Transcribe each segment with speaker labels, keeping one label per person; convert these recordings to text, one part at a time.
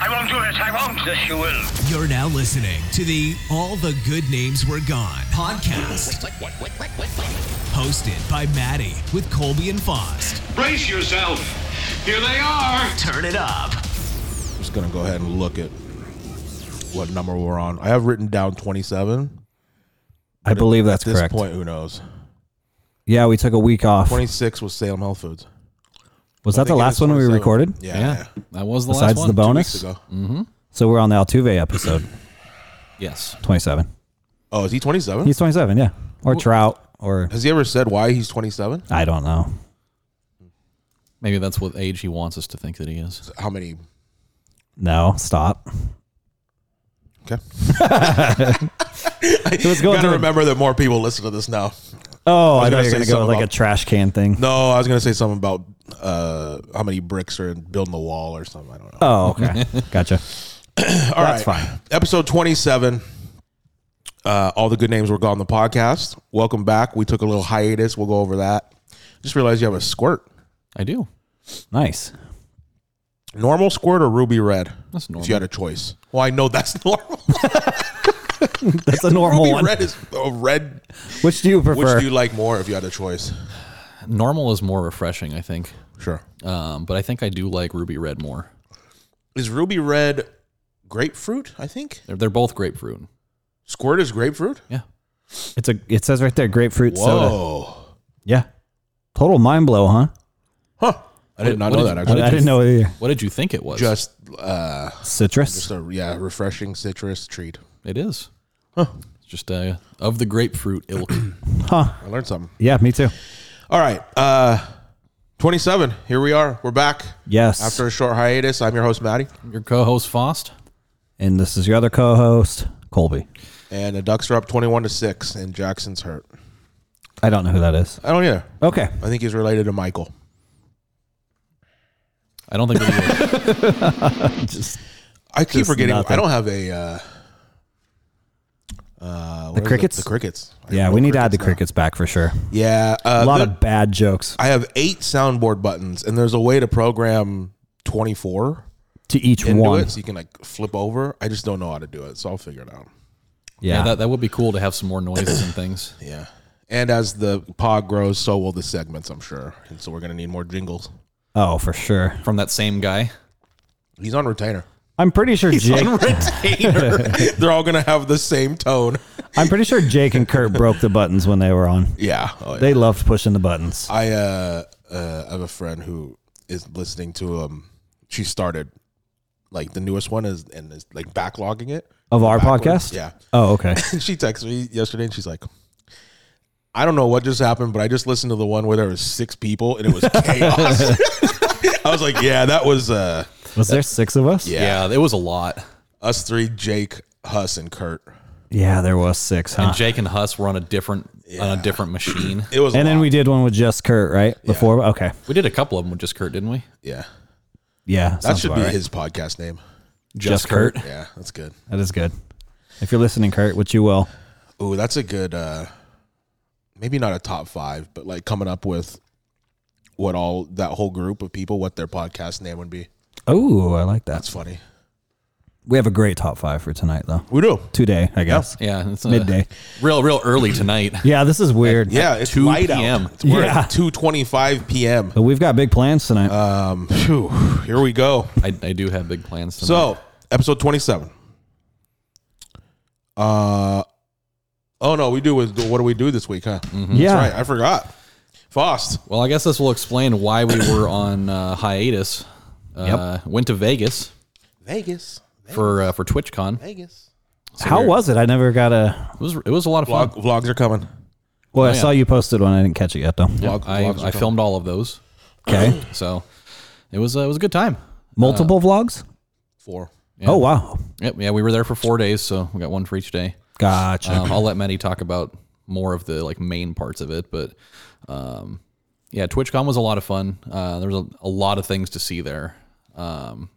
Speaker 1: I won't do it. I won't. Yes, you will.
Speaker 2: You're now listening to the All the Good Names Were Gone podcast. Hosted by Maddie with Colby and Faust.
Speaker 3: Brace yourself. Here they are.
Speaker 2: Turn it up.
Speaker 4: I'm just gonna go ahead and look at what number we're on. I have written down 27.
Speaker 5: I believe that's
Speaker 4: At this
Speaker 5: correct.
Speaker 4: point, who knows?
Speaker 5: Yeah, we took a week off.
Speaker 4: 26 was Salem Health Foods.
Speaker 5: was
Speaker 4: I
Speaker 5: that the
Speaker 4: think it
Speaker 5: last
Speaker 4: is
Speaker 5: one we
Speaker 4: 27.
Speaker 5: recorded?
Speaker 4: Yeah.
Speaker 6: Yeah, that was the last
Speaker 5: Besides
Speaker 6: one.
Speaker 5: the
Speaker 4: Two
Speaker 5: bonus,
Speaker 4: weeks ago.
Speaker 5: so we're on the Altuve episode
Speaker 6: Yes.
Speaker 5: twenty-seven.
Speaker 4: Oh, is he 27?
Speaker 5: He's twenty-seven, yeah, or Trout, or
Speaker 4: Has he ever said why he's 27?
Speaker 5: I don't know.
Speaker 6: Maybe that's what age he wants us to think that he is.
Speaker 4: How many?
Speaker 5: No, stop.
Speaker 4: Okay.
Speaker 5: It was
Speaker 4: You
Speaker 5: going
Speaker 4: gotta
Speaker 5: through-
Speaker 4: remember that more people listen to this now.
Speaker 5: Oh,
Speaker 4: I was gonna
Speaker 5: I, thought you were gonna
Speaker 4: say
Speaker 5: go
Speaker 4: something
Speaker 5: with like a
Speaker 4: about-
Speaker 5: trash can thing.
Speaker 4: No, I was gonna say something about uh, how many bricks are in building the wall or something. I don't know.
Speaker 5: Oh, okay, gotcha.
Speaker 4: All right,
Speaker 5: that's fine.
Speaker 4: Episode 27. Uh, all the good names were gone. The podcast. Welcome back. We took a little hiatus. We'll go over that. Just realized you have a squirt.
Speaker 6: I do.
Speaker 5: Nice.
Speaker 4: Normal squirt or ruby red?
Speaker 6: That's
Speaker 4: If you had a choice. Well, I know that's normal.
Speaker 5: That's a normal
Speaker 4: ruby
Speaker 5: one.
Speaker 4: red is a red.
Speaker 5: Which do you
Speaker 4: Which
Speaker 5: prefer?
Speaker 4: do you like more if you had a choice?
Speaker 6: Normal is more refreshing, I think.
Speaker 4: Sure.
Speaker 6: Um, but I think I do like ruby red more.
Speaker 4: Is ruby red grapefruit? I think
Speaker 6: They're, they're both grapefruit.
Speaker 4: squirt is grapefruit.
Speaker 6: Yeah.
Speaker 5: it's a. It says right there, grapefruit soda.
Speaker 4: Whoa.
Speaker 5: Yeah. Total mind blow, huh?
Speaker 4: Huh. I did not
Speaker 6: what
Speaker 4: know
Speaker 6: did-
Speaker 4: that.
Speaker 6: what
Speaker 5: I,
Speaker 4: Actually,
Speaker 5: I didn't know it either.
Speaker 6: What did you think it was?
Speaker 4: just uh,
Speaker 5: Citrus.
Speaker 4: just a yeah refreshing citrus treat.
Speaker 6: it is. It's Just uh, of the grapefruit ilk.
Speaker 4: I learned something.
Speaker 5: Yeah, me too.
Speaker 4: All right. Uh 27. Here we are. We're back.
Speaker 5: Yes.
Speaker 4: After a short hiatus, I'm your host, Maddie.
Speaker 6: Your co-host Faust.
Speaker 5: and this is your other co-host, Colby.
Speaker 4: And the Ducks are up 21 to 6, and Jackson's hurt.
Speaker 5: I don't know who that is.
Speaker 4: I don't either.
Speaker 5: Okay.
Speaker 4: I think he's related to Michael.
Speaker 6: I don't think that he-
Speaker 4: I keep
Speaker 5: Just
Speaker 4: forgetting.
Speaker 5: nothing.
Speaker 4: I don't have a. Uh, uh, what is it?
Speaker 5: crickets?
Speaker 4: The crickets. I
Speaker 5: Yeah,
Speaker 4: have
Speaker 5: we
Speaker 4: no
Speaker 5: need to add the
Speaker 4: now.
Speaker 5: crickets back for sure.
Speaker 4: Yeah. Uh,
Speaker 5: A lot
Speaker 4: the-
Speaker 5: of bad jokes
Speaker 4: I have eight soundboard buttons, and there's a way to program 24
Speaker 5: to each
Speaker 4: into
Speaker 5: one.
Speaker 4: it so you can like flip over. I just don't know how to do it, so I'll figure it out.
Speaker 5: Yeah.
Speaker 6: yeah, that, that would be cool to have some more noises and things.
Speaker 4: Yeah. And as the pod grows, so will the segments, I'm sure. And so we're going to need more jingles.
Speaker 5: oh, for sure.
Speaker 6: From that same guy.
Speaker 4: He's on retainer.
Speaker 5: I'm pretty sure Jake.
Speaker 4: They're all going to have the same tone.
Speaker 5: I'm pretty sure Jake and Kurt broke the buttons when they were on.
Speaker 4: Yeah. Oh, yeah.
Speaker 5: They loved pushing the buttons.
Speaker 4: I uh, uh, have a friend who is listening to um she started like the newest one is and is like backlogging it.
Speaker 5: Of our
Speaker 4: Backwards.
Speaker 5: podcast?
Speaker 4: Yeah.
Speaker 5: Oh, okay.
Speaker 4: And she texted me yesterday and she's like, I don't know what just happened, but I just listened to the one where there was six people and it was chaos. I was like, yeah, that was uh,
Speaker 5: Was there six of us?
Speaker 4: Yeah.
Speaker 6: it was a lot.
Speaker 4: us three, Jake, Huss, and Kurt.
Speaker 5: Yeah, there was six, huh?
Speaker 6: And Jake and Huss were on a different on a different machine.
Speaker 4: It was, a
Speaker 5: And then
Speaker 4: lot.
Speaker 5: we did one with just Kurt, right? Before, okay,
Speaker 6: We did a couple of them with just Kurt, didn't we?
Speaker 4: yeah,
Speaker 5: yeah,
Speaker 4: that
Speaker 5: sounds
Speaker 4: should
Speaker 5: about
Speaker 4: be
Speaker 5: right.
Speaker 4: his podcast name.
Speaker 5: Just Kurt.
Speaker 4: Yeah, that's good.
Speaker 5: That is good. If you're listening, Kurt, which you will,
Speaker 4: Ooh, that's a good. uh Maybe not a top five, but like coming up with what all that whole group of people, what their podcast name would be.
Speaker 5: oh, I like
Speaker 4: It's
Speaker 5: that.
Speaker 4: funny.
Speaker 5: We have a great top five for tonight, though.
Speaker 4: We do.
Speaker 5: Today, I guess.
Speaker 6: Yeah, it's uh,
Speaker 5: Midday.
Speaker 6: real, real early tonight.
Speaker 5: Yeah, this is weird.
Speaker 4: Yeah, it's
Speaker 6: 2
Speaker 4: light
Speaker 6: p.m..
Speaker 4: out. It's, we're
Speaker 5: Yeah.
Speaker 4: at two twenty-five p.m.
Speaker 5: But we've got big plans tonight.
Speaker 4: Um, phew, here we go.
Speaker 6: I, I do have big plans. Tonight.
Speaker 4: So, episode 27. Uh, oh no, we do with what do we do this week, huh?
Speaker 5: yeah.
Speaker 4: Right, I forgot. Fost.
Speaker 6: well, I guess this will explain why we were on uh, hiatus. Uh, Went to Vegas
Speaker 4: Vegas.
Speaker 6: for uh, for TwitchCon. It
Speaker 4: Vegas.
Speaker 5: How was it? I never got a.
Speaker 6: was it was a lot of fun.
Speaker 4: Vlog, vlogs are coming.
Speaker 5: Well, I
Speaker 6: yeah.
Speaker 5: saw you posted one. I didn't catch it yet, though.
Speaker 4: Vlog,
Speaker 6: I,
Speaker 4: vlogs are
Speaker 6: I
Speaker 4: coming.
Speaker 6: filmed all of those,
Speaker 5: Okay.
Speaker 6: so it was uh, it was a good time.
Speaker 5: Multiple vlogs?
Speaker 4: four.
Speaker 5: Oh, wow.
Speaker 6: Yep, yeah, we were there for four days, so we got one for each day.
Speaker 5: Gotcha.
Speaker 6: Um, I'll let Maddie talk about more of the like main parts of it, but um, yeah, TwitchCon was a lot of fun. Uh, there was a, a lot of things to see there. Um,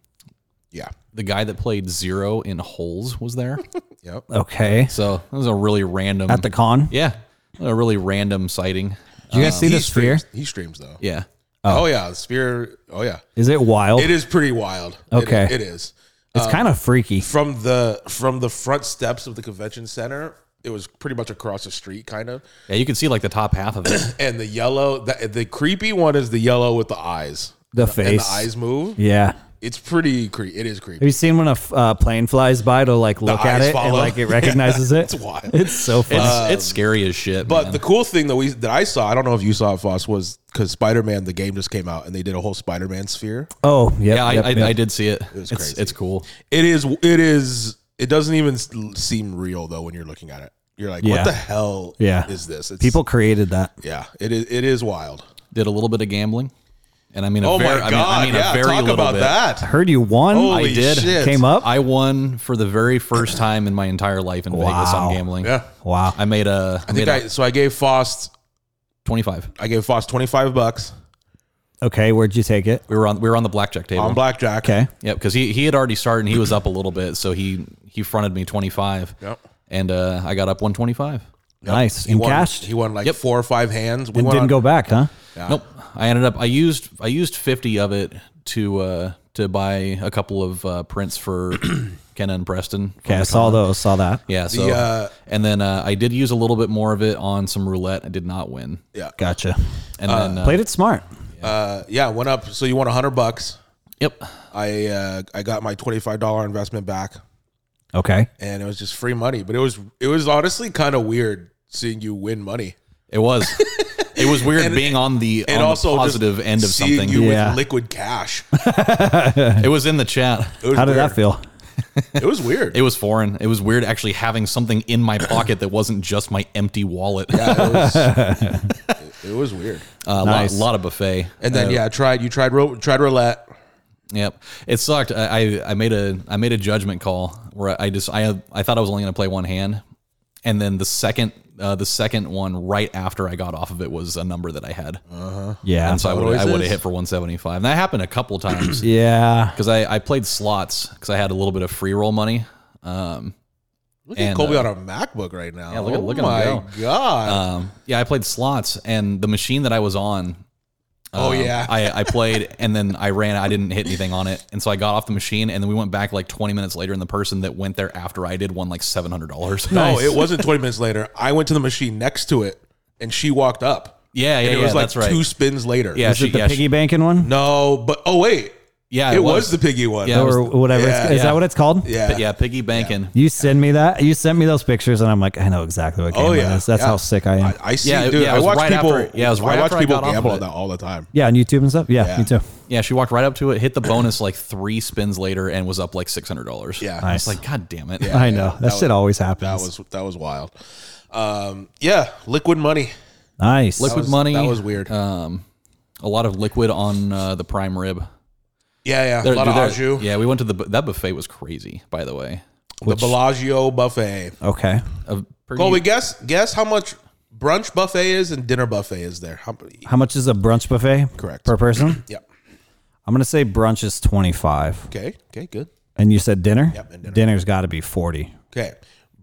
Speaker 4: Yeah.
Speaker 6: the guy that played Zero in Holes was there,
Speaker 4: Yep.
Speaker 5: okay.
Speaker 6: so it was a really random
Speaker 5: At the con?
Speaker 6: yeah, a really random sighting.
Speaker 5: Did you guys see the sphere?
Speaker 4: streams. Um, He streams though.
Speaker 6: Yeah,
Speaker 4: Oh, yeah, the sphere. Oh yeah,
Speaker 5: Is it wild?
Speaker 4: it is pretty wild. It-
Speaker 5: Okay.
Speaker 4: it is.
Speaker 5: It's kind of freaky.
Speaker 4: from the from the front steps of the convention center. It was pretty much across the street, kind of.
Speaker 6: Yeah, you can see like the top half of it.
Speaker 4: And the yellow, the, the creepy one is the yellow with the eyes.
Speaker 5: The
Speaker 4: And the
Speaker 5: face.
Speaker 4: eyes move.
Speaker 5: Yeah.
Speaker 4: It's pretty creepy. It is creepy.
Speaker 5: Have you seen when a f- uh, plane flies by to like look at
Speaker 4: eyes
Speaker 5: it and
Speaker 4: follow.
Speaker 5: like it recognizes it?
Speaker 4: It's wild.
Speaker 5: It's so funny.
Speaker 6: It's, it's scary as shit.
Speaker 4: Uh, But
Speaker 6: man.
Speaker 4: the cool thing that we that I saw, I don't know if you saw it, Foss, was because Spider Man the game just came out and they did a whole Spider Man sphere.
Speaker 5: oh, yep,
Speaker 6: yeah, I,
Speaker 5: yep,
Speaker 6: I,
Speaker 5: yep.
Speaker 6: I did see it.
Speaker 4: was
Speaker 6: it's,
Speaker 4: crazy.
Speaker 6: it's cool.
Speaker 4: It is it is it doesn't even s- seem real though when you're looking at it. You're like,
Speaker 5: Yeah.
Speaker 4: what the hell?
Speaker 5: Yeah.
Speaker 4: is this? It's,
Speaker 5: People created that.
Speaker 4: yeah, it is it is wild.
Speaker 6: Did a little bit of gambling, and I mean, a
Speaker 4: Oh
Speaker 6: very,
Speaker 4: my god!
Speaker 6: I mean, I mean
Speaker 4: yeah,
Speaker 6: a very
Speaker 4: talk
Speaker 6: little
Speaker 4: about
Speaker 6: bit.
Speaker 4: that.
Speaker 5: Heard you won.
Speaker 4: Holy
Speaker 6: I did.
Speaker 4: shit!
Speaker 5: Came up.
Speaker 6: I won for the very first time in my entire life in Vegas
Speaker 5: Wow.
Speaker 6: on gambling.
Speaker 4: Yeah,
Speaker 5: wow.
Speaker 6: I made a
Speaker 4: I
Speaker 6: made
Speaker 4: think
Speaker 6: a
Speaker 4: I so I gave Foss
Speaker 6: 25.
Speaker 4: I gave Foss twenty five bucks
Speaker 5: Okay, where'd you take it?
Speaker 6: We were on we were on the blackjack table.
Speaker 4: on blackjack.
Speaker 5: Okay.
Speaker 6: Yeah, because he he had already started and he was up a little bit, so he he fronted me 25.
Speaker 4: Yep.
Speaker 6: And uh, I got up 125.
Speaker 5: Nice.
Speaker 4: He
Speaker 5: and
Speaker 4: won,
Speaker 5: cashed.
Speaker 4: He won like
Speaker 6: Yep.
Speaker 4: four or five hands. We
Speaker 5: and
Speaker 4: went
Speaker 5: didn't
Speaker 4: on-
Speaker 5: go back, huh?
Speaker 6: Nope. I ended up I used I used 50 of it to uh to buy a couple of uh, prints for Kenna and Preston. from
Speaker 5: Okay, I
Speaker 6: the
Speaker 5: saw
Speaker 6: con.
Speaker 5: those. Saw that.
Speaker 6: Yeah, so
Speaker 4: uh,
Speaker 6: and then uh, I did use a little bit more of it on some roulette. I did not win.
Speaker 4: Yeah,
Speaker 5: Gotcha.
Speaker 6: And then uh,
Speaker 5: Played it smart.
Speaker 4: uh, yeah, went up. So you won hundred bucks.
Speaker 6: Yep.
Speaker 4: I uh, I got my twenty five dollar investment back.
Speaker 5: Okay.
Speaker 4: and it was just free money. But it was it was honestly kind of weird seeing you win money
Speaker 6: It was. It was weird
Speaker 4: And-
Speaker 6: being on the,
Speaker 4: and
Speaker 6: on
Speaker 4: also
Speaker 6: the
Speaker 4: just
Speaker 6: positive end of
Speaker 4: seeing
Speaker 6: something.
Speaker 4: you
Speaker 5: Yeah.
Speaker 4: with liquid cash.
Speaker 6: It was in the chat.
Speaker 4: It was
Speaker 5: How did
Speaker 4: weird.
Speaker 5: that feel?
Speaker 4: It was weird.
Speaker 6: It was foreign. It was weird actually having something in my pocket that wasn't just my empty wallet. Uh,
Speaker 4: Yeah, it, was, it, it was weird.
Speaker 6: A lot-
Speaker 5: Nice.
Speaker 6: lot, of buffet.
Speaker 4: And then yeah, I tried you tried rou- tried roulette.
Speaker 6: Yep, it sucked. I, I I made a I made a judgment call where I just I I thought I was only going to play one hand, and then the second uh, the second one right after I got off of it was a number that I had,
Speaker 5: Yeah.
Speaker 6: and so I
Speaker 4: what
Speaker 6: would
Speaker 4: always
Speaker 6: I would
Speaker 4: is.
Speaker 6: have hit for one seventy five. And that happened a couple times.
Speaker 5: yeah.
Speaker 6: because I, I played slots because I had a little bit of free roll money. Um,
Speaker 4: Look at
Speaker 6: And,
Speaker 4: Colby
Speaker 6: uh,
Speaker 4: on a MacBook right now.
Speaker 6: yeah, look at-
Speaker 4: oh
Speaker 6: look at him
Speaker 4: my
Speaker 6: go.
Speaker 4: god.
Speaker 6: um, yeah, I played slots, and the machine that I was on.
Speaker 4: oh
Speaker 6: um,
Speaker 4: yeah.
Speaker 6: I, I played and then I ran. I didn't hit anything on it, and so I got off the machine, and then we went back like 20 minutes later, and the person that went there after I did won like 700. dollars
Speaker 4: no, it wasn't 20 minutes later. I went to the machine next to it, and she walked up.
Speaker 6: Yeah, yeah,
Speaker 4: and it
Speaker 6: yeah,
Speaker 4: was like
Speaker 6: that's right.
Speaker 4: two spins later.
Speaker 6: Yeah,
Speaker 5: Is
Speaker 6: she,
Speaker 5: it the
Speaker 6: yeah, she-
Speaker 5: piggy banking one?
Speaker 4: No, but oh wait,
Speaker 6: yeah,
Speaker 4: it, was. the piggy one.
Speaker 6: Yeah. it was
Speaker 5: or whatever. it's-
Speaker 4: yeah,
Speaker 5: Is
Speaker 6: yeah.
Speaker 5: that what it's called?
Speaker 4: yeah.
Speaker 6: yeah, piggy banking.
Speaker 5: You send me that. You sent me those pictures, and I'm like, I know exactly what game
Speaker 4: Oh
Speaker 5: it
Speaker 4: yeah,
Speaker 5: is. That's
Speaker 4: yeah.
Speaker 5: how sick I am.
Speaker 4: I, I see,
Speaker 6: Yeah, it-
Speaker 4: dude.
Speaker 6: yeah, it
Speaker 4: I
Speaker 6: was
Speaker 4: watch
Speaker 6: right
Speaker 4: people.
Speaker 6: after- yeah, it was right
Speaker 4: I watch
Speaker 6: after I
Speaker 4: people
Speaker 6: got off
Speaker 4: gamble
Speaker 6: of
Speaker 4: on
Speaker 6: it.
Speaker 4: that all the time.
Speaker 5: yeah, on YouTube and stuff. Yeah,
Speaker 4: Yeah.
Speaker 5: me too.
Speaker 6: Yeah, she walked right up to it, hit the bonus like three spins later, and was up like six hundred dollars.
Speaker 4: Yeah,
Speaker 6: it's like God damn it.
Speaker 5: I know that,
Speaker 4: that
Speaker 5: shit
Speaker 4: was-
Speaker 5: always happens.
Speaker 4: that was that was wild. Um, yeah, liquid money.
Speaker 5: nice.
Speaker 6: liquid
Speaker 4: was-
Speaker 6: money.
Speaker 4: that was weird.
Speaker 6: Um, a lot of liquid on uh, the prime rib.
Speaker 4: Yeah, yeah,
Speaker 6: There-
Speaker 4: a lot of
Speaker 6: there-
Speaker 4: au jus.
Speaker 6: Yeah, we went to the bu- that buffet was crazy. By the way,
Speaker 4: the Bellagio buffet.
Speaker 5: okay.
Speaker 6: a pretty,
Speaker 4: Colby, guess guess how much brunch buffet is and dinner buffet is there? How,
Speaker 5: How much is a brunch buffet?
Speaker 4: Correct.
Speaker 5: per person.
Speaker 4: yeah.
Speaker 5: I'm gonna say brunch is 25,
Speaker 4: Okay. Okay. Good.
Speaker 5: and you said dinner.
Speaker 4: Yep, and dinner.
Speaker 5: Dinner's got to be 40.
Speaker 4: Okay.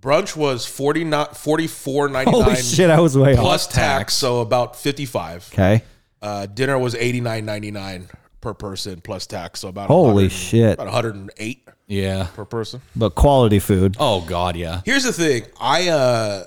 Speaker 4: Brunch was forty not forty four ninety
Speaker 5: Holy
Speaker 4: nine
Speaker 5: shit, I was way off.
Speaker 4: plus tax, so about fifty five.
Speaker 5: Okay.
Speaker 4: Uh, dinner was eighty nine ninety nine per person plus tax, so about
Speaker 5: Holy
Speaker 4: 100
Speaker 5: shit.
Speaker 4: about one hundred and eight
Speaker 6: yeah.
Speaker 4: per person.
Speaker 5: But quality food.
Speaker 6: Oh God, yeah.
Speaker 4: Here's the thing. I uh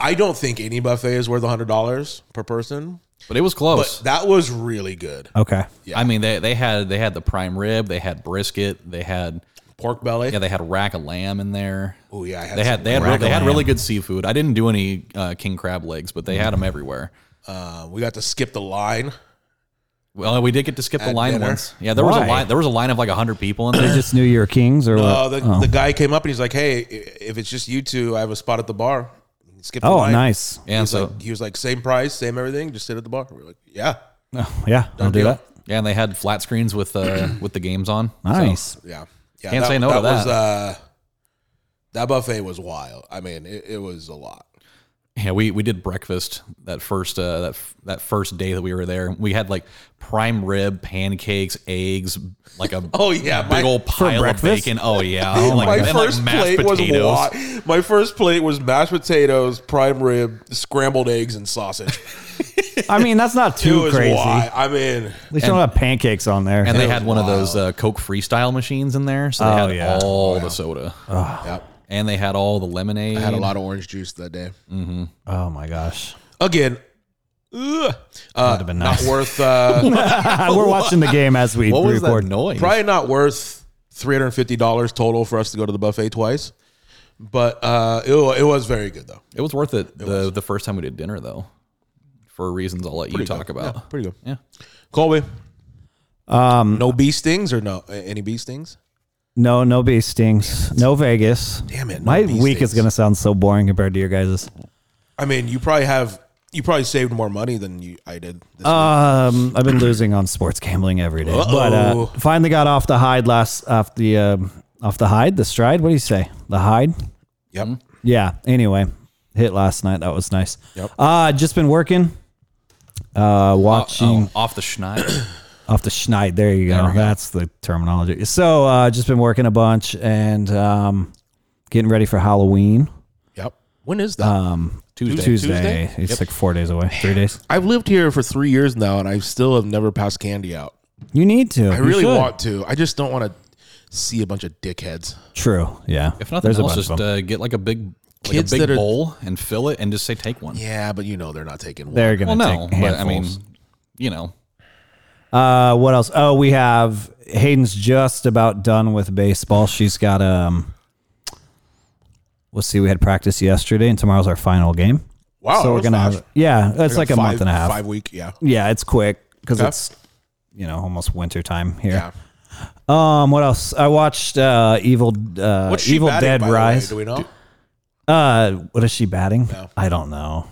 Speaker 4: I don't think any buffet is worth hundred dollars per person.
Speaker 6: But it was
Speaker 4: But
Speaker 6: close.
Speaker 4: that was really good.
Speaker 5: Okay.
Speaker 6: I mean, they they had they had the prime rib, they had brisket, they had
Speaker 4: Pork belly.
Speaker 6: yeah, they had a rack of lamb in there.
Speaker 4: oh yeah, I had
Speaker 6: They had
Speaker 4: some-
Speaker 6: they had
Speaker 5: rack
Speaker 6: they
Speaker 5: of
Speaker 6: had
Speaker 5: lamb.
Speaker 6: really good seafood. I didn't do any uh, king crab legs, but they had them everywhere.
Speaker 4: uh, we got to skip the line.
Speaker 6: Well, we did get to skip the
Speaker 4: At
Speaker 6: line
Speaker 4: dinner?
Speaker 6: once. Yeah, there was
Speaker 5: Why?
Speaker 6: a line. There was a line of like hundred people in
Speaker 5: They
Speaker 6: there.
Speaker 5: just knew you were kings or
Speaker 4: Uh,
Speaker 5: what?
Speaker 4: the,
Speaker 6: oh.
Speaker 4: the guy came up and he's like, "Hey, i- if it's just you two, I have a spot at the bar." Skip the
Speaker 5: oh,
Speaker 4: line.
Speaker 5: nice.
Speaker 4: He
Speaker 6: and
Speaker 4: was,
Speaker 6: so
Speaker 4: like, he was like, "Same price, same everything. Just sit at the bar." We were like, "Yeah,
Speaker 5: Yeah, I'll do
Speaker 4: deal.
Speaker 5: that.
Speaker 6: yeah, and they had flat screens with uh, with the games on. So,
Speaker 5: Nice.
Speaker 4: yeah, yeah."
Speaker 6: Can't say no to
Speaker 4: was,
Speaker 6: that.
Speaker 4: uh, that buffet was wild. I mean, it, it was a lot.
Speaker 6: Yeah, we, we did breakfast that first uh, that f- that first day that we were there. We had like prime rib, pancakes, eggs, like a
Speaker 4: Oh yeah,
Speaker 6: big old pile of
Speaker 5: breakfast?
Speaker 6: bacon. Oh yeah, like,
Speaker 4: my
Speaker 6: and, like,
Speaker 4: first
Speaker 6: mashed
Speaker 4: plate was
Speaker 6: potatoes.
Speaker 4: wa- My first plate was mashed potatoes, prime rib, scrambled eggs, and sausage.
Speaker 5: I mean, that's not
Speaker 4: It
Speaker 5: too
Speaker 4: was
Speaker 5: crazy.
Speaker 4: why. I mean,
Speaker 5: At least you don't have pancakes on there.
Speaker 6: And they had one of those uh, Coke freestyle machines in there, so they
Speaker 5: Oh,
Speaker 6: had
Speaker 5: yeah. Uh.
Speaker 6: all the soda,
Speaker 4: yep.
Speaker 6: and they had all the lemonade.
Speaker 4: I had a lot of orange juice that day.
Speaker 5: oh my gosh,
Speaker 4: Again, ugh, uh,
Speaker 5: have been nice.
Speaker 4: not worth. Uh,
Speaker 5: we're watching the game as we
Speaker 6: What was
Speaker 5: record.
Speaker 6: that noise?
Speaker 4: probably not worth three hundred fifty dollars total for us to go to the buffet twice. But uh, it, wa- it was very good though.
Speaker 6: It was worth it, the the first time we did dinner though, for reasons I'll let you talk
Speaker 4: good.
Speaker 6: about.
Speaker 4: Yeah, pretty good.
Speaker 6: Yeah.
Speaker 4: Colby. Um, no bee stings or no a- any bee stings?
Speaker 5: No, no bee stings. No Vegas.
Speaker 4: Damn it, no
Speaker 5: My
Speaker 4: bee
Speaker 5: week
Speaker 4: stings.
Speaker 5: is gonna sound so boring compared to your guys's.
Speaker 4: I mean, you probably have you probably saved more money than you I did. This
Speaker 5: Um, I've been losing on sports gambling every day, but uh,
Speaker 4: Uh-oh.
Speaker 5: finally got off the hide last off the um off the hide the stride. What do you say? The hide.
Speaker 4: yep.
Speaker 5: Yeah. Anyway, hit last night. That was nice.
Speaker 4: Yep.
Speaker 5: Uh, just been working. Uh, watching
Speaker 6: Oh, off the schneid.
Speaker 5: off the schneid. There you go. That's the terminology. So, uh, just been working a bunch and um, getting ready for Halloween.
Speaker 4: Yep. When is that?
Speaker 5: Uh, Tuesday.
Speaker 4: Tuesday?
Speaker 5: It's like four days away. Three days.
Speaker 4: I've lived here for three years now, and I still have never passed candy out.
Speaker 5: You need to.
Speaker 4: I really want to. I just don't want to see a bunch of dickheads.
Speaker 5: True. Yeah.
Speaker 6: If nothing
Speaker 5: There's
Speaker 6: else,
Speaker 5: a bunch
Speaker 6: just
Speaker 5: of them.
Speaker 6: uh, get like a big, like a
Speaker 4: Kids
Speaker 6: big
Speaker 4: that are-
Speaker 6: bowl and fill it, and just say take one.
Speaker 4: Yeah, but you know they're not taking one.
Speaker 5: They're
Speaker 6: Well,
Speaker 5: gonna
Speaker 6: no,
Speaker 5: take
Speaker 6: but I mean,
Speaker 5: handfuls.
Speaker 6: you know,
Speaker 5: uh, what else? Oh, we have Hayden's just about done with baseball. She's got um. Let's see. We had practice yesterday, and tomorrow's our final game.
Speaker 4: Wow,
Speaker 5: so we're
Speaker 4: Oh, that's
Speaker 5: gonna
Speaker 4: fast.
Speaker 5: have yeah. It's like a
Speaker 4: five,
Speaker 5: month and a half.
Speaker 4: five week. Yeah,
Speaker 5: Yeah, it's quick because
Speaker 4: Okay.
Speaker 5: it's you know almost winter time here.
Speaker 4: yeah.
Speaker 5: Um, what else? I watched uh, Evil uh,
Speaker 4: What's she
Speaker 5: Evil
Speaker 4: batting,
Speaker 5: Dead
Speaker 4: by the way?
Speaker 5: Rise.
Speaker 4: Do we know?
Speaker 5: Uh, what is she batting? I don't know.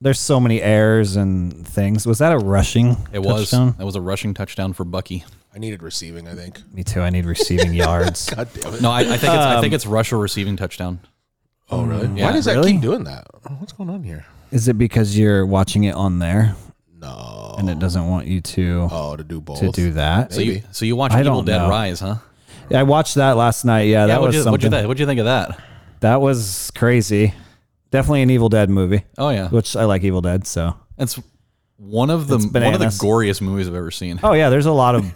Speaker 5: There's so many errors and things. Was that a rushing?
Speaker 6: it was
Speaker 5: touchdown?
Speaker 6: that was a rushing touchdown for Bucky.
Speaker 4: I needed receiving. I think.
Speaker 5: Me too. I need receiving yards.
Speaker 4: God damn it!
Speaker 6: No, I, I think it's, I
Speaker 5: Um,
Speaker 6: think it's rush or receiving touchdown.
Speaker 4: Oh really?
Speaker 6: Yeah.
Speaker 4: Why does that
Speaker 5: Really?
Speaker 4: keep doing that? What's going on here?
Speaker 5: Is it because you're watching it on there
Speaker 4: No.
Speaker 5: and it doesn't want you to
Speaker 4: Oh, to do both.
Speaker 5: to do that?
Speaker 6: So you so you watch
Speaker 5: I
Speaker 6: Evil
Speaker 5: don't
Speaker 6: Dead
Speaker 5: know.
Speaker 6: Rise, huh?
Speaker 5: I watched that last night. Yeah, that
Speaker 6: yeah,
Speaker 5: was
Speaker 6: what'd you, what'd you
Speaker 5: something.
Speaker 6: think? What'd you think of that?
Speaker 5: That was crazy. Definitely an Evil Dead movie,
Speaker 6: Oh yeah,
Speaker 5: which I like Evil Dead. So
Speaker 6: it's one of the one of the
Speaker 5: bananas.
Speaker 6: goriest movies I've ever seen.
Speaker 5: Oh yeah, there's a lot of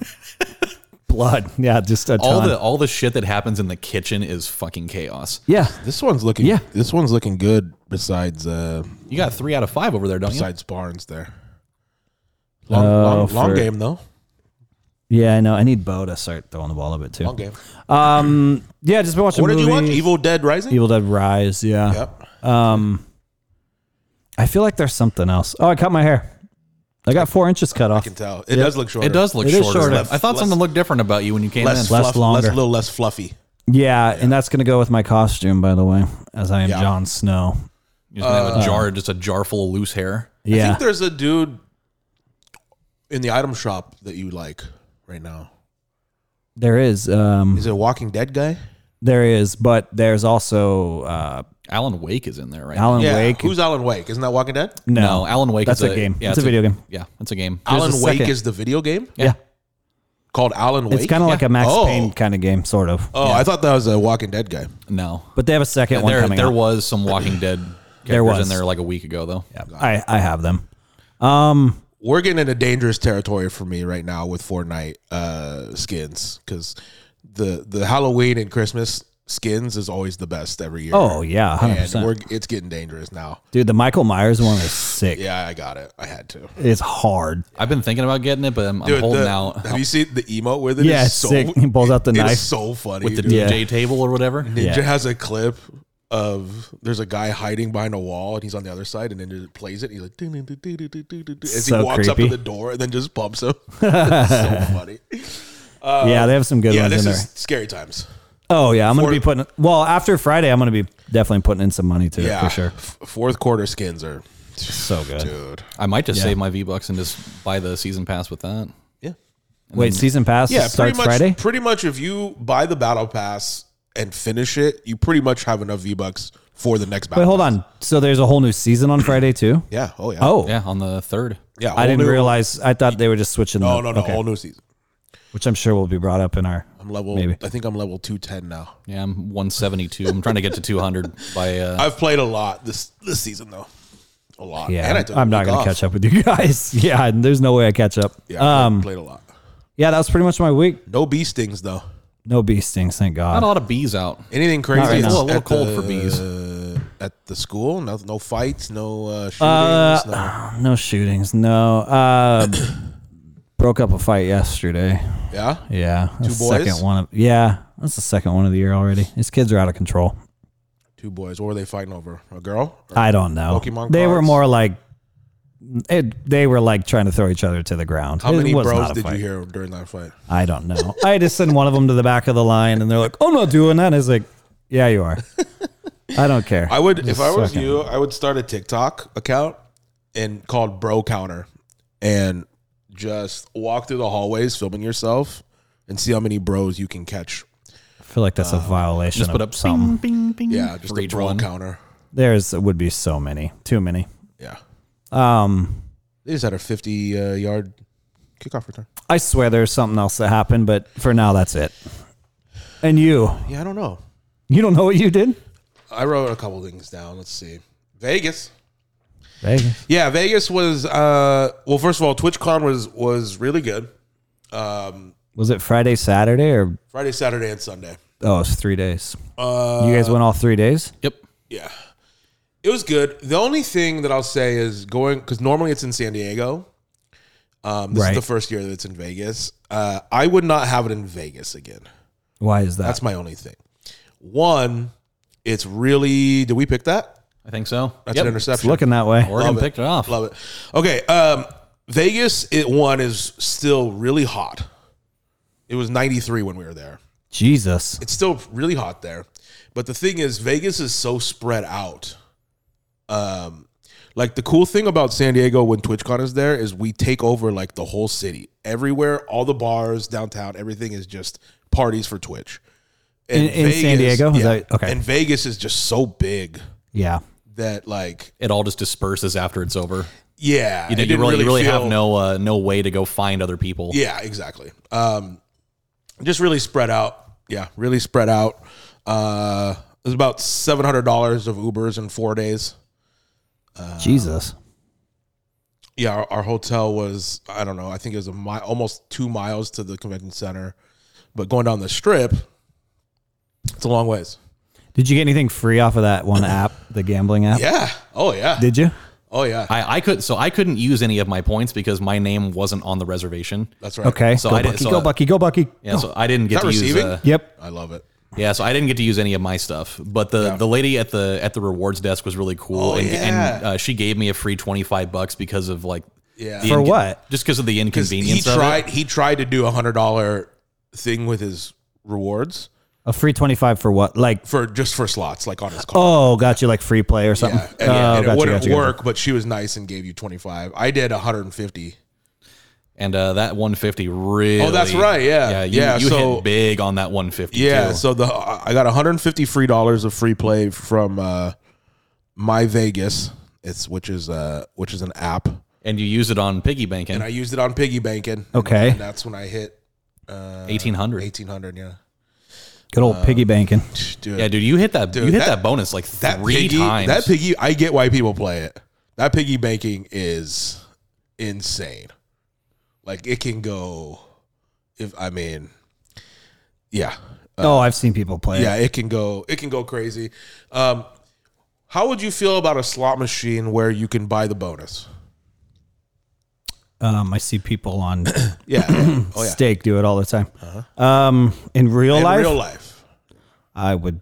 Speaker 5: blood. Yeah, just a ton.
Speaker 6: all the all the shit that happens in the kitchen is fucking chaos.
Speaker 5: yeah.
Speaker 4: This one's looking.
Speaker 5: Yeah.
Speaker 4: This one's looking good. Besides, uh,
Speaker 6: You got three out of five over there, don't you?
Speaker 4: besides Barnes there. Long, long,
Speaker 5: Oh,
Speaker 4: long
Speaker 5: for-
Speaker 4: game though.
Speaker 5: Yeah, I know. I need Bo to start throwing the ball a bit too.
Speaker 4: Long game.
Speaker 5: Um, yeah, just been watching.
Speaker 4: What did you watch?
Speaker 5: movies.
Speaker 4: Evil Dead Rising.
Speaker 5: Evil Dead Rise. Yeah.
Speaker 4: Yep.
Speaker 5: I feel like there's something else. Oh, I cut my hair. I got four inches cut
Speaker 4: I
Speaker 5: off.
Speaker 4: can tell. It does look shorter.
Speaker 6: It does look
Speaker 5: It is
Speaker 6: shorter.
Speaker 5: shorter.
Speaker 6: I thought
Speaker 4: Less-
Speaker 6: something looked different about you when you came
Speaker 4: less
Speaker 6: in.
Speaker 5: less
Speaker 4: fluff,
Speaker 5: longer.
Speaker 4: less, a little less fluffy.
Speaker 5: Yeah, and that's gonna go with my costume, by the way, as I am
Speaker 4: Yeah.
Speaker 5: Jon Snow.
Speaker 6: You're just gonna have a jar, just a jar full of loose hair.
Speaker 4: I
Speaker 5: Yeah.
Speaker 4: think there's a dude in the item shop that you like right now.
Speaker 5: there is. Um,
Speaker 4: Is it a Walking Dead guy?
Speaker 5: there is, but there's also uh,
Speaker 6: Alan Wake is in there right
Speaker 5: Alan
Speaker 4: Yeah.
Speaker 5: Wake.
Speaker 4: Who's Alan Wake? Isn't that Walking Dead?
Speaker 5: no,
Speaker 6: now. No, Alan Wake.
Speaker 5: That's
Speaker 6: is
Speaker 5: a game.
Speaker 6: Yeah,
Speaker 5: It's a video game.
Speaker 6: Yeah, it's a game.
Speaker 4: Alan
Speaker 5: a
Speaker 4: Wake
Speaker 5: second-
Speaker 4: is the video game
Speaker 5: yeah.
Speaker 4: called Alan Wake.
Speaker 5: It's kind of like a Max
Speaker 4: Oh.
Speaker 5: Payne kind of game, sort of.
Speaker 4: oh, I thought that was a Walking Dead guy.
Speaker 6: No,
Speaker 5: But they have a second one
Speaker 6: there
Speaker 5: coming.
Speaker 6: there
Speaker 5: out.
Speaker 6: was some Walking Dead characters
Speaker 5: There was.
Speaker 6: in there like a week ago though.
Speaker 5: Yeah, I, I have them.
Speaker 4: We're getting into dangerous territory for me right now with Fortnite uh, skins because the the Halloween and Christmas skins is always the best every year.
Speaker 5: Oh yeah, hundred
Speaker 4: and
Speaker 5: percent.
Speaker 4: we're it's getting dangerous now.
Speaker 5: Dude, the Michael Myers one is sick.
Speaker 4: Yeah, I got it. I had to.
Speaker 5: It's hard.
Speaker 6: I've been thinking about getting it, but I'm, I'm
Speaker 4: Dude,
Speaker 6: holding
Speaker 4: the-
Speaker 6: out
Speaker 4: Have you seen the emote with it?
Speaker 5: Yeah, it's sick. He pulls out the
Speaker 4: it's
Speaker 5: knife.
Speaker 4: so funny.
Speaker 6: with the
Speaker 4: dude.
Speaker 5: Yeah.
Speaker 6: DJ table or whatever.
Speaker 4: Ninja
Speaker 5: Yeah.
Speaker 4: has a clip of there's a guy hiding behind a wall and he's on the other side and then it plays it. And he's like ding, ding, ding, ding, ding, ding, ding, ding, as
Speaker 5: So
Speaker 4: he walks up to
Speaker 5: creepy.
Speaker 4: the door and then just bumps him. It's so funny.
Speaker 5: yeah, they have some good
Speaker 4: Uh, yeah,
Speaker 5: ones
Speaker 4: this
Speaker 5: in there.
Speaker 4: is scary times.
Speaker 5: oh yeah, I'm gonna
Speaker 4: for-
Speaker 5: be putting. Well, after Friday, I'm gonna be definitely putting in some money to
Speaker 4: Yeah,
Speaker 5: it for sure.
Speaker 4: F- fourth quarter skins are
Speaker 5: So good.
Speaker 4: dude.
Speaker 6: I might just save my V bucks and just buy the season pass with that.
Speaker 4: Yeah,
Speaker 5: Wait, season pass
Speaker 4: yeah. Pretty
Speaker 5: starts
Speaker 4: much,
Speaker 5: Friday.
Speaker 4: pretty much. If you buy the battle pass and finish it, you pretty much have enough V bucks for the next battle.
Speaker 5: Wait, hold
Speaker 4: pass.
Speaker 5: on. So there's a whole new season on Friday too.
Speaker 4: Yeah. Oh yeah.
Speaker 5: Oh,
Speaker 6: Yeah, on the third.
Speaker 4: yeah.
Speaker 5: I
Speaker 4: whole
Speaker 5: didn't
Speaker 4: new-
Speaker 5: realize. I thought they were just switching.
Speaker 4: No,
Speaker 5: the,
Speaker 4: no, no.
Speaker 5: okay.
Speaker 4: All new season.
Speaker 5: which I'm sure will be brought up in our.
Speaker 4: I'm level.
Speaker 5: Maybe.
Speaker 4: I think I'm level two ten now.
Speaker 6: Yeah, I'm 172. I'm trying to get to 200 by. Uh,
Speaker 4: I've played a lot this this season though, a lot. And
Speaker 5: Yeah,
Speaker 4: I took
Speaker 5: I'm
Speaker 4: a
Speaker 5: not
Speaker 4: week
Speaker 5: going to
Speaker 4: off.
Speaker 5: catch up with you guys. Yeah, and there's no way I catch up.
Speaker 4: Yeah, I
Speaker 5: Yeah, um,
Speaker 4: played a lot.
Speaker 5: yeah, that was pretty much my week.
Speaker 4: No bee stings though.
Speaker 5: No bee stings, thank
Speaker 6: not a
Speaker 5: God.
Speaker 6: lot of bees out.
Speaker 4: Anything crazy?
Speaker 5: right
Speaker 4: is
Speaker 5: now.
Speaker 6: Well, a little
Speaker 4: at
Speaker 6: cold
Speaker 4: the-
Speaker 6: for bees.
Speaker 4: At the school, no, no fights, no uh, shootings. no,
Speaker 5: No shootings. No. Uh, broke up a fight yesterday.
Speaker 4: yeah,
Speaker 5: Yeah, that's
Speaker 4: Two
Speaker 5: the
Speaker 4: boys?
Speaker 5: Second one. Of, yeah, that's the second one of the year already. These kids are out of control.
Speaker 4: two boys. What were they fighting over? A girl? Or-
Speaker 5: I don't know.
Speaker 4: Pokemon
Speaker 5: they were
Speaker 4: cards?
Speaker 5: more like it, they were like trying to throw each other to the ground.
Speaker 4: How
Speaker 5: It
Speaker 4: many
Speaker 5: was
Speaker 4: bros
Speaker 5: not a
Speaker 4: did you
Speaker 5: fight.
Speaker 4: hear during that fight?
Speaker 5: I don't know. I just send one of them to the back of the line, and they're like, "Oh, "I'm not doing that." And it's like, "Yeah, you are." I don't care.
Speaker 4: I would, if I was
Speaker 5: sucking.
Speaker 4: you, I would start a TikTok account and called Bro Counter, and just walk through the hallways filming yourself and see how many bros you can catch.
Speaker 5: feel like
Speaker 4: Uh,
Speaker 5: that's a violation.
Speaker 6: Just
Speaker 5: of
Speaker 6: put up
Speaker 5: something.
Speaker 6: bing, bing, bing,
Speaker 4: Yeah, just
Speaker 6: for
Speaker 4: a
Speaker 6: each
Speaker 4: Bro
Speaker 6: one.
Speaker 4: Counter.
Speaker 5: There's would be so many, too many.
Speaker 4: Yeah,
Speaker 5: Um,
Speaker 4: they just had a fifty-yard kickoff return.
Speaker 5: I swear there's something else that happened, but for now, that's it. And you,
Speaker 4: Yeah, I don't know.
Speaker 5: you don't know what you did?
Speaker 4: I wrote a couple things down. Let's see. Vegas.
Speaker 5: Vegas.
Speaker 4: Yeah, Vegas was uh well first of all, TwitchCon was was really good. Um
Speaker 5: Was it Friday, Saturday, or
Speaker 4: Friday, Saturday, and Sunday.
Speaker 5: oh, it's three days?
Speaker 4: Uh
Speaker 5: you guys went all three days.
Speaker 6: Yep.
Speaker 4: yeah. It was good. The only thing that I'll say is going cuz normally it's in San Diego. Um this
Speaker 5: Right.
Speaker 4: is the first year that it's in Vegas. Uh I would not have it in Vegas again.
Speaker 5: Why is that?
Speaker 4: That's my only thing. One, it's really did we pick that?
Speaker 6: I think so.
Speaker 4: That's
Speaker 6: Yep.
Speaker 4: an interception.
Speaker 5: Looking that way.
Speaker 6: Oregon
Speaker 4: Love it.
Speaker 6: picked it off.
Speaker 4: Love it. Okay. Um, Vegas, it one is still really hot. It was 93 when we were there.
Speaker 5: Jesus.
Speaker 4: It's still really hot there. But the thing is, Vegas is so spread out. Um, like the cool thing about San Diego when TwitchCon is there is we take over like the whole city. Everywhere, all the bars, downtown, everything is just parties for Twitch. And
Speaker 5: In- in San Diego? Is
Speaker 4: yeah.
Speaker 5: that- okay.
Speaker 4: And Vegas is just so big
Speaker 5: Yeah.
Speaker 4: that like
Speaker 6: It all just disperses after it's over.
Speaker 4: yeah,
Speaker 6: You,
Speaker 4: it
Speaker 6: know, you
Speaker 4: didn't
Speaker 6: really, you really have
Speaker 4: feel-
Speaker 6: no uh, no way to go find other people.
Speaker 4: Yeah, exactly. Um, just really spread out. Yeah, really spread out. Uh, it was about seven hundred dollars of Ubers in four days. Uh,
Speaker 5: Jesus.
Speaker 4: Yeah, our, our hotel was I don't know. I think it was a mile, almost two miles to the convention center, but going down the strip, it's a long ways.
Speaker 5: Did you get anything free off of that one app, the gambling app?
Speaker 4: Yeah. Oh yeah.
Speaker 5: Did you?
Speaker 4: oh yeah.
Speaker 6: I, I could so I couldn't use any of my points because my name wasn't on the reservation.
Speaker 4: That's right.
Speaker 5: Okay.
Speaker 6: So
Speaker 5: go,
Speaker 6: I did-
Speaker 5: Bucky,
Speaker 6: so
Speaker 5: go
Speaker 6: I-
Speaker 5: Bucky. Go Bucky.
Speaker 6: Yeah, so I didn't get
Speaker 4: Is that
Speaker 6: to use.
Speaker 4: receiving?
Speaker 6: Uh,
Speaker 5: Yep.
Speaker 4: I love it.
Speaker 6: yeah, so I didn't get to use any of my stuff. But the the lady at the at the rewards desk was really cool,
Speaker 4: Oh,
Speaker 6: and,
Speaker 4: yeah.
Speaker 6: and uh, she gave me a free twenty five bucks because of like
Speaker 4: Yeah.
Speaker 6: the
Speaker 5: For what?
Speaker 6: Just because of the
Speaker 4: Because he
Speaker 6: inconvenience. of it.
Speaker 4: tried. He tried to do a hundred dollar thing with his rewards
Speaker 5: A free 25 for what? Like,
Speaker 4: for just for slots, like on his card.
Speaker 5: oh, got you like free play or something.
Speaker 4: Yeah, and,
Speaker 5: oh,
Speaker 4: and it
Speaker 5: gotcha,
Speaker 4: wouldn't
Speaker 5: gotcha, gotcha.
Speaker 4: work, but she was nice and gave you 25. I did 150.
Speaker 6: And uh, that 150 really.
Speaker 4: Oh, that's right, yeah.
Speaker 6: Yeah. You,
Speaker 4: Yeah,
Speaker 6: you
Speaker 4: so-
Speaker 6: hit big on that 150.
Speaker 4: Yeah,
Speaker 6: too.
Speaker 4: so the I got 150 free dollars of free play from uh, My Vegas. It's which is uh which is an app,
Speaker 6: and you use it on piggy banking.
Speaker 4: and I uh, used it on piggy banking.
Speaker 5: Okay.
Speaker 4: and that's when I hit
Speaker 6: 1800.
Speaker 4: 1800. Yeah,
Speaker 5: Good
Speaker 4: uh,
Speaker 5: old piggy banking.
Speaker 4: dude,
Speaker 6: yeah, dude, you hit that. you
Speaker 4: Dude,
Speaker 6: hit
Speaker 4: that-
Speaker 6: that, bonus like
Speaker 4: that
Speaker 6: three
Speaker 4: piggy,
Speaker 6: times.
Speaker 4: that piggy. I get why people play it. That piggy banking is insane. Like it can go. If I mean, yeah,
Speaker 5: oh, I've seen people play.
Speaker 4: yeah, it can go it can go crazy. Um, how would you feel about a slot machine where you can buy the bonus?
Speaker 5: Um, I see people on
Speaker 4: Yeah, yeah. oh yeah, Uh-huh.
Speaker 5: stake do it all the time. Um, in real
Speaker 4: in
Speaker 5: life,
Speaker 4: real life.
Speaker 5: I would.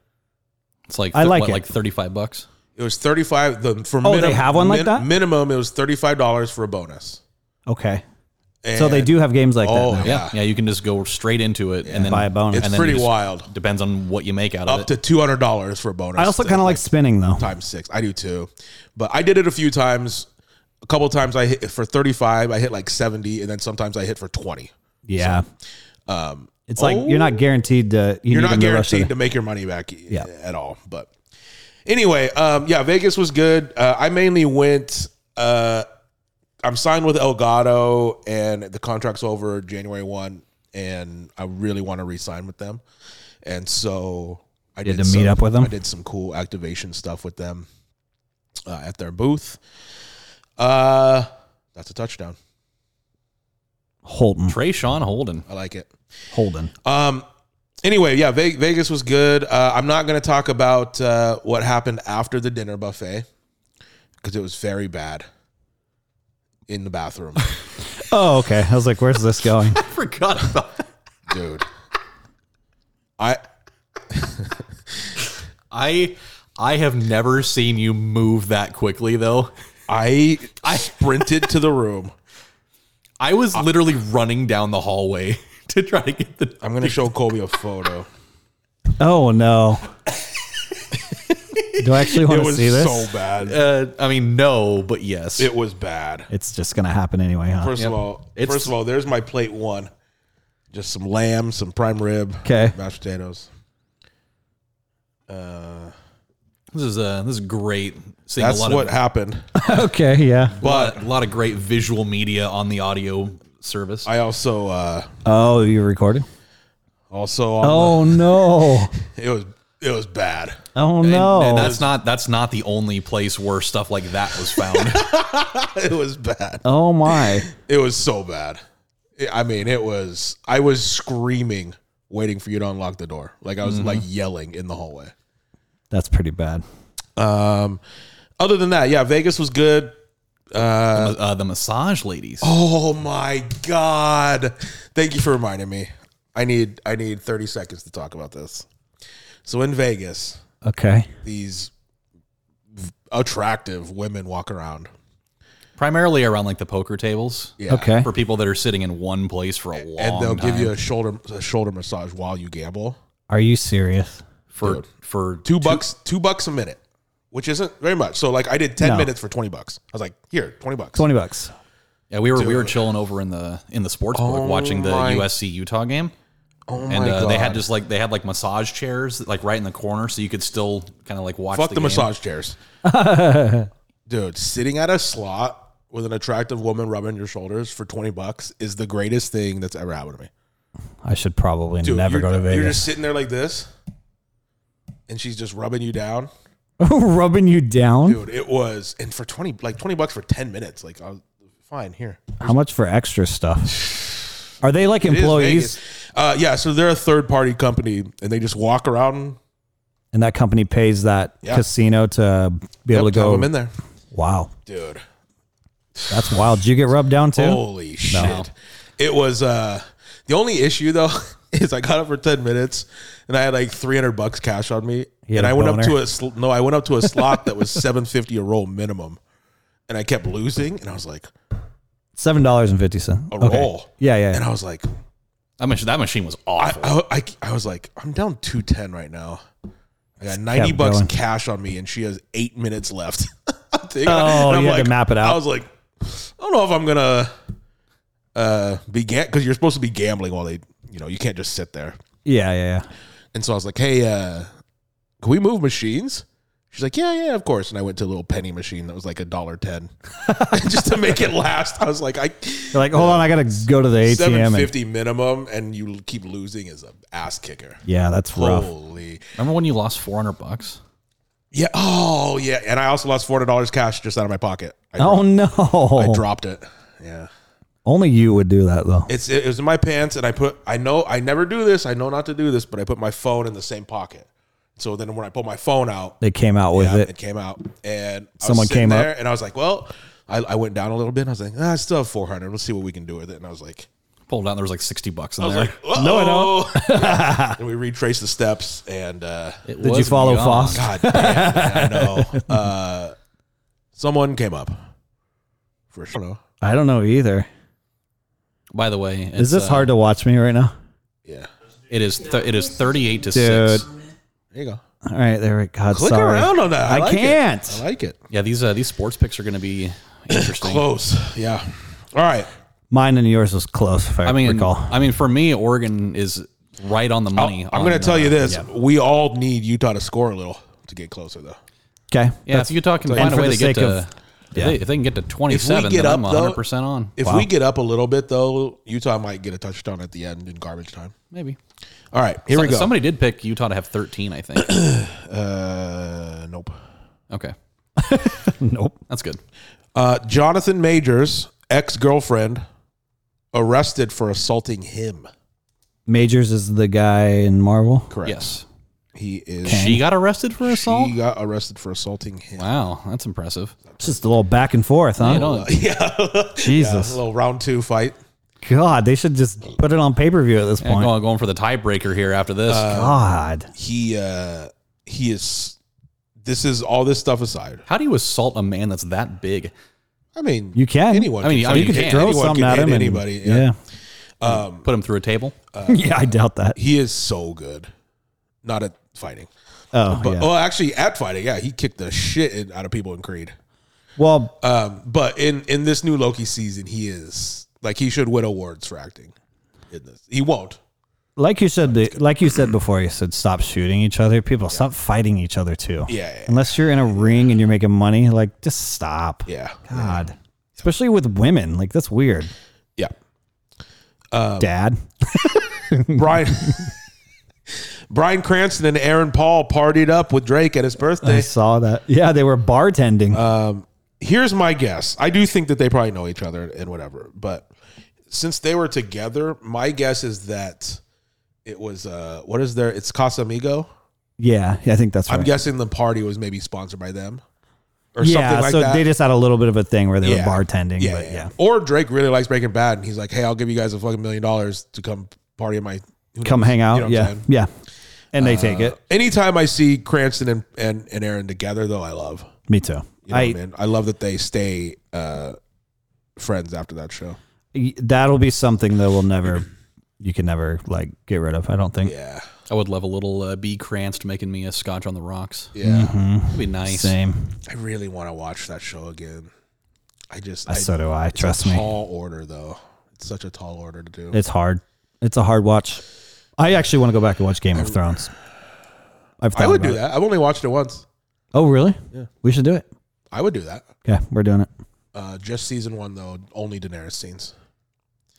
Speaker 6: it's like
Speaker 5: I like
Speaker 6: what,
Speaker 5: it.
Speaker 6: like 35 bucks.
Speaker 4: It was thirty five. The for
Speaker 5: Oh, they have one like that?
Speaker 4: Minimum, it was thirty five dollars for a bonus.
Speaker 5: Okay. so they
Speaker 4: And-
Speaker 5: do have games like
Speaker 4: Oh,
Speaker 5: that.
Speaker 6: Yeah.
Speaker 5: Now.
Speaker 4: Yeah.
Speaker 6: Yeah. You can just go straight into it and then
Speaker 5: Buy a bonus.
Speaker 4: It's
Speaker 6: and then
Speaker 4: pretty
Speaker 6: you just-
Speaker 4: wild.
Speaker 6: Depends on what you make out of
Speaker 4: Up
Speaker 6: it.
Speaker 4: to two hundred dollars for a bonus.
Speaker 5: I also
Speaker 4: to-
Speaker 5: kind of like spinning though.
Speaker 4: times six. I do too, but I did it a few times. A couple times I hit for thirty five. I hit like seventy, and then sometimes I hit for twenty.
Speaker 5: Yeah. it's like you're not guaranteed to. You
Speaker 4: um, oh, you're
Speaker 5: need
Speaker 4: not
Speaker 5: them the rest of
Speaker 4: guaranteed
Speaker 5: the-
Speaker 4: to make your money back e-
Speaker 5: Yeah.
Speaker 4: at all. But anyway, um, yeah, Vegas was good. Uh, I mainly went. Uh, I'm signed with Elgato, and the contract's over January one. and I really want to re-sign with them. And so I
Speaker 5: You had to meet
Speaker 4: some-
Speaker 5: up with them?
Speaker 4: I did some cool activation stuff with them uh, at their booth. Uh, that's a touchdown.
Speaker 5: Holden.
Speaker 6: Trey Sean Holden.
Speaker 4: I like it.
Speaker 5: Holden.
Speaker 4: Um. Anyway, yeah, Ve- Vegas was good. Uh, I'm not going to talk about uh, what happened after the dinner buffet because it was very bad in the bathroom,
Speaker 5: Oh, okay. I was like, where's this going?
Speaker 6: I forgot about that.
Speaker 4: dude. I
Speaker 6: I I have never seen you move that quickly though.
Speaker 4: I sprinted to the room.
Speaker 6: I was literally running down the hallway to try to get the
Speaker 4: I'm going to show Colby a photo.
Speaker 5: Oh no. Do I actually want
Speaker 4: It
Speaker 5: to
Speaker 4: was
Speaker 5: see this?
Speaker 4: so bad.
Speaker 6: uh, I mean no, but yes.
Speaker 4: It was bad.
Speaker 5: it's just gonna happen anyway, huh?
Speaker 4: First of all,
Speaker 6: It's-
Speaker 4: first of all, there's my plate one. Just some lamb, some prime rib,
Speaker 5: 'Kay.
Speaker 4: mashed potatoes.
Speaker 6: this is uh this is great seeing
Speaker 4: That's
Speaker 6: a lot
Speaker 4: what
Speaker 6: of
Speaker 4: happened.
Speaker 5: okay, yeah.
Speaker 6: but a lot of great visual media on the audio service.
Speaker 4: I also uh
Speaker 5: Oh, you recording?
Speaker 4: also on
Speaker 5: Oh no.
Speaker 4: the- it was it was bad.
Speaker 5: Oh
Speaker 6: And-
Speaker 5: no.
Speaker 6: and that's not that's not the only place where stuff like that was found.
Speaker 4: It was bad.
Speaker 5: oh my.
Speaker 4: It was so bad. It- I mean, it was I was screaming waiting for you to unlock the door. Like I was like
Speaker 6: Mm-hmm.
Speaker 4: yelling in the hallway.
Speaker 5: That's pretty bad.
Speaker 4: Um other than that, yeah, Vegas was good.
Speaker 6: uh, uh, the massage ladies.
Speaker 4: Oh my god. Thank you for reminding me. I need I need 30 seconds to talk about this. So in Vegas,
Speaker 5: Okay.
Speaker 4: these v- attractive women walk around.
Speaker 6: primarily around like the poker tables.
Speaker 4: Yeah.
Speaker 5: Okay.
Speaker 6: For people that are sitting in one place for a long
Speaker 4: And they'll
Speaker 6: time.
Speaker 4: give you a shoulder a shoulder massage while you gamble.
Speaker 5: Are you serious?
Speaker 6: for for
Speaker 4: Two, bucks, two bucks a minute, which isn't very much. So like I did 10
Speaker 5: No.
Speaker 4: minutes for 20 bucks. I was like, "Here, 20 bucks."
Speaker 5: Twenty bucks.
Speaker 6: Yeah, we were we were chilling over in the in the sports book watching the
Speaker 4: Oh my-
Speaker 6: USC Utah game.
Speaker 4: Oh my
Speaker 6: And uh, they had
Speaker 4: God.
Speaker 6: just like they had like massage chairs like right in the corner, so you could still kind of like watch.
Speaker 4: Fuck the,
Speaker 6: game.
Speaker 4: massage chairs. Dude, sitting at a slot with an attractive woman rubbing your shoulders for 20 bucks is the greatest thing that's ever happened to me.
Speaker 5: I should probably
Speaker 4: Dude,
Speaker 5: never
Speaker 4: you're,
Speaker 5: go to
Speaker 4: You're
Speaker 5: Vegas.
Speaker 4: just sitting there like this, and she's just rubbing you down.
Speaker 5: Rubbing you down?
Speaker 4: Dude, it was, and for 20, like 20 bucks for 10 minutes, like, I was, fine, here.
Speaker 5: How much for extra stuff? Are they like
Speaker 4: It is
Speaker 5: employees?
Speaker 4: Vegas. Uh, yeah, so they're a third party company, and they just walk around.
Speaker 5: And that company pays that
Speaker 4: Yeah.
Speaker 5: casino to be able
Speaker 4: Yep,
Speaker 5: to
Speaker 4: have
Speaker 5: go.
Speaker 4: them in there.
Speaker 5: Wow,
Speaker 4: Dude.
Speaker 5: that's wild. Did you get rubbed down too?
Speaker 4: Holy shit. It was uh the only issue though is I got up for 10 minutes and I had like 300 bucks cash on me
Speaker 5: had
Speaker 4: and
Speaker 5: a
Speaker 4: I went up
Speaker 5: boner.
Speaker 4: to a sl- no, I went up to a slot that was 750 a roll minimum and I kept losing and I was like
Speaker 5: Seven dollars and fifty cents.
Speaker 4: a roll.
Speaker 5: Yeah, yeah.
Speaker 4: And I was like
Speaker 6: That machine, that machine was
Speaker 4: I,
Speaker 6: awful.
Speaker 4: I I I was like I'm down 210 right now. I got 90 bucks
Speaker 5: going.
Speaker 4: cash on me and she has 8 minutes left. I think.
Speaker 5: Oh,
Speaker 4: And I'm
Speaker 5: you had to map it out.
Speaker 4: I was like I don't know if I'm going to uh be cuz you're supposed to be gambling while they you know, you can't just sit there.
Speaker 5: yeah, yeah, yeah.
Speaker 4: And so I was like, "Hey, uh, can we move machines?" She's like, "Yeah, yeah, of course." And I went to a little penny machine that was like a dollar ten, just to make it last. I was like, "I
Speaker 5: They're like, hold on, I gotta go to the
Speaker 4: seven
Speaker 5: ATM. And,
Speaker 4: fifty minimum, and you keep losing is a ass kicker."
Speaker 5: yeah, that's rough.
Speaker 4: Holy,
Speaker 6: Remember when you lost four hundred bucks?
Speaker 4: yeah, oh yeah, and I also lost four hundred dollars cash just out of my pocket. I,
Speaker 5: Oh
Speaker 4: dropped, I
Speaker 5: no!
Speaker 4: dropped it. Yeah,
Speaker 5: Only you would do that though.
Speaker 4: it's it was in my pants, and I put. I know I never do this. I know not to do this, but I put my phone in the same pocket. So then when I pull my phone out,
Speaker 5: They came out with
Speaker 4: Yeah,
Speaker 5: it.
Speaker 4: came out, and I
Speaker 5: Someone
Speaker 4: was sitting
Speaker 5: came up.
Speaker 4: there, and I was like, "Well, I, I went down a little bit. And I was like, ah, I still have 400. Let's see what we can do with it." And I was like,
Speaker 6: Pulled out, there was like sixty bucks in
Speaker 4: "I was
Speaker 6: there.
Speaker 4: like, no, I don't." and we retraced the steps, and uh,
Speaker 6: It
Speaker 5: Did you
Speaker 6: was
Speaker 5: follow
Speaker 6: young.
Speaker 5: Foss?
Speaker 4: God damn, I know. Uh, someone came up for sure. I don't know.
Speaker 5: I don't know either.
Speaker 6: By the way, it's,
Speaker 5: Is this
Speaker 6: uh,
Speaker 5: hard to watch me right now?
Speaker 4: Yeah,
Speaker 6: It is. Th- it is thirty-eight to
Speaker 5: Dude.
Speaker 6: six.
Speaker 4: there you go.
Speaker 5: All right, there we go.
Speaker 4: Click
Speaker 5: sorry.
Speaker 4: around on that. I,
Speaker 5: I
Speaker 4: like it.
Speaker 5: can't.
Speaker 4: I like it.
Speaker 6: Yeah, these uh, these sports picks are going to be interesting.
Speaker 4: Close. Yeah. All right.
Speaker 5: Mine and yours was close, if I,
Speaker 6: I mean,
Speaker 5: recall.
Speaker 6: I mean, for me, Oregon is right on the money.
Speaker 4: I'm going to
Speaker 6: on,
Speaker 4: tell you
Speaker 6: uh,
Speaker 4: this:
Speaker 6: Yeah,
Speaker 4: we all need Utah to score a little to get closer, though.
Speaker 5: okay.
Speaker 6: yeah if Utah can
Speaker 5: and
Speaker 6: find a
Speaker 5: for
Speaker 6: way
Speaker 5: the
Speaker 6: to get
Speaker 5: sake
Speaker 6: to
Speaker 5: of
Speaker 6: If, they, if they can get to 27,
Speaker 4: get
Speaker 6: then I'm
Speaker 4: up, though-
Speaker 6: 100% on.
Speaker 4: If we get up a little bit though, Utah might get a touchdown at the end in garbage time.
Speaker 6: Maybe.
Speaker 4: All right, here we
Speaker 6: So-
Speaker 4: go.
Speaker 6: Somebody did pick Utah to have 13, I think.
Speaker 4: uh, nope.
Speaker 6: okay.
Speaker 5: Nope.
Speaker 6: That's good.
Speaker 4: Uh, Jonathan Majors, ex girlfriend, arrested for assaulting him.
Speaker 5: Majors is the guy in Marvel.
Speaker 4: Correct.
Speaker 6: Yes.
Speaker 4: He is.
Speaker 6: She got arrested for assault?
Speaker 4: She got arrested for assaulting him.
Speaker 6: wow. That's impressive.
Speaker 5: It's just a little back and forth, huh?
Speaker 6: You know,
Speaker 4: Yeah.
Speaker 5: Jesus.
Speaker 4: A little round two fight.
Speaker 5: God, they should just put it on pay per view at this point.
Speaker 6: going, going for the tiebreaker here after this.
Speaker 4: Uh,
Speaker 5: God.
Speaker 4: He uh he is this is all this stuff aside.
Speaker 6: How do you assault a man that's that big?
Speaker 4: I mean
Speaker 5: You can.
Speaker 4: anyone
Speaker 6: I mean,
Speaker 4: can
Speaker 6: I
Speaker 4: fight.
Speaker 6: mean, you
Speaker 5: You could
Speaker 6: can.
Speaker 5: throw
Speaker 4: Oh, Anyone
Speaker 5: something
Speaker 4: can
Speaker 5: at
Speaker 4: hit
Speaker 5: him. and-
Speaker 4: anybody, yeah. Uh,
Speaker 5: yeah.
Speaker 6: Put him through a table?
Speaker 5: yeah, I doubt that.
Speaker 4: he is so good. Not at fighting.
Speaker 5: Oh,
Speaker 4: But
Speaker 5: yeah.
Speaker 4: oh actually at fighting, yeah, he kicked the shit in- out of people in Creed.
Speaker 5: well,
Speaker 4: Um but in in this new Loki season he is like he should win awards for acting in this. He won't.
Speaker 5: like you said, the, like you said before, you said stop shooting each other. People stop fighting each other too.
Speaker 4: Yeah, yeah,
Speaker 5: Unless you're in a ring and you're making money, like just stop.
Speaker 4: Yeah.
Speaker 5: God. Especially with women, like that's weird.
Speaker 4: Yeah. Um,
Speaker 5: Dad,
Speaker 4: Brian Brian Cranston and Aaron Paul partied up with Drake at his birthday.
Speaker 5: I saw that. Yeah, they were bartending.
Speaker 4: Uh, here's my guess. I do think that they probably know each other and whatever, but since they were together, my guess is that it was uh what is their it's Casamigo.
Speaker 5: yeah, yeah, I think that's right.
Speaker 4: I'm guessing the party was maybe sponsored by them or
Speaker 5: yeah,
Speaker 4: something like
Speaker 5: so
Speaker 4: that.
Speaker 5: they just had a little bit of a thing where they
Speaker 4: Yeah.
Speaker 5: were bartending.
Speaker 4: yeah,
Speaker 5: but yeah.
Speaker 4: yeah. Or Drake really likes Breaking Bad and he's like, "Hey, I'll give you guys a fucking million dollars to come party at my who
Speaker 5: come
Speaker 4: knows?
Speaker 5: hang
Speaker 4: You know
Speaker 5: out.
Speaker 4: what I'm
Speaker 5: yeah,
Speaker 4: saying? Uh,
Speaker 5: yeah. And they take it.
Speaker 4: Anytime I see Cranston and, and, and Aaron together though, I love.
Speaker 5: Me too.
Speaker 4: You know
Speaker 5: I
Speaker 4: what I mean? I love that they stay uh friends after that show.
Speaker 5: that'll be something that will never you can never like get rid of. I don't think.
Speaker 4: Yeah.
Speaker 6: I would love a little uh, B. Cranston making me a scotch on the rocks.
Speaker 4: Yeah.
Speaker 6: That'd be nice.
Speaker 5: Mm-hmm. Same.
Speaker 4: I really want to watch that show again. I just
Speaker 5: I, Uh, so do I.
Speaker 4: a
Speaker 5: Trust me.
Speaker 4: Tall order though. It's such a tall order to do.
Speaker 5: It's hard. It's a hard watch. I actually want to go back and watch Game of Thrones. I've
Speaker 4: I
Speaker 5: thought
Speaker 4: would
Speaker 5: about
Speaker 4: do
Speaker 5: it.
Speaker 4: that. I've only watched it once.
Speaker 5: Oh, really? Yeah. We should do it.
Speaker 4: I would do that.
Speaker 5: Okay, we're doing it.
Speaker 4: Uh, just season one though, only Daenerys scenes.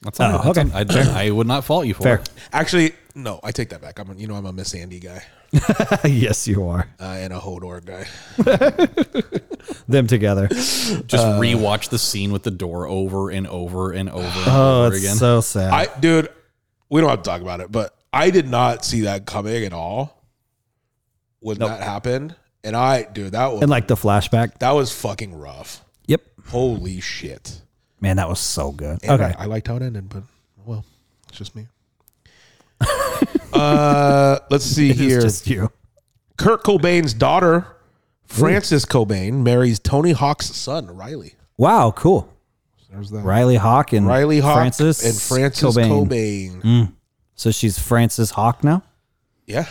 Speaker 6: That's all right.
Speaker 5: Oh,
Speaker 6: That's all right. I, I would not fault you for
Speaker 5: Fair.
Speaker 6: it.
Speaker 4: Actually, no, I take that back. I'm a, you know I'm a Miss Andy guy
Speaker 5: yes, you are.
Speaker 4: uh, and a Hodor guy.
Speaker 5: Them together.
Speaker 6: Just
Speaker 4: Uh,
Speaker 6: rewatch the scene with the door over and over and over and
Speaker 5: Oh,
Speaker 6: over
Speaker 5: it's
Speaker 6: again.
Speaker 5: so sad.
Speaker 4: I dude, we don't have to talk about it, but I did not see that coming at all when that happened. And I, dude, that was
Speaker 5: and like the flashback.
Speaker 4: that was fucking rough.
Speaker 5: Yep.
Speaker 4: Holy shit.
Speaker 5: Man, that was so good.
Speaker 4: And
Speaker 5: Okay.
Speaker 4: I, I liked how it ended, but well, it's just me. uh, let's see
Speaker 5: It's
Speaker 4: here.
Speaker 5: just you.
Speaker 4: Kurt Cobain's daughter, Frances Cobain, marries Tony Hawk's son, Riley.
Speaker 5: Wow, cool.
Speaker 4: There's that.
Speaker 5: Riley Hawk and
Speaker 4: Riley Hawk
Speaker 5: Francis
Speaker 4: and Frances Cobain.
Speaker 5: Cobain. Mm. So she's Frances Hawk now.
Speaker 4: Yeah.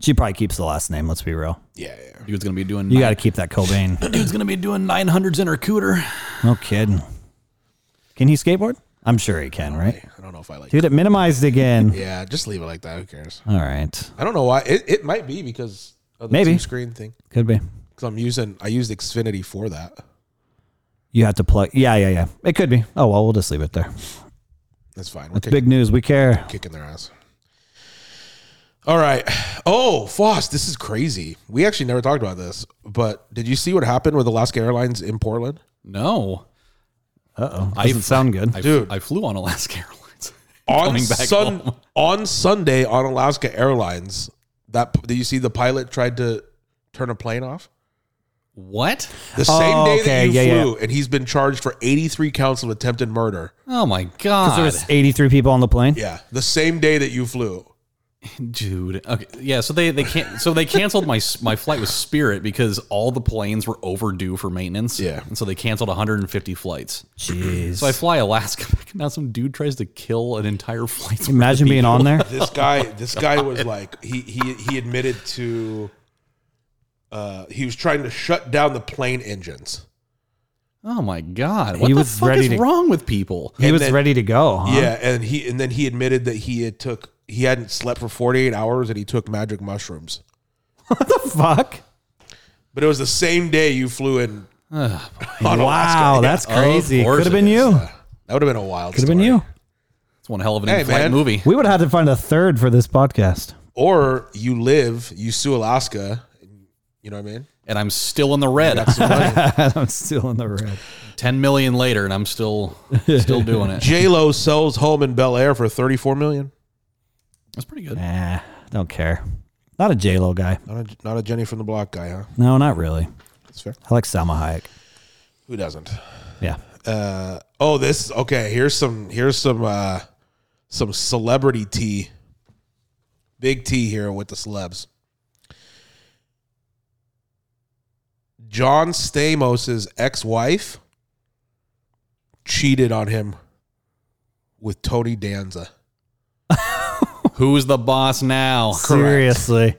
Speaker 5: She probably keeps the last name. Let's be real.
Speaker 4: Yeah. yeah.
Speaker 6: Dude's gonna be doing.
Speaker 5: You got to keep that Cobain.
Speaker 6: dude's gonna be doing 900s in her cooter.
Speaker 5: no kidding. Can he skateboard? I'm sure he can, right?
Speaker 4: I don't know if I like
Speaker 5: Dude, it minimized again.
Speaker 4: Yeah, just leave it like that. Who cares?
Speaker 5: All right,
Speaker 4: I don't know why. It, it might be because of the
Speaker 5: Maybe.
Speaker 4: two screen thing.
Speaker 5: could be.
Speaker 4: Because I'm using, I used Xfinity for that.
Speaker 5: You have to plug. Yeah, yeah, yeah. It could be. Oh well, we'll just leave it there.
Speaker 4: That's fine. We're
Speaker 5: That's
Speaker 4: taking-
Speaker 5: big news. We care.
Speaker 4: kicking their ass. All right. Oh, Foss, this is crazy. We actually never talked about this, but did you see what happened with Alaska Airlines in Portland?
Speaker 6: No,
Speaker 5: Uh oh,
Speaker 6: I-
Speaker 5: doesn't sound good.
Speaker 6: I,
Speaker 4: Dude.
Speaker 6: I flew on Alaska Airlines.
Speaker 4: On
Speaker 6: Coming back home.
Speaker 4: on Sunday on Alaska Airlines, that did you see the pilot tried to turn a plane off?
Speaker 6: What?
Speaker 4: The same day
Speaker 5: Oh, okay,
Speaker 4: that you
Speaker 5: yeah, yeah.
Speaker 4: flew, and he's been charged for 83 counts of attempted murder.
Speaker 6: Oh my
Speaker 5: there
Speaker 6: god,
Speaker 5: was 83 people on the plane.
Speaker 4: Yeah, the same day that you flew.
Speaker 6: dude. Okay, yeah. So they they can't. So they canceled my s- my flight with Spirit because all the planes were overdue for maintenance.
Speaker 4: Yeah.
Speaker 6: and so they canceled 150 flights.
Speaker 5: Jeez.
Speaker 6: So I fly Alaska back, and now some dude tries to kill an entire flight.
Speaker 5: Imagine being on there.
Speaker 4: This guy, this guy was like he he he admitted to. Uh, he was trying to shut down the plane engines.
Speaker 6: Oh my god, what
Speaker 5: He
Speaker 6: the
Speaker 5: was
Speaker 6: fuck
Speaker 5: ready
Speaker 6: is
Speaker 5: to-
Speaker 6: wrong with people?
Speaker 5: He
Speaker 4: And
Speaker 5: was
Speaker 4: then-
Speaker 5: ready to go. Huh?
Speaker 4: Yeah, and he and then he admitted that he had took he hadn't slept for 48 hours and he took magic mushrooms.
Speaker 5: Fuck.
Speaker 4: But it was the same day you flew in
Speaker 5: wow, that's crazy.
Speaker 6: course
Speaker 5: Could have
Speaker 6: it
Speaker 5: been
Speaker 6: is.
Speaker 5: you.
Speaker 4: uh, That would have been a wild.
Speaker 5: Could have been
Speaker 4: story.
Speaker 5: you.
Speaker 6: It's one hell of an
Speaker 4: Hey,
Speaker 6: in-flight
Speaker 4: man.
Speaker 6: movie.
Speaker 5: We would have had to find a third for this podcast.
Speaker 4: Or you live, you sue Alaska. You know what I mean?
Speaker 6: And I'm still in the red.
Speaker 4: Got some money.
Speaker 5: I'm still in the red.
Speaker 6: Ten million later, and I'm still still doing it.
Speaker 4: J Lo sells home in Bel Air for thirty four million.
Speaker 6: That's pretty good.
Speaker 5: Nah, don't care. Not a J Lo guy.
Speaker 4: Not a, not a Jenny from the Block guy, huh?
Speaker 5: No, not really.
Speaker 4: That's fair.
Speaker 5: I like Salma Hayek.
Speaker 4: Who doesn't?
Speaker 5: Yeah.
Speaker 4: Uh, oh, this okay. Here's some. Here's some. Uh, some celebrity tea. Big T here with the celebs. John Stamos's ex-wife cheated on him with Tony Danza.
Speaker 6: Who's the boss now?
Speaker 5: Seriously.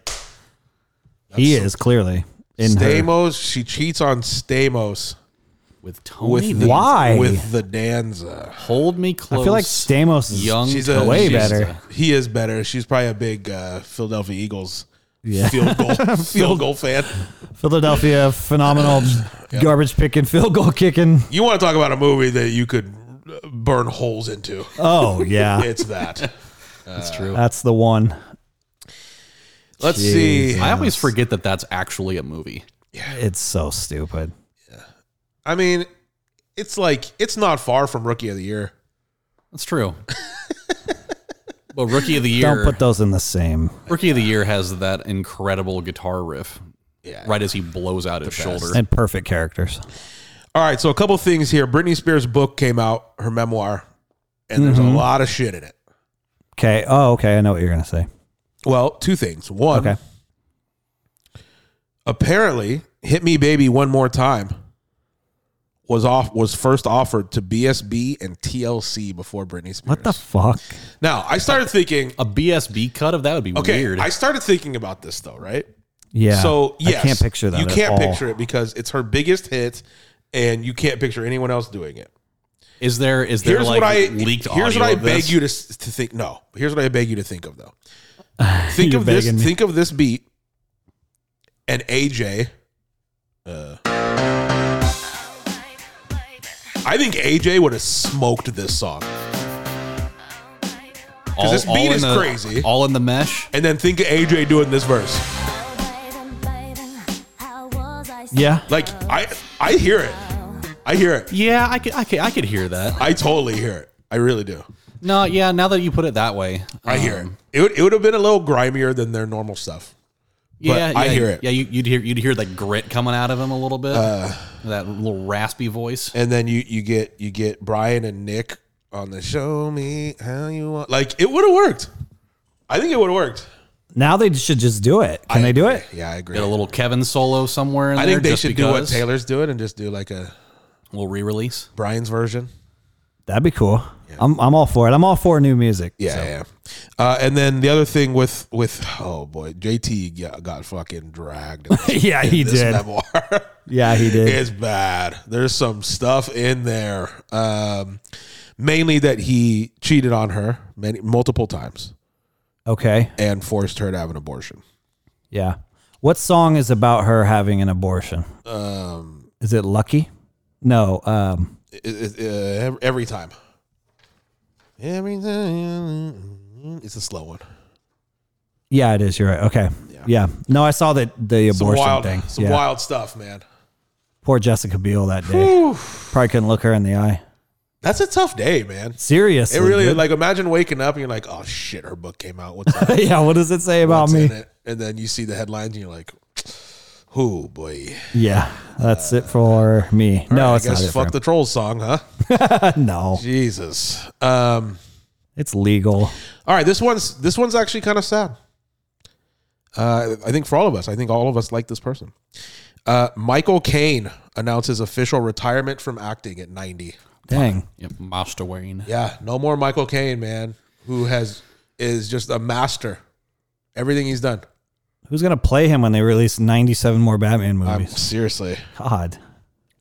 Speaker 5: he is clearly in her.
Speaker 4: Stamos, she cheats on Stamos
Speaker 6: With Tony.
Speaker 4: with the,
Speaker 5: Why?
Speaker 4: with the Danza.
Speaker 6: Hold me close.
Speaker 5: I feel like Stamos is
Speaker 6: young.
Speaker 4: She's a-
Speaker 5: way
Speaker 4: she's
Speaker 5: better.
Speaker 4: He is better. She's probably a big uh, Philadelphia Eagles
Speaker 5: Yeah.
Speaker 4: field goal field goal fan.
Speaker 5: Philadelphia, phenomenal garbage picking, field goal kicking.
Speaker 4: You want to talk about a movie that you could uh, burn holes into?
Speaker 5: Oh, yeah.
Speaker 4: It's that.
Speaker 6: That's
Speaker 4: uh,
Speaker 6: true.
Speaker 5: That's the one.
Speaker 4: Let's see.
Speaker 6: I always forget that that's actually a movie.
Speaker 5: It's so stupid.
Speaker 4: I mean, it's like it's not far from Rookie of the Year.
Speaker 6: That's true. but Rookie of the Year,
Speaker 5: Don't put those in the same.
Speaker 6: Rookie of the Year has that incredible guitar riff.
Speaker 4: Yeah.
Speaker 6: Right as he blows out his shoulder.
Speaker 5: And perfect characters.
Speaker 4: All right, so a couple things here. Britney Spears' book came out, her memoir, and there's
Speaker 5: Mm-hmm.
Speaker 4: a lot of shit in it.
Speaker 5: Okay. Oh, okay. I know what you're going to say.
Speaker 4: Well, two things. One,
Speaker 5: Okay.
Speaker 4: apparently hit me baby one more time was off was first offered to BSB and TLC before Britney Spears.
Speaker 5: What the fuck?
Speaker 4: now I started thinking.
Speaker 6: A BSB cut of that would be
Speaker 4: Okay,
Speaker 6: weird.
Speaker 4: I started thinking about this though, right?
Speaker 5: Yeah.
Speaker 4: So yes,
Speaker 5: I can't picture that.
Speaker 4: You
Speaker 5: at
Speaker 4: can't
Speaker 5: all.
Speaker 4: picture it because it's her biggest hit, and you can't picture anyone else doing it.
Speaker 6: is there is there
Speaker 4: Here's
Speaker 6: like
Speaker 4: what I
Speaker 6: leaked
Speaker 4: here's
Speaker 6: audio
Speaker 4: what I
Speaker 6: of
Speaker 4: beg
Speaker 6: this?
Speaker 4: you to s- to think. No, here's what I beg you to think of though. Think
Speaker 5: You're
Speaker 4: of this.
Speaker 5: begging me.
Speaker 4: Think of this beat, and uh, AJ. I think AJ would have smoked this song.
Speaker 6: all,
Speaker 4: this
Speaker 6: all
Speaker 4: beat
Speaker 6: in
Speaker 4: is
Speaker 6: the-
Speaker 4: crazy.
Speaker 6: All in the mesh.
Speaker 4: And then think of AJ doing this verse.
Speaker 5: Yeah.
Speaker 4: Like I, I hear it. I hear it.
Speaker 6: Yeah, I could, I could I could hear that.
Speaker 4: I totally hear it. I really do.
Speaker 6: No, yeah. Now that you put it that way, Uh,
Speaker 4: I hear
Speaker 6: Um,
Speaker 4: it. It would, it would have been a little grimier than their normal stuff.
Speaker 6: Yeah,
Speaker 4: But I
Speaker 6: yeah,
Speaker 4: hear it. Uh,
Speaker 6: Yeah, you, you'd hear you'd hear that grit coming out of him a little bit. that little raspy voice.
Speaker 4: And then you you get you get Brian and Nick on the show me how you want. Like it would have worked. I think it would have worked.
Speaker 5: Now they should just do it. Can
Speaker 4: I
Speaker 5: they do it?
Speaker 4: agree. Yeah, I agree.
Speaker 6: Get a little Kevin solo somewhere. In
Speaker 4: I
Speaker 6: there
Speaker 4: think they
Speaker 6: just
Speaker 4: should do what
Speaker 6: because.
Speaker 4: Taylor's doing and just do like a
Speaker 6: We'll re-release.
Speaker 4: Brian's version.
Speaker 5: That'd be cool. I'm, I'm all for it. I'm all for new music.
Speaker 4: Yeah, yeah. Uh, and then the other thing with with oh boy, JT got, got fucking dragged. in this-
Speaker 5: Yeah,
Speaker 4: in
Speaker 5: he
Speaker 4: this
Speaker 5: did.
Speaker 4: Memoir.
Speaker 5: Yeah, he did.
Speaker 4: It's bad. There's some stuff in there. Um, mainly that he cheated on her many multiple times
Speaker 5: Okay.
Speaker 4: and forced her to have an abortion.
Speaker 5: Yeah. What song is about her having an abortion? Um, is it Lucky? No. Um,
Speaker 4: I- I- uh, ev- every time. Every time. It's a slow one.
Speaker 5: yeah, it is. You're right. Okay. Yeah. No, I saw that the
Speaker 4: Some
Speaker 5: abortion
Speaker 4: wild,
Speaker 5: thing.
Speaker 4: some
Speaker 5: yeah.
Speaker 4: wild stuff, man.
Speaker 5: Poor Jessica Biel that day. Probably couldn't look her in the eye.
Speaker 4: That's a tough day, man.
Speaker 5: Seriously.
Speaker 4: It really
Speaker 5: dude.
Speaker 4: like imagine waking up and you're like, oh shit, her book came out. What's, that?
Speaker 5: yeah. What does it say about
Speaker 4: What's
Speaker 5: me?
Speaker 4: in it? And then you see the headlines and you're like, oh boy.
Speaker 5: Yeah. That's it for me. No,
Speaker 4: I
Speaker 5: it's not.
Speaker 4: guess
Speaker 5: It for
Speaker 4: fuck the troll song, huh?
Speaker 5: him. no.
Speaker 4: Jesus. Um,
Speaker 5: It's legal.
Speaker 4: All right, this one's this one's actually kind of sad. Uh, I think for all of us, I think all of us like this person. Uh, Michael Caine announces official retirement from acting at 90.
Speaker 5: Dang.
Speaker 6: Yep, Master Wayne.
Speaker 4: Yeah, no more Michael Caine, man, who has is just a master. Everything he's done.
Speaker 5: Who's gonna play him when they release 97 more Batman
Speaker 4: I'm
Speaker 5: movies?
Speaker 4: seriously,
Speaker 5: God.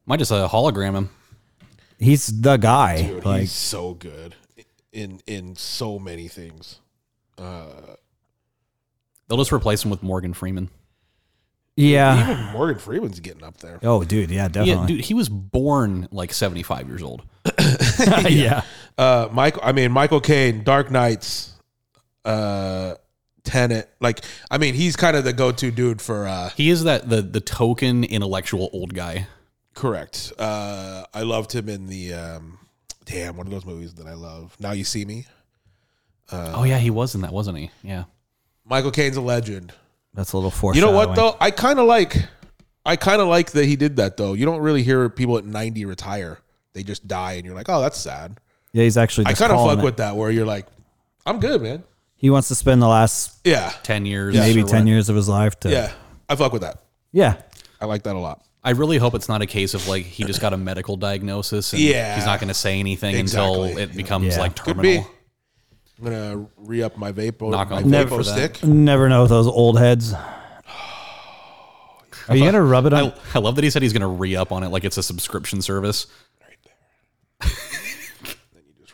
Speaker 6: Might just uh, hologram him.
Speaker 5: He's the guy.
Speaker 4: dude,
Speaker 5: like
Speaker 4: he's so good in in so many things. Uh,
Speaker 6: They'll just replace him with Morgan Freeman.
Speaker 5: Yeah.
Speaker 4: Even Morgan Freeman's getting up there.
Speaker 5: Oh, dude. Yeah,
Speaker 6: Yeah,
Speaker 5: definitely.
Speaker 6: dude, he was born like 75 years old.
Speaker 5: Yeah.
Speaker 4: Uh, Michael, I mean Michael Caine, Dark Knights, uh, Tenet. Like, I mean, he's kind of the go-to dude for. uh
Speaker 6: He is that the the token intellectual old guy.
Speaker 4: Correct. Uh, I loved him in the. Um, damn, one of those movies that I love. Now you see me.
Speaker 6: oh yeah, he was in that, wasn't he? Yeah.
Speaker 4: Michael Caine's a legend.
Speaker 5: That's a little foreshadowing.
Speaker 4: You know what though? I kind of like. I kind of like that he did that though. You don't really hear people at ninety retire; they just die, and you're like, "Oh, that's sad."
Speaker 5: Yeah, he's actually.
Speaker 4: I
Speaker 5: Just
Speaker 4: kind of fuck
Speaker 5: it.
Speaker 4: with that, where you're like, "I'm good, man."
Speaker 5: He wants to spend the last
Speaker 4: Yeah,
Speaker 6: 10 years.
Speaker 5: maybe
Speaker 6: or
Speaker 5: ten
Speaker 6: what-
Speaker 5: years of his life to.
Speaker 4: yeah, I fuck with that.
Speaker 5: Yeah.
Speaker 4: I like that a lot.
Speaker 6: I really hope it's not a case of like he just got a medical diagnosis and
Speaker 4: Yeah.
Speaker 6: he's not going to say anything until
Speaker 4: Exactly.
Speaker 6: it becomes
Speaker 5: Yeah.
Speaker 6: like
Speaker 4: Could be.
Speaker 6: terminal.
Speaker 4: I'm gonna re up my vapo,
Speaker 6: Knock
Speaker 4: my
Speaker 6: on wood
Speaker 4: vapo
Speaker 6: for that.
Speaker 4: stick.
Speaker 5: Never know with those old heads. Are you gonna rub it on?
Speaker 6: I, I love that he said he's going to re up on it like it's a subscription service.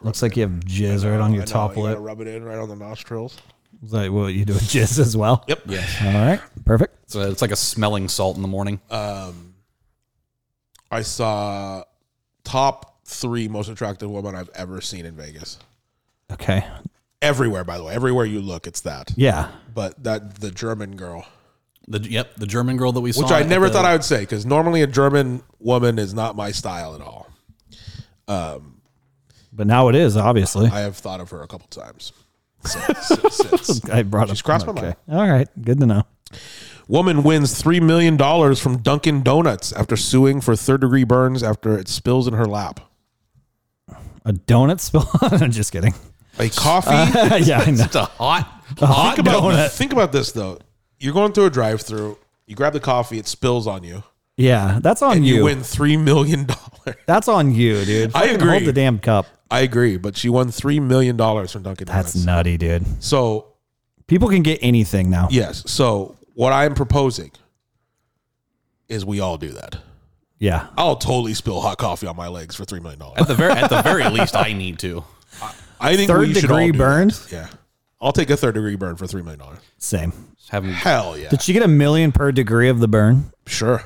Speaker 5: Looks like you have jizz right on your
Speaker 4: I know,
Speaker 5: top
Speaker 4: you gotta
Speaker 5: lip.
Speaker 4: Rub it in right on the nostrils.
Speaker 5: Is that what you do with jizz as well?
Speaker 4: Yep.
Speaker 5: All right. Perfect.
Speaker 6: So it's like a smelling salt in the morning.
Speaker 4: Uh, I saw top three most attractive woman I've ever seen in Vegas.
Speaker 5: Okay.
Speaker 4: Everywhere, by the way, everywhere you look, it's that.
Speaker 5: Yeah.
Speaker 4: But that the German girl,
Speaker 6: the yep, the German girl that we saw,
Speaker 4: which I
Speaker 6: at
Speaker 4: never
Speaker 6: the-
Speaker 4: thought I would say, because normally a German woman is not my style at all.
Speaker 5: But now it is obviously.
Speaker 4: I have thought of her a couple times. Since, since, since.
Speaker 5: I brought
Speaker 4: Just
Speaker 5: up.
Speaker 4: crossed my mind.
Speaker 5: All right. Good to know.
Speaker 4: Woman wins three million dollars from Dunkin' Donuts after suing for third degree burns after it spills in her lap.
Speaker 5: A donut spill. I'm just kidding.
Speaker 4: A coffee.
Speaker 5: yeah, I know.
Speaker 6: It's a hot,
Speaker 5: hot
Speaker 6: hot
Speaker 4: think,
Speaker 5: donut.
Speaker 6: donut.
Speaker 4: about, think about this though. You're going through a drive through. You grab the coffee. It spills on you.
Speaker 5: Yeah, that's on
Speaker 4: And
Speaker 5: you.
Speaker 4: you win three million dollars.
Speaker 5: That's on you, dude.
Speaker 4: I
Speaker 5: Fucking
Speaker 4: agree.
Speaker 5: Hold the damn cup.
Speaker 4: I agree, but she won three million dollars from Dunkin'
Speaker 5: That's
Speaker 4: Donuts.
Speaker 5: nutty, dude.
Speaker 4: so
Speaker 5: People can get anything now.
Speaker 4: yes. So what I am proposing is we all do that.
Speaker 5: Yeah.
Speaker 4: I'll totally spill hot coffee on my legs for three million dollars.
Speaker 6: At the very at the very least, I need to.
Speaker 4: I think
Speaker 5: Third
Speaker 4: we should all
Speaker 5: degree
Speaker 4: do
Speaker 5: burn.
Speaker 4: that. Yeah, I'll take a third degree burn for three million dollars.
Speaker 5: Same.
Speaker 6: Just have him
Speaker 4: Hell yeah,
Speaker 5: Did she get a million per degree of the burn?
Speaker 4: sure.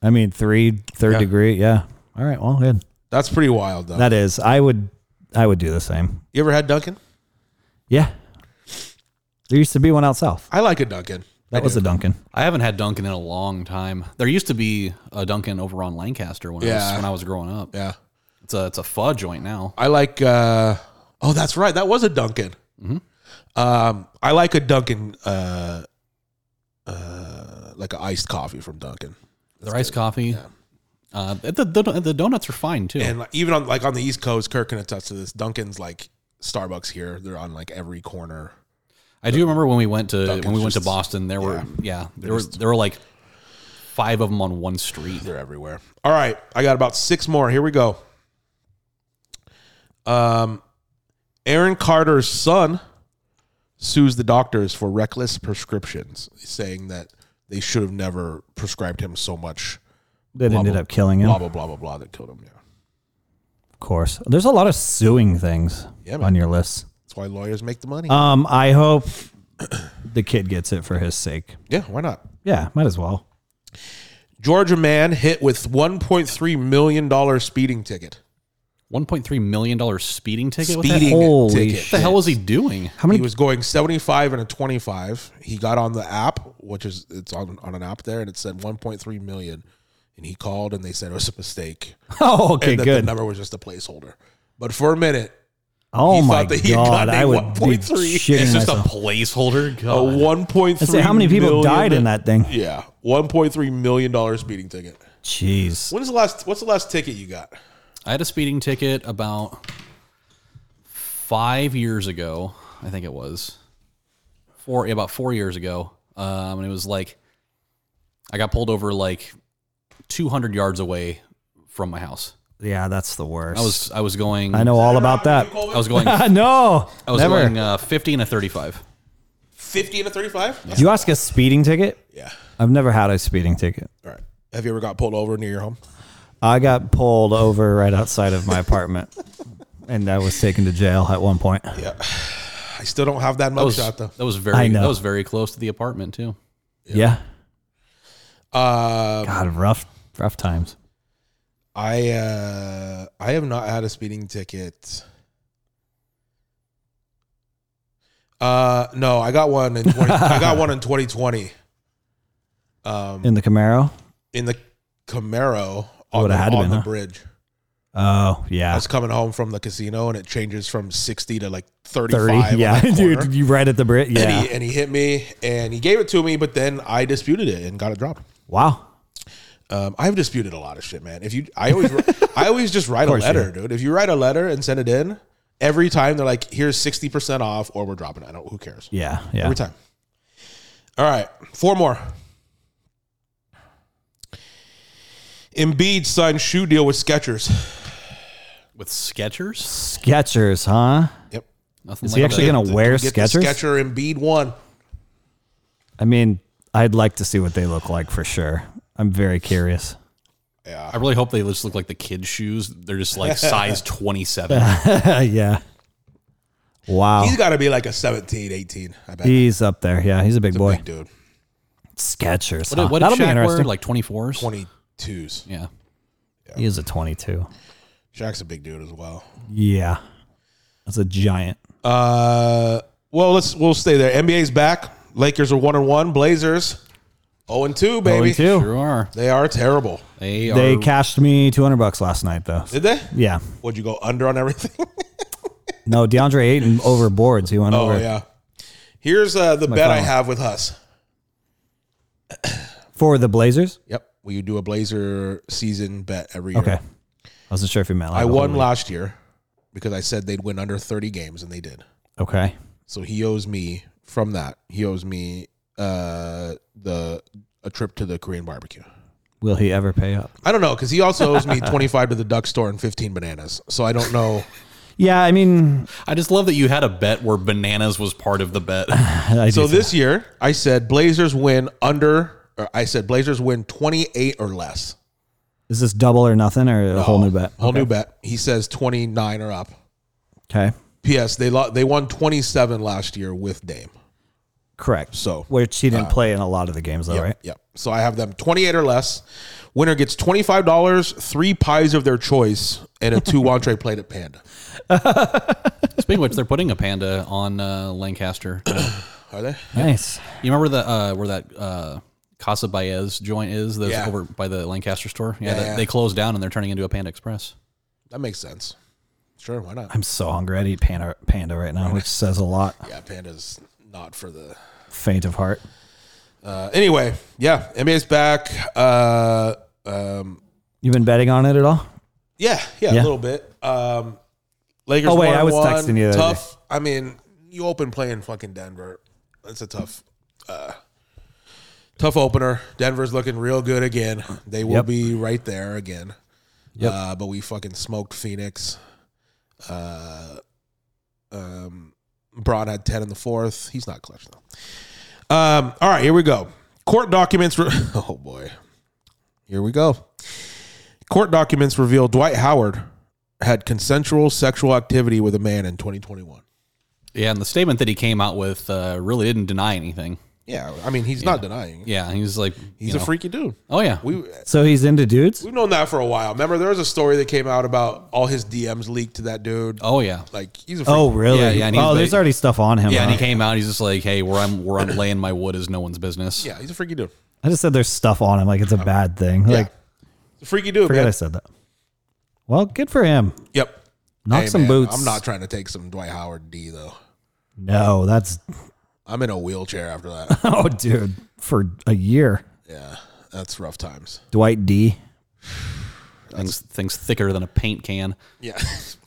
Speaker 5: I mean, three third
Speaker 4: Yeah.
Speaker 5: degree. Yeah. All right. Well, good.
Speaker 4: That's pretty wild though.
Speaker 5: That is. I would. I would do the same.
Speaker 4: you ever had Dunkin'?
Speaker 5: Yeah. There used to be one out south.
Speaker 4: I like a Dunkin'.
Speaker 5: That was a Duncan.
Speaker 6: I haven't had Dunkin' in a long time. There used to be a Dunkin' over on Lancaster when I
Speaker 4: Yeah.
Speaker 6: was when I was growing up.
Speaker 4: Yeah,
Speaker 6: It's a it's a pho joint now.
Speaker 4: I like. uh Oh, that's right. That was a Dunkin'. Um, I like a Dunkin', uh, uh, like an iced coffee from Dunkin'.
Speaker 6: Their iced coffee. Uh, the, the the donuts are fine too.
Speaker 4: and like, even on like on the East Coast, Kirk can attest to this. Dunkin's like Starbucks here; they're on like every corner.
Speaker 6: I do remember when we went to when we went to
Speaker 4: just-
Speaker 6: Boston. There were yeah there were there were like five of them on one street.
Speaker 4: They're everywhere. All right, I got about six more. Here we go. Um, Aaron Carter's son sues the doctors for reckless prescriptions, saying that they should have never prescribed him so much.
Speaker 5: That
Speaker 4: Blah,
Speaker 5: ended
Speaker 4: blah,
Speaker 5: up killing him.
Speaker 4: Blah blah blah blah blah. That killed him. Yeah,
Speaker 5: Of course. There's a lot of suing things
Speaker 4: Yeah, man.
Speaker 5: on your list.
Speaker 4: that's why lawyers make the money.
Speaker 5: Um, I hope the kid gets it for his sake.
Speaker 4: yeah, why not?
Speaker 5: Yeah, might as well.
Speaker 4: Georgia man hit with 1.3 million dollar speeding ticket.
Speaker 6: One point three million dollar speeding ticket. What the-
Speaker 4: Speeding
Speaker 5: Holy
Speaker 4: ticket.
Speaker 5: shit.
Speaker 6: what the hell was he doing?
Speaker 5: How many?
Speaker 4: he was going 75 and a 25 he got on the app which is it's on, on an app there and it said 1.3 million and he called and they said it was a mistake
Speaker 5: oh, okay,
Speaker 4: and that the
Speaker 5: good.
Speaker 4: number was just a placeholder but for a minute
Speaker 5: Oh
Speaker 4: he
Speaker 5: my
Speaker 4: thought that he had
Speaker 5: god,
Speaker 4: gotten
Speaker 5: I would be
Speaker 4: 1.3.
Speaker 5: shitting
Speaker 6: It's just
Speaker 5: myself.
Speaker 6: a placeholder.
Speaker 4: a
Speaker 6: God.
Speaker 4: 1.3
Speaker 5: Let's see how many people
Speaker 4: million-
Speaker 5: died in that thing.
Speaker 4: yeah 1.3 million dollar speeding ticket
Speaker 5: Jeez.
Speaker 4: when's the last what's the last ticket you got
Speaker 6: I had a speeding ticket about five years ago. I think it was four, yeah, about four years ago. Um, and it was like I got pulled over like 200 yards away from my house.
Speaker 5: Yeah, that's the worst.
Speaker 6: I was I was going.
Speaker 5: I know all about that.
Speaker 6: I was going. I
Speaker 5: no,
Speaker 6: was
Speaker 5: never.
Speaker 6: going uh, 50 and a 35.
Speaker 4: 50 and a 35
Speaker 5: Did you ask a speeding ticket?
Speaker 4: yeah
Speaker 5: I've never had a speeding ticket.
Speaker 4: all right have you ever got pulled over near your home
Speaker 5: I got pulled over right outside of my apartment, and I was taken to jail at one point.
Speaker 4: i still don't have that
Speaker 6: That was
Speaker 4: mugshot though Uh,
Speaker 6: that was very
Speaker 5: I know.
Speaker 6: that was very close to the apartment too.
Speaker 5: Yeah.
Speaker 4: Uh,
Speaker 5: God, rough, rough times.
Speaker 4: I uh, I have not had a speeding ticket. Uh, no, I got one in 20, I got one in 2020
Speaker 5: In the Camaro.
Speaker 4: in the Camaro
Speaker 5: would've
Speaker 4: on, the,
Speaker 5: had to
Speaker 4: on
Speaker 5: been,
Speaker 4: the
Speaker 5: huh?
Speaker 4: bridge.
Speaker 5: Oh
Speaker 4: I
Speaker 5: yeah,
Speaker 4: was coming home from the casino and it changes from 60 to like 35.
Speaker 5: thirty.
Speaker 4: on
Speaker 5: Yeah,
Speaker 4: that corner.
Speaker 5: dude, you right at the Brit.
Speaker 4: And,
Speaker 5: Yeah.
Speaker 4: he, and he hit me and he gave it to me, but then I disputed it and got it dropped.
Speaker 5: Wow.
Speaker 4: Um, I've disputed a lot of shit, man. If you, I always, I always just write a
Speaker 5: course you
Speaker 4: letter, dude. If you write a letter and send it in, every time they're like, "Here's sixty percent off," or we're dropping it. I don't. Who cares?
Speaker 5: Yeah. Yeah.
Speaker 4: Every time. All right, four more. Embiid signed shoe deal with Skechers.
Speaker 6: with Skechers.
Speaker 5: Skechers, huh?
Speaker 4: Yep.
Speaker 6: Nothing
Speaker 5: Is he actually gonna wear
Speaker 4: Get
Speaker 5: Skechers?
Speaker 4: the Skecher Embiid one.
Speaker 5: I mean, I'd like to see what they look like for sure. I'm very curious.
Speaker 6: I really hope they just look like the kids' shoes. They're just like size 27.
Speaker 5: yeah. Wow.
Speaker 4: He's got to be like a 17, 18, I bet.
Speaker 5: He's up there. Oh. Yeah, he's a big boy.
Speaker 4: Big dude,
Speaker 6: What,
Speaker 5: Skechers.
Speaker 6: did-
Speaker 5: huh?
Speaker 6: what did
Speaker 5: That'll be
Speaker 6: Shaq wear?
Speaker 5: interesting.
Speaker 6: Like 24s?
Speaker 4: 22s.
Speaker 6: Yeah.
Speaker 5: he is a 22.
Speaker 4: Shaq's a big dude as well.
Speaker 5: Yeah. That's a giant.
Speaker 4: Uh, well, let's we'll stay there. NBA's back. Lakers are one and one. Blazers, zero and two,
Speaker 5: Oh,
Speaker 4: baby.
Speaker 5: and two.
Speaker 6: Sure are.
Speaker 4: They are terrible.
Speaker 6: They,
Speaker 5: They
Speaker 6: are.
Speaker 5: cashed me 200 bucks last night, though.
Speaker 4: Did they?
Speaker 5: Yeah.
Speaker 4: Would you go under on everything?
Speaker 5: No, DeAndre Ayton over boards. He went
Speaker 4: oh
Speaker 5: over
Speaker 4: yeah. Here's uh, the bet I
Speaker 5: phone.
Speaker 4: have with Huss.
Speaker 5: for the Blazers.
Speaker 4: Yep. Will you do a Blazer season bet every year?
Speaker 5: Okay. I wasn't sure if you meant like
Speaker 4: I
Speaker 5: the whole
Speaker 4: won
Speaker 5: league.
Speaker 4: last year because I said they'd win under 30 games, and they did.
Speaker 5: Okay.
Speaker 4: So he owes me from that. He owes me uh, the a trip to the Korean barbecue.
Speaker 5: Will he ever pay up?
Speaker 4: I don't know because he also owes me 25 to the duck store and 15 bananas. So I don't know.
Speaker 5: Yeah, I mean,
Speaker 6: I just love that you had a bet where bananas was part of the bet.
Speaker 5: I
Speaker 4: so
Speaker 5: do think-
Speaker 4: this year I said Blazers win under. Or I said Blazers win 28 or less.
Speaker 5: is this double or nothing or a whole new bet?
Speaker 4: Whole new bet. He says 29 or up.
Speaker 5: Okay.
Speaker 4: P.S. They lo- they won 27 last year with Dame.
Speaker 5: Correct.
Speaker 4: So uh,
Speaker 5: Which he didn't play in a lot of the games, though,
Speaker 4: yep,
Speaker 5: right?
Speaker 4: yep. So I have them 28 or less. Winner gets $25, three pies of their choice, and a two entree plate at Panda.
Speaker 6: Speaking of which, they're putting a panda on uh, Lancaster. you
Speaker 4: Are they?
Speaker 5: Nice.
Speaker 6: remember the uh, where that uh, Casa Baez joint is? Those
Speaker 4: Yeah.
Speaker 6: over by the Lancaster store. Yeah,
Speaker 4: Yeah,
Speaker 6: that-
Speaker 4: yeah.
Speaker 6: they closed down and they're turning into a Panda Express.
Speaker 4: That makes sense. Sure, why not?
Speaker 5: I'm so hungry. I'd eat panda, panda right now, which says a lot.
Speaker 4: Yeah, Panda's not for the
Speaker 5: Faint of heart.
Speaker 4: Uh, anyway, yeah, NBA's back. Uh, um,
Speaker 5: You've been betting on it at all?
Speaker 4: yeah, yeah,
Speaker 5: Yeah.
Speaker 4: a little bit. Um, Lakers.
Speaker 5: Oh, wait,
Speaker 4: one
Speaker 5: I was
Speaker 4: one,
Speaker 5: texting you the other
Speaker 4: Tough. I mean, you open playing fucking Denver. That's a tough, uh, tough opener. Denver's looking real good again. They will
Speaker 5: Yep.
Speaker 4: be right there again.
Speaker 5: Yep.
Speaker 4: Uh, but we fucking smoked Phoenix. Uh, um, Braun had ten in the fourth. He's not clutch though. Um, all right, here we go. Court documents. Re- oh boy, here we go. Court documents reveal Dwight Howard had consensual sexual activity with a man in 2021.
Speaker 6: Yeah, and the statement that he came out with uh, really didn't deny anything.
Speaker 4: Yeah, I mean he's not denying. it.
Speaker 6: Yeah, he was like,
Speaker 4: He's
Speaker 6: you
Speaker 4: a
Speaker 6: know,
Speaker 4: freaky dude.
Speaker 6: Oh yeah,
Speaker 4: We
Speaker 5: So he's into dudes?
Speaker 4: we've known that for a while. Remember, there was a story that came out about all his DMs leaked to that dude.
Speaker 6: oh yeah.
Speaker 4: Like he's a freak.
Speaker 5: Oh, really?
Speaker 6: Yeah, yeah, and he's
Speaker 5: oh, there's
Speaker 6: ba-
Speaker 5: already stuff on him.
Speaker 6: Yeah, and he
Speaker 5: huh?
Speaker 6: came out. He's just like, "Hey, where I'm where I'm laying my wood is no one's business."
Speaker 4: yeah, he's a freaky dude.
Speaker 5: I just said there's stuff on him. Like it's a bad thing.
Speaker 4: Uh, Yeah.
Speaker 5: Like,
Speaker 4: He's a freaky dude.
Speaker 5: forget I
Speaker 4: Man.
Speaker 5: said that. Well, good for him.
Speaker 4: Yep.
Speaker 5: Knock
Speaker 4: Hey,
Speaker 5: some
Speaker 4: man,
Speaker 5: boots.
Speaker 4: I'm not trying to take some Dwight Howard D though.
Speaker 5: No, that's.
Speaker 4: I'm in a wheelchair after that.
Speaker 5: Oh, dude. For a year.
Speaker 4: yeah, that's rough times.
Speaker 5: Dwight D.
Speaker 6: things things thicker than a paint can.
Speaker 4: Yeah,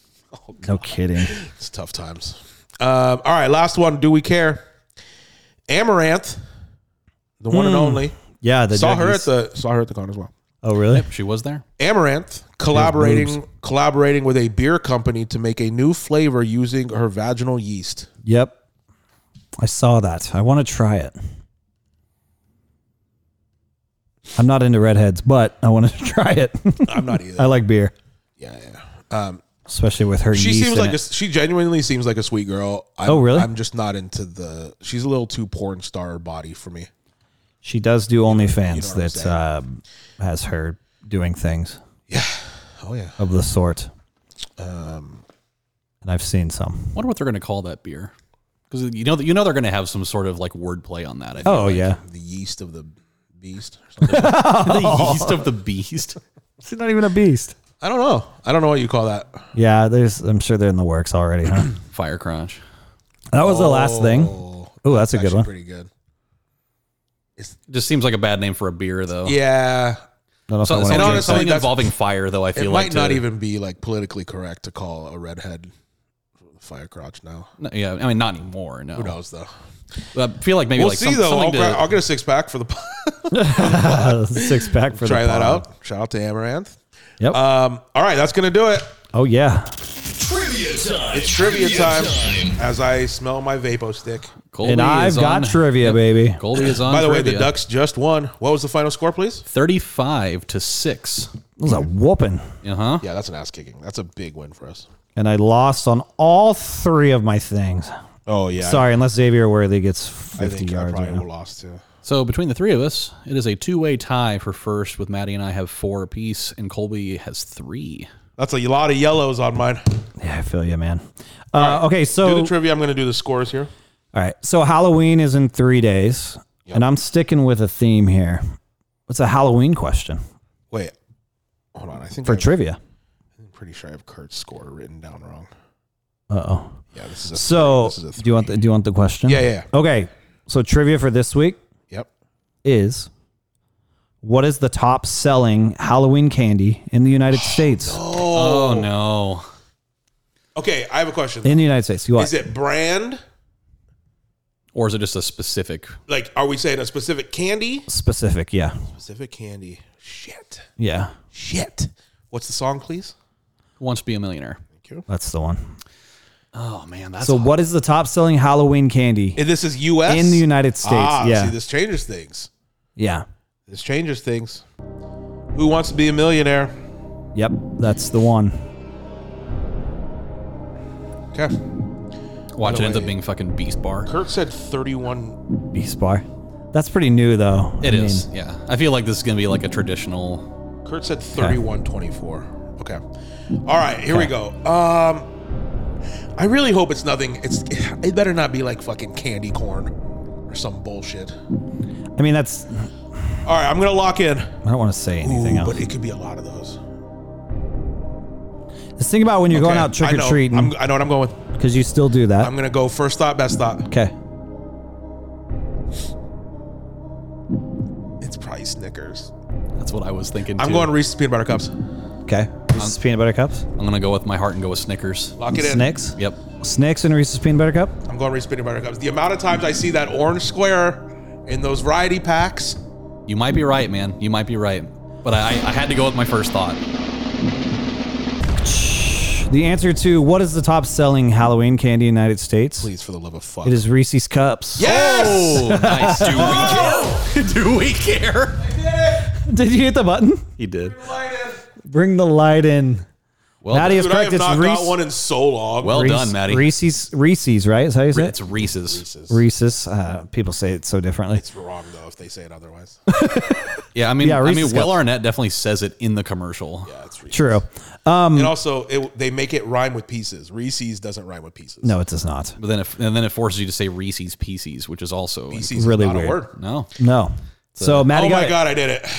Speaker 5: No kidding.
Speaker 4: it's tough times. Um, all right, last one. Do we care? Amaranth, the one and only.
Speaker 5: Yeah, the
Speaker 4: saw her at
Speaker 5: Juggies.
Speaker 4: Hmm. the saw her at the con as well.
Speaker 5: Oh, really?
Speaker 6: She was there.
Speaker 4: Amaranth collaborating collaborating with a beer company to make a new flavor using her vaginal yeast.
Speaker 5: Yep. I saw that. I want to try it. I'm not into redheads, but I want to try it.
Speaker 4: I'm not either.
Speaker 5: I like beer,
Speaker 4: yeah, yeah. Um,
Speaker 5: especially with her.
Speaker 4: she
Speaker 5: yeast
Speaker 4: seems
Speaker 5: in
Speaker 4: like a,
Speaker 5: it.
Speaker 4: she genuinely seems like a sweet girl. I'm,
Speaker 5: Oh, really?
Speaker 4: I'm just not into the. She's a little too porn star body for me.
Speaker 5: She does do OnlyFans
Speaker 4: what I'm
Speaker 5: that um, has her doing things
Speaker 4: Oh yeah.
Speaker 5: of the sort. Um,
Speaker 4: Um,
Speaker 5: and I've seen some.
Speaker 6: wonder what they're going to call that beer. Because you know, you know they're going to have some sort of like wordplay on that. I feel
Speaker 5: Oh
Speaker 6: like.
Speaker 5: yeah,
Speaker 4: The yeast of the beast. Or something.
Speaker 6: the yeast of the beast.
Speaker 5: she's not even a beast.
Speaker 4: I don't know. I don't know what you call that.
Speaker 5: Yeah, there's. I'm sure they're in the works already. Huh?
Speaker 6: Fire crunch.
Speaker 5: that was the last thing.
Speaker 4: Oh,
Speaker 5: Oh, that's a good
Speaker 4: actually
Speaker 5: one.
Speaker 4: pretty good.
Speaker 6: Just seems like a bad name for a beer,
Speaker 5: Oh.
Speaker 6: though.
Speaker 4: Yeah,
Speaker 5: Don't know if
Speaker 6: So,
Speaker 5: I wanna
Speaker 6: something,
Speaker 5: drink
Speaker 4: honestly,
Speaker 6: something
Speaker 4: that's-
Speaker 6: involving fire, though. I
Speaker 4: it
Speaker 6: feel like
Speaker 4: might not
Speaker 6: to-
Speaker 4: even be like politically correct to call a redhead fire crotch now.
Speaker 6: No, yeah, I mean, not anymore. No,
Speaker 4: Who knows though?
Speaker 6: I feel like maybe
Speaker 4: We'll
Speaker 6: like
Speaker 4: see
Speaker 6: some-
Speaker 4: though. I'll,
Speaker 6: something
Speaker 4: gra-
Speaker 6: to,
Speaker 4: I'll get a six pack for the pod.
Speaker 5: that. six pack for
Speaker 4: try
Speaker 5: the
Speaker 4: that
Speaker 5: pod.
Speaker 4: out. Shout out to Amaranth.
Speaker 5: Yep.
Speaker 4: Um, all right, that's gonna do it.
Speaker 5: oh yeah.
Speaker 7: Trivia time.
Speaker 4: It's trivia time. As I smell my Vapo stick.
Speaker 6: Goldie
Speaker 5: and I've
Speaker 6: is on-
Speaker 5: got trivia, baby.
Speaker 6: Goldie is on.
Speaker 4: By the way, the
Speaker 6: trivia.
Speaker 4: Ducks just won. What was the final score, please?
Speaker 6: thirty-five to six.
Speaker 5: It was a whooping,
Speaker 6: Uh huh.
Speaker 4: Yeah, that's an ass kicking. That's a big win for us.
Speaker 5: and I lost on all three of my things.
Speaker 4: Oh yeah.
Speaker 5: Sorry, unless Xavier Worthy gets
Speaker 4: I
Speaker 5: 50
Speaker 4: think I
Speaker 5: yards.
Speaker 4: probably
Speaker 5: right now.
Speaker 4: lost too.
Speaker 6: So between the three of us, it is a two-way tie for first. With Maddie and I have four apiece, and Colby has three.
Speaker 4: That's a lot of yellows on mine.
Speaker 5: Yeah, I feel you, man. Uh, okay,
Speaker 4: Do
Speaker 5: so
Speaker 4: the trivia. I'm going to do the scores here.
Speaker 5: all right, so Halloween is in three days, and I'm sticking with a theme here. It's a Halloween question
Speaker 4: Wait, hold on. I think
Speaker 5: for
Speaker 4: I,
Speaker 5: trivia.
Speaker 4: I'm pretty sure I have Kurt's score written down wrong.
Speaker 5: Uh oh.
Speaker 4: Yeah, this is a
Speaker 5: So
Speaker 4: This is a
Speaker 5: do you want the do you want the question?
Speaker 4: Yeah, yeah,
Speaker 5: Okay, so trivia for this week
Speaker 4: yep.
Speaker 5: is what is the top selling Halloween candy in the United States?
Speaker 6: Oh, no!
Speaker 4: Okay, I have a question.
Speaker 5: In the United States, you are.
Speaker 4: Is it brand?
Speaker 6: Or is it just a specific?
Speaker 4: Like, are we saying a specific candy?
Speaker 5: specific? Yeah,
Speaker 4: Specific candy. Shit.
Speaker 5: yeah,
Speaker 4: Shit. What's the song, please?
Speaker 6: Who wants to be a millionaire?
Speaker 5: that's the one.
Speaker 6: Oh man, that's
Speaker 5: So what is the top selling Halloween candy
Speaker 4: And Eh, this is U.S.
Speaker 5: in the United States?
Speaker 4: Ah,
Speaker 5: yeah,
Speaker 4: see, this changes things.
Speaker 5: yeah.
Speaker 4: This changes things. Who wants to be a millionaire?
Speaker 5: Yep, that's the one.
Speaker 4: Okay.
Speaker 6: watch. It ends
Speaker 4: way-
Speaker 6: up being fucking Beast Bar.
Speaker 4: Kurt said 31.
Speaker 5: Beast bar. That's pretty new though.
Speaker 6: It is, yeah. I feel like this is gonna be like a traditional.
Speaker 4: Kurt said 3124. Okay. All right, here we go. Um I really hope it's nothing. It's it better not be like fucking candy corn or some bullshit. All
Speaker 5: I mean, that's.
Speaker 4: right, I'm going to lock in.
Speaker 5: I don't want to say anything
Speaker 4: Ooh,
Speaker 5: else.
Speaker 4: but it could be a lot of those.
Speaker 5: Just think about when you're going
Speaker 4: Okay,
Speaker 5: out trick
Speaker 4: I
Speaker 5: or
Speaker 4: know.
Speaker 5: treating
Speaker 4: I'm, I know what I'm going with.
Speaker 5: because you still do
Speaker 4: I'm
Speaker 5: that.
Speaker 4: going to go first thought, best thought.
Speaker 5: Okay.
Speaker 4: It's probably Snickers.
Speaker 6: That's what I was thinking.
Speaker 4: I'm
Speaker 6: too.
Speaker 4: going Reese's peanut butter cups.
Speaker 5: Okay. Reese's peanut butter cups.
Speaker 6: I'm gonna go with my heart and go with Snickers.
Speaker 4: Lock it in.
Speaker 5: Snicks.
Speaker 6: Yep.
Speaker 5: Snicks and Reese's peanut butter cup.
Speaker 4: I'm going Reese's peanut butter cups. The amount of times I see that orange square in those variety packs.
Speaker 6: You might be right, man. You might be right. But I, I had to go with my first thought.
Speaker 5: The answer to what is the top selling Halloween candy in the United States?
Speaker 4: Please, for the love of fuck.
Speaker 5: It is Reese's cups.
Speaker 4: Yes!
Speaker 6: Oh, nice. Do we care? Do we care?
Speaker 5: Did you hit the button?
Speaker 6: He did.
Speaker 5: Bring the light in.
Speaker 6: Well,
Speaker 5: Maddie is
Speaker 4: Dude, I
Speaker 5: correct.
Speaker 4: have
Speaker 5: It's
Speaker 4: not got
Speaker 5: Reese-
Speaker 4: one in so long.
Speaker 6: well
Speaker 5: Reese-
Speaker 6: done, Maddie.
Speaker 5: Reese's. Reese's, right? Is that how you say
Speaker 6: it's
Speaker 5: it?
Speaker 6: Reese's.
Speaker 5: Reese's. Uh, people say it so differently.
Speaker 4: it's wrong though if they say it otherwise.
Speaker 6: Yeah, I mean, I
Speaker 5: Yeah,
Speaker 6: mean,
Speaker 5: Reese's
Speaker 6: Will
Speaker 5: got-
Speaker 6: Arnett definitely says it in the commercial.
Speaker 4: Yeah, it's Reese's.
Speaker 5: True. Mm.
Speaker 4: and also, it, they make it rhyme with pieces. Reese's doesn't rhyme with pieces.
Speaker 5: No, it does not.
Speaker 6: But then, it, and then it forces you to say Reese's Pieces, which is also
Speaker 4: Pieces is
Speaker 5: Really
Speaker 4: not
Speaker 5: weird.
Speaker 4: a word.
Speaker 6: no.
Speaker 5: No. So Maddie
Speaker 4: Oh
Speaker 5: got
Speaker 4: my
Speaker 5: it.
Speaker 4: god, I did it.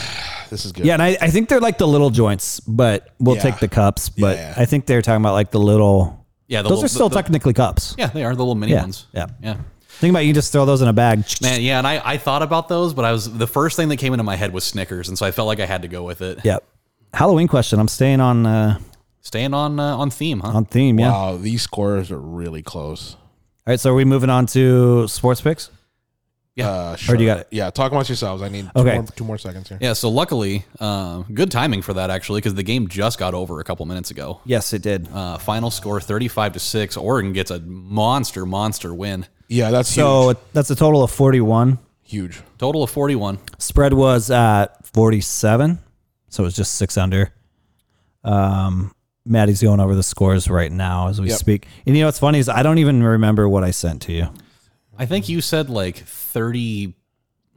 Speaker 4: This is good.
Speaker 5: Yeah, and I, I think they're like the little joints, but we'll
Speaker 4: Yeah.
Speaker 5: take the cups. But
Speaker 4: Yeah.
Speaker 5: I think they're talking about like the little.
Speaker 6: Yeah, the
Speaker 5: those
Speaker 6: little-
Speaker 5: are still
Speaker 6: the- the-
Speaker 5: technically cups.
Speaker 6: Yeah, they are the little mini
Speaker 5: Yeah,
Speaker 6: ones.
Speaker 5: yeah.
Speaker 6: yeah.
Speaker 5: Think about it, you just throw those in a bag.
Speaker 6: Man, yeah, and I, I thought about those, but I was the first thing that came into my head was Snickers, and so I felt like I had to go with it.
Speaker 5: Yep. Halloween question. I'm staying on uh,
Speaker 6: Staying on uh, on theme, huh?
Speaker 5: on theme. Yeah. All
Speaker 4: Wow, these scores are really close.
Speaker 5: right. So are we moving on to sports picks?
Speaker 4: Uh, sure.
Speaker 5: do you got it?
Speaker 4: Yeah, talk amongst yourselves. I need
Speaker 5: Okay.
Speaker 4: two, more, two more seconds here.
Speaker 6: Yeah, so luckily, uh, good timing for that actually, because the game just got over a couple minutes ago.
Speaker 5: Yes, it did.
Speaker 6: Uh, final score thirty-five to six. Oregon gets a monster, monster win.
Speaker 4: Yeah, that's
Speaker 5: so that's a total of 41.
Speaker 4: huge. Huge.
Speaker 6: Total of forty-one.
Speaker 5: Spread was at 47, so it was just six under. Um, Maddie's going over the scores right now as we
Speaker 4: Yep.
Speaker 5: speak. And you know what's funny is I don't even remember what I sent to you.
Speaker 6: I think you said like thirty,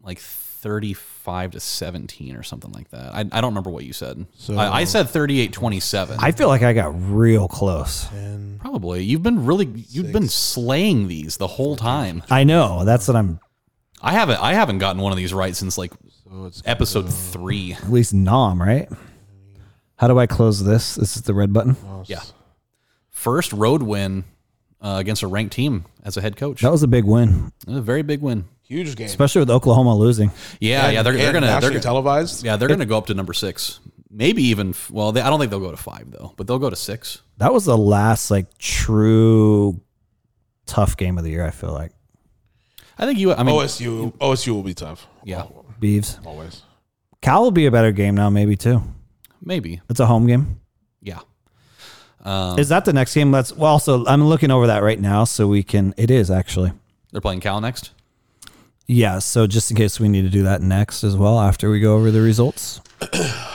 Speaker 6: like 35 to 17 or something like that. I, I don't remember what you said. I, I said 38 27.
Speaker 5: I feel like I got real close.
Speaker 6: Probably. You've been really, you've been slaying these the whole time.
Speaker 5: I know. That's what I'm
Speaker 6: I haven't, I haven't gotten one of these right since like episode three.
Speaker 5: at least nom, right? How do I close this? This is the red button.
Speaker 6: Yeah. First road win uh, against a ranked team as a head coach.
Speaker 5: That was a big win,
Speaker 6: A very big win.
Speaker 4: Huge game.
Speaker 5: especially with Oklahoma losing.
Speaker 6: Yeah, yeah, they're, they're
Speaker 4: And
Speaker 6: gonna they're
Speaker 4: nationally
Speaker 6: gonna-
Speaker 4: televised.
Speaker 6: yeah they're gonna go up to number six, maybe even f- well they, I don't think they'll go to five though, but they'll go to six.
Speaker 5: That was the last like true tough game of the year, I feel like.
Speaker 6: I think you. I
Speaker 4: Oh,
Speaker 6: mean,
Speaker 4: OSU OSU will be tough
Speaker 6: yeah,
Speaker 5: Beeves.
Speaker 4: always.
Speaker 5: Cal will be a better game now, maybe too.
Speaker 6: maybe,
Speaker 5: It's a home game.
Speaker 6: yeah.
Speaker 5: Is that the next game? That's well. Also, I'm looking over that right now, so we can. It is actually.
Speaker 6: They're playing Cal next.
Speaker 5: Yeah. So just in case we need to do that next as well after we go over the results.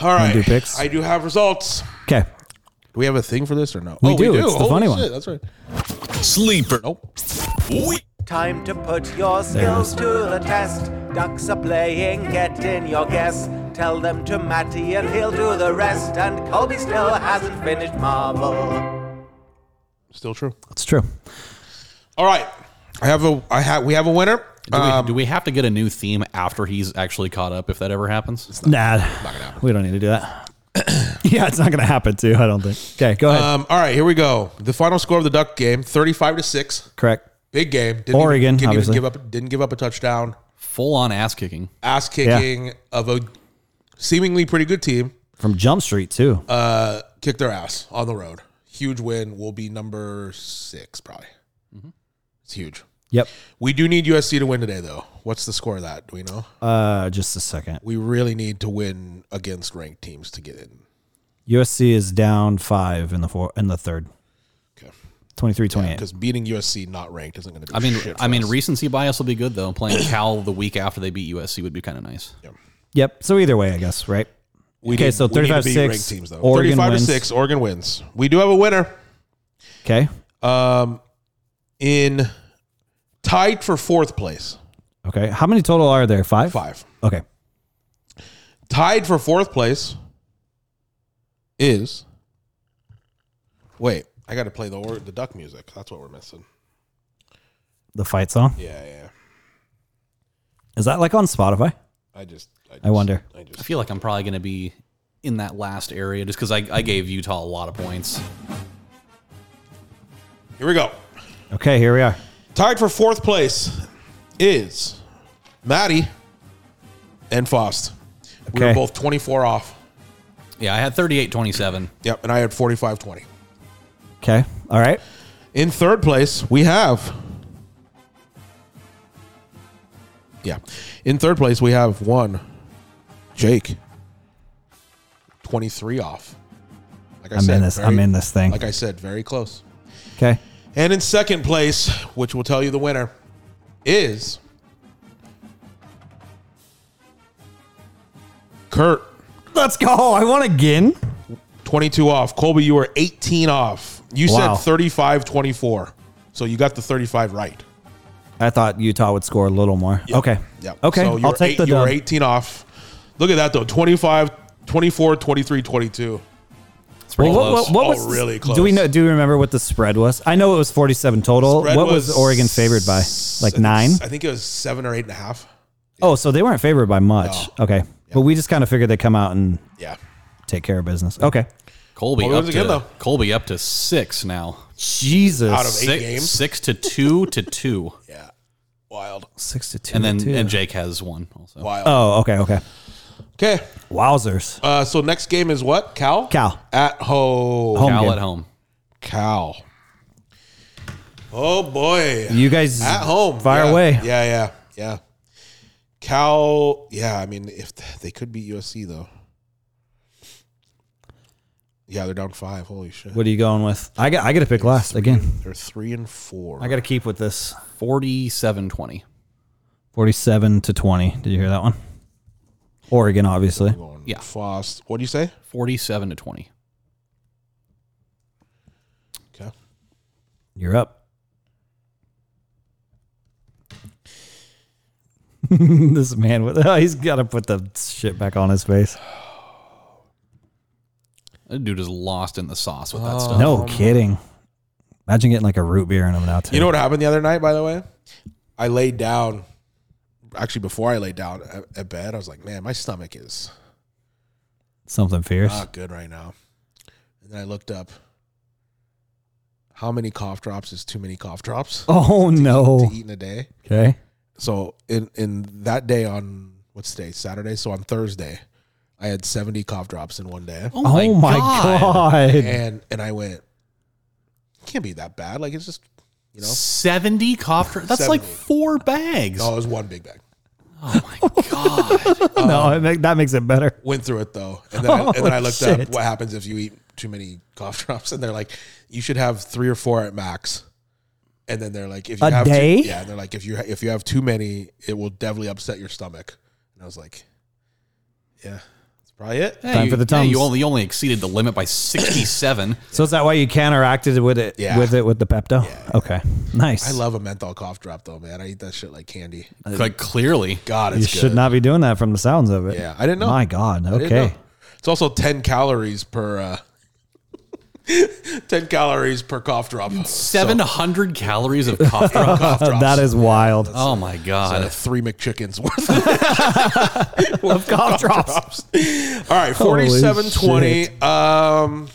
Speaker 4: All right,
Speaker 5: do picks?
Speaker 4: I do have results.
Speaker 5: Okay.
Speaker 4: Do we have a thing for this or no?
Speaker 5: We do. It's the
Speaker 4: Holy
Speaker 5: funny one.
Speaker 4: shit, That's right.
Speaker 7: Sleeper.
Speaker 4: Nope.
Speaker 8: Time to put your skills to the test. Ducks are playing, get in your guess. Tell them to Matty and he'll do the rest. And Colby still hasn't finished Marvel.
Speaker 4: Still true.
Speaker 5: That's true.
Speaker 4: All right. I have a. I have. We have a winner.
Speaker 6: Do,
Speaker 4: Um,
Speaker 6: we, do we have to get a new theme after he's actually caught up? If that ever happens,
Speaker 5: Nah. We don't need to do that. yeah, it's not going to happen too, I don't think. Okay, go ahead.
Speaker 4: um, all right. Here we go. The final score of the Duck game: thirty-five to six.
Speaker 5: Correct.
Speaker 4: Big game. Didn't
Speaker 5: Oregon,
Speaker 4: Even, didn't
Speaker 5: obviously.
Speaker 4: even give up. Didn't give up a touchdown.
Speaker 6: full on ass kicking.
Speaker 4: Ass kicking of a seemingly pretty good team.
Speaker 5: From Jump Street too.
Speaker 4: Kicked their ass on the road. Huge win. We'll be number six probably. It's huge.
Speaker 5: yep.
Speaker 4: We do need USC to win today, though. What's the score of that? Do we know?
Speaker 5: Uh, just a second.
Speaker 4: we really need to win against ranked teams to get in.
Speaker 5: USC is down 5 in the four in the third.
Speaker 4: Okay.
Speaker 5: 23-28.
Speaker 4: Because beating USC not ranked isn't going to do
Speaker 6: I mean,
Speaker 4: shit for
Speaker 6: I mean,
Speaker 4: us.
Speaker 6: recency bias will be good though. Playing Cal the week after they beat USC would be kind of nice.
Speaker 5: yep. So either way, I guess, right?
Speaker 4: we
Speaker 5: okay, so
Speaker 4: we to
Speaker 5: 35
Speaker 4: beat
Speaker 5: six,
Speaker 4: ranked though.
Speaker 5: Oregon
Speaker 4: 35
Speaker 5: wins.
Speaker 4: to 6, Oregon wins. We do have a winner
Speaker 5: Okay.
Speaker 4: um, in tied for fourth place.
Speaker 5: Okay. How many total are there? 5?
Speaker 4: Five.
Speaker 5: Okay.
Speaker 4: Tied for fourth place is. Wait, I got to play the or- the duck music. That's what we're missing.
Speaker 5: The fight song.
Speaker 4: Yeah, yeah.
Speaker 5: Is that like on Spotify?
Speaker 4: I just. I, just,
Speaker 5: I wonder.
Speaker 4: I
Speaker 6: I
Speaker 4: just.
Speaker 6: feel like I'm probably going to be in that last area just because I, I gave Utah a lot of points.
Speaker 4: Here we go.
Speaker 5: Okay, here we are.
Speaker 4: Tied for fourth place is Maddie and Fost. We
Speaker 5: Okay.
Speaker 4: were both 24 off.
Speaker 6: Yeah, I had 38 27.
Speaker 4: Yep, and I had 45 20.
Speaker 5: Okay. All right.
Speaker 4: In third place, we have. Yeah. In third place, we have one, Jake, 23 off. Like I
Speaker 5: I'm in this- I'm in this thing.
Speaker 4: Like I said, very close.
Speaker 5: Okay.
Speaker 4: And in second place, which will tell you the winner, is Kurt,
Speaker 5: Let's go. I won again.
Speaker 4: 22 off. Colby, you were 18 off. You
Speaker 5: Wow.
Speaker 4: said 35 24. So you got the 35 right.
Speaker 5: I thought Utah would score a little more. Okay.
Speaker 4: Yeah.
Speaker 5: Okay.
Speaker 4: So you
Speaker 5: I'll
Speaker 4: were
Speaker 5: take
Speaker 4: eight-
Speaker 5: the
Speaker 4: You
Speaker 5: dub.
Speaker 4: were 18 off. Look at that, though 25, 24, 23, 22.
Speaker 6: It's pretty
Speaker 5: Well,
Speaker 6: close.
Speaker 4: Oh,
Speaker 5: the-
Speaker 4: really
Speaker 5: Do we
Speaker 4: close.
Speaker 5: know? Do we remember what the spread was? I know it was forty-seven total.
Speaker 4: Spread
Speaker 5: what was, Oregon favored by?
Speaker 4: I
Speaker 5: Like
Speaker 4: think-
Speaker 5: nine?
Speaker 4: I think it was seven or eight and a half.
Speaker 5: Oh, so they weren't favored by much. Okay, but we just kind of figured they would come out and
Speaker 4: Yeah.
Speaker 5: take care of business. Okay,
Speaker 6: Colby,
Speaker 4: Well, it
Speaker 6: up
Speaker 4: was
Speaker 6: to,
Speaker 4: again, though.
Speaker 6: Colby up to six now.
Speaker 5: Jesus,
Speaker 4: Out of eight
Speaker 6: Six,
Speaker 4: games.
Speaker 6: six to two to two.
Speaker 4: Yeah. Wild.
Speaker 5: six to two,
Speaker 6: And then
Speaker 5: to two.
Speaker 6: and Jake has one also.
Speaker 4: Wild.
Speaker 5: oh, okay, okay.
Speaker 4: Okay.
Speaker 5: Wowzers!
Speaker 4: Uh, so next game is what? Cal?
Speaker 5: Cal.
Speaker 4: At home.
Speaker 5: Home
Speaker 6: Cal
Speaker 5: game.
Speaker 6: at home.
Speaker 4: Cal. Oh boy.
Speaker 5: You guys
Speaker 4: At home.
Speaker 5: fire
Speaker 4: yeah.
Speaker 5: away.
Speaker 4: Yeah, yeah, yeah. Cal. Yeah, I mean, if th- they could beat USC though. Yeah, they're down five. Holy shit.
Speaker 5: What are you going with? I got. I got to pick last again.
Speaker 4: They're three and four.
Speaker 5: I got to keep with this.
Speaker 6: 47 20.
Speaker 5: Forty-seven to twenty. Did you hear that one? Oregon, obviously.
Speaker 6: Yeah.
Speaker 4: Fost. What do you say?
Speaker 6: 47 to 20.
Speaker 4: Okay.
Speaker 5: You're up. this man with oh, he's got to put the shit back on his face.
Speaker 6: That dude is lost in the sauce with that stuff.
Speaker 5: No kidding. Imagine getting like a root beer in him now too.
Speaker 4: You know what happened the other night, by the way? I laid down. Actually, before I laid down at, at bed, I was like, man, my stomach is
Speaker 5: something fierce.
Speaker 4: not good right now. And then I looked up. How many cough drops is too many cough drops
Speaker 5: oh no.
Speaker 4: to eat in a day?
Speaker 5: Okay.
Speaker 4: So in in that day on what's today Saturday, so on Thursday, I had seventy cough drops in one day,
Speaker 5: Oh my, god.
Speaker 4: and and I went, can't be that bad. Like it's just you know,
Speaker 6: 70 cough drops. That's like
Speaker 4: 70.
Speaker 6: four bags.
Speaker 4: no, it was one big bag.
Speaker 5: no, it make, that makes it better.
Speaker 4: Went through it though, and then I, and then I
Speaker 5: Oh,
Speaker 4: looked
Speaker 5: shit.
Speaker 4: up what happens if you eat too many cough drops, and they're like, you should have three or four at max. And then they're like, if you
Speaker 5: A
Speaker 4: have
Speaker 5: day?
Speaker 4: Too, yeah, and they're like, if you if you have too many, it will definitely upset your stomach. And I was like, yeah, that's probably it.
Speaker 6: Yeah,
Speaker 5: Time
Speaker 6: you,
Speaker 5: for the
Speaker 6: yeah, you
Speaker 5: Tums.
Speaker 6: only you only exceeded the limit by 67.
Speaker 5: So is that why you counteracted with it
Speaker 4: Yeah.
Speaker 5: with it with the Pepto? Okay. Nice.
Speaker 4: I love a menthol cough drop though, man. I eat that shit like candy.
Speaker 6: like clearly.
Speaker 4: God,
Speaker 5: you
Speaker 4: it's
Speaker 5: should
Speaker 4: good.
Speaker 5: not be doing that from the sounds of it.
Speaker 4: Yeah, I didn't know.
Speaker 5: My god.
Speaker 4: I didn't
Speaker 5: Okay.
Speaker 4: know. It's also ten calories per uh, ten calories per cough drop. So,
Speaker 6: 700 calories of cough drops.
Speaker 4: cough drops.
Speaker 5: That is wild.
Speaker 6: Oh my
Speaker 4: So,
Speaker 6: god.
Speaker 4: three McChickens worth of
Speaker 5: cough drops.
Speaker 4: All right,
Speaker 5: Holy
Speaker 4: forty-seven twenty. Um,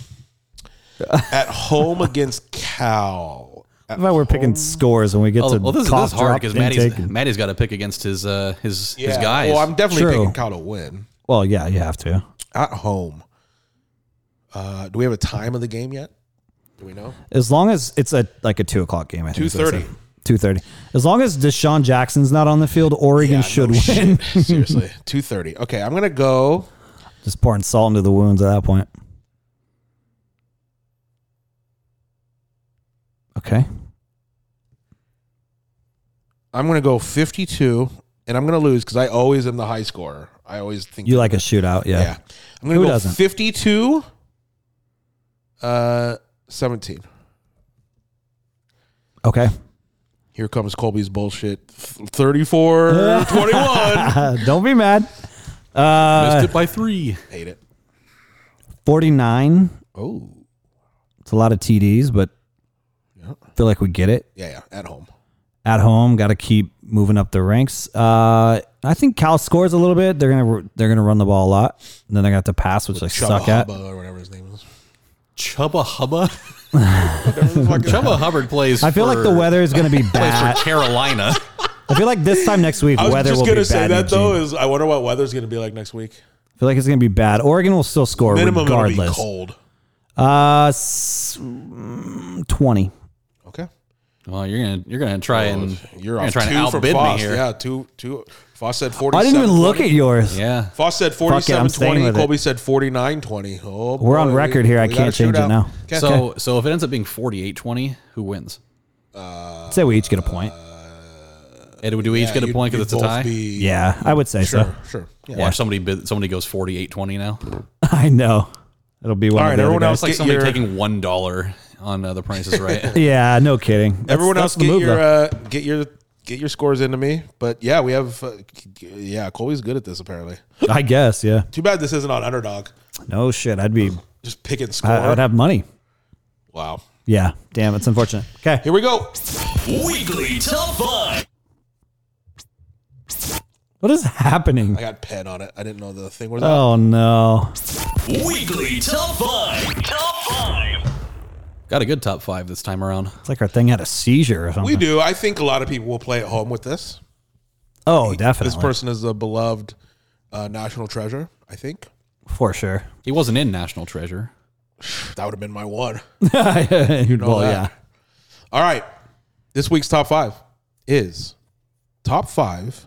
Speaker 4: at home against Cal. Uh,
Speaker 5: I thought we're picking scores when we get
Speaker 6: Oh,
Speaker 5: to
Speaker 6: well, this, is- this
Speaker 5: cough
Speaker 6: is hard
Speaker 5: drop
Speaker 6: because
Speaker 5: intake.
Speaker 6: Maddie's Maddie's got to pick against his uh his his
Speaker 4: Yeah,
Speaker 6: guys.
Speaker 4: Well, I'm definitely
Speaker 5: True.
Speaker 4: picking Cal to win
Speaker 5: Well, yeah, you have to.
Speaker 4: at home. Uh, do we have a time of the game yet? Do we know?
Speaker 5: As long as it's a like a two o'clock game, I think.
Speaker 4: 2:30.
Speaker 5: Two thirty. As long as Deshaun Jackson's not on the field, Oregon
Speaker 4: Yeah,
Speaker 5: should
Speaker 4: no
Speaker 5: win.
Speaker 4: shit. Seriously, two thirty. Okay, I'm gonna go.
Speaker 5: Just pouring salt into the wounds at that point. Okay.
Speaker 4: I'm gonna go fifty-two, and I'm gonna lose because I always am the high scorer. I always think
Speaker 5: You like a shootout, yeah.
Speaker 4: Yeah, I'm gonna
Speaker 5: Who
Speaker 4: go
Speaker 5: doesn't?
Speaker 4: fifty-two. Uh, seventeen.
Speaker 5: Okay.
Speaker 4: Here comes Colby's bullshit. 34 21.
Speaker 5: Uh, don't be mad. Uh,
Speaker 6: missed it by three.
Speaker 4: Hate it.
Speaker 5: Forty nine.
Speaker 4: Oh,
Speaker 5: It's a lot of TDs, but feel like we get it.
Speaker 4: yeah, yeah. At home.
Speaker 5: at home. Got to keep moving up the ranks. Uh, I think Cal scores a little bit. They're gonna they're gonna run the ball a lot. And then they got to pass, which they
Speaker 4: Chubba
Speaker 5: suck at.
Speaker 4: Hubba or whatever his name is.
Speaker 6: Chubba Hubba. Chubba Hubbard plays.
Speaker 5: I feel like the
Speaker 6: for-
Speaker 5: weather is gonna be
Speaker 6: plays
Speaker 5: bad.
Speaker 6: for Carolina.
Speaker 5: I feel like this time next week
Speaker 4: I was
Speaker 5: weather
Speaker 4: just
Speaker 5: will be
Speaker 4: gonna
Speaker 5: bad.
Speaker 4: say
Speaker 5: in
Speaker 4: that though.
Speaker 5: Eugene.
Speaker 4: Is I wonder what weather's gonna be like next week.
Speaker 5: I feel like it's gonna be bad. Oregon will still score
Speaker 4: Minimum it'll be
Speaker 5: regardless.
Speaker 4: cold.
Speaker 5: Uh, s- mm, twenty.
Speaker 4: Okay.
Speaker 6: Well, you're gonna you're gonna try and
Speaker 4: You're
Speaker 6: gonna
Speaker 4: off
Speaker 6: try and
Speaker 4: two for
Speaker 6: outbid me
Speaker 4: Foss.
Speaker 6: here.
Speaker 4: Yeah, two two. Foss said forty.
Speaker 5: I didn't even look at yours.
Speaker 6: Yeah.
Speaker 4: Foss said
Speaker 5: it, I'm
Speaker 4: forty-seven
Speaker 5: staying
Speaker 4: twenty.
Speaker 5: with it.
Speaker 4: Colby said forty-nine twenty. Oh,
Speaker 5: We're on
Speaker 4: boy, we-
Speaker 5: record here. I
Speaker 4: we got a
Speaker 5: can't change it
Speaker 4: shootout.
Speaker 5: now.
Speaker 4: Okay.
Speaker 6: So so if it ends up being 48-20, who wins?
Speaker 5: I'd say we each get a point.
Speaker 6: And do we each get a
Speaker 4: You'd-
Speaker 6: point because it's
Speaker 4: you'd
Speaker 6: a
Speaker 4: both
Speaker 6: tie?
Speaker 4: be-
Speaker 5: Yeah, I would say so.
Speaker 4: Sure. Sure. Yeah.
Speaker 6: Watch somebody bid, somebody goes 48-20 now.
Speaker 5: I know it'll be one.
Speaker 4: All
Speaker 5: of
Speaker 4: right,
Speaker 5: the other
Speaker 4: everyone
Speaker 5: guys.
Speaker 4: else
Speaker 6: It's like
Speaker 4: get
Speaker 6: somebody
Speaker 4: your-
Speaker 6: taking one dollar on uh, the prices right.
Speaker 5: Yeah, no kidding. That's-
Speaker 4: Everyone
Speaker 5: that's
Speaker 4: else
Speaker 5: the
Speaker 4: get
Speaker 5: move,
Speaker 4: your
Speaker 5: though.
Speaker 4: uh, get your get your scores into me. But yeah, we have uh, yeah, Colby's good at this apparently.
Speaker 5: I guess. Yeah.
Speaker 4: Too bad this isn't on underdog.
Speaker 5: No shit. I'd be.
Speaker 4: Just pick and score.
Speaker 5: I, I would have money.
Speaker 4: wow.
Speaker 5: Yeah. Damn. It's unfortunate. Okay.
Speaker 4: Here we go.
Speaker 7: Weekly Top 5.
Speaker 5: What is happening?
Speaker 4: I got pen on it. I didn't know the thing was out.
Speaker 5: Oh no.
Speaker 7: Weekly Top 5. Top 5.
Speaker 6: Got a good top five this time around.
Speaker 5: It's like our thing had a seizure or something.
Speaker 4: We do. I think a lot of people will play at home with this.
Speaker 5: Oh, definitely.
Speaker 4: This person is a beloved uh, national treasure. I think
Speaker 5: for sure.
Speaker 6: He wasn't in National Treasure.
Speaker 4: that would have been my one.
Speaker 5: well,
Speaker 4: that.
Speaker 5: yeah.
Speaker 4: All right. This week's top five is top five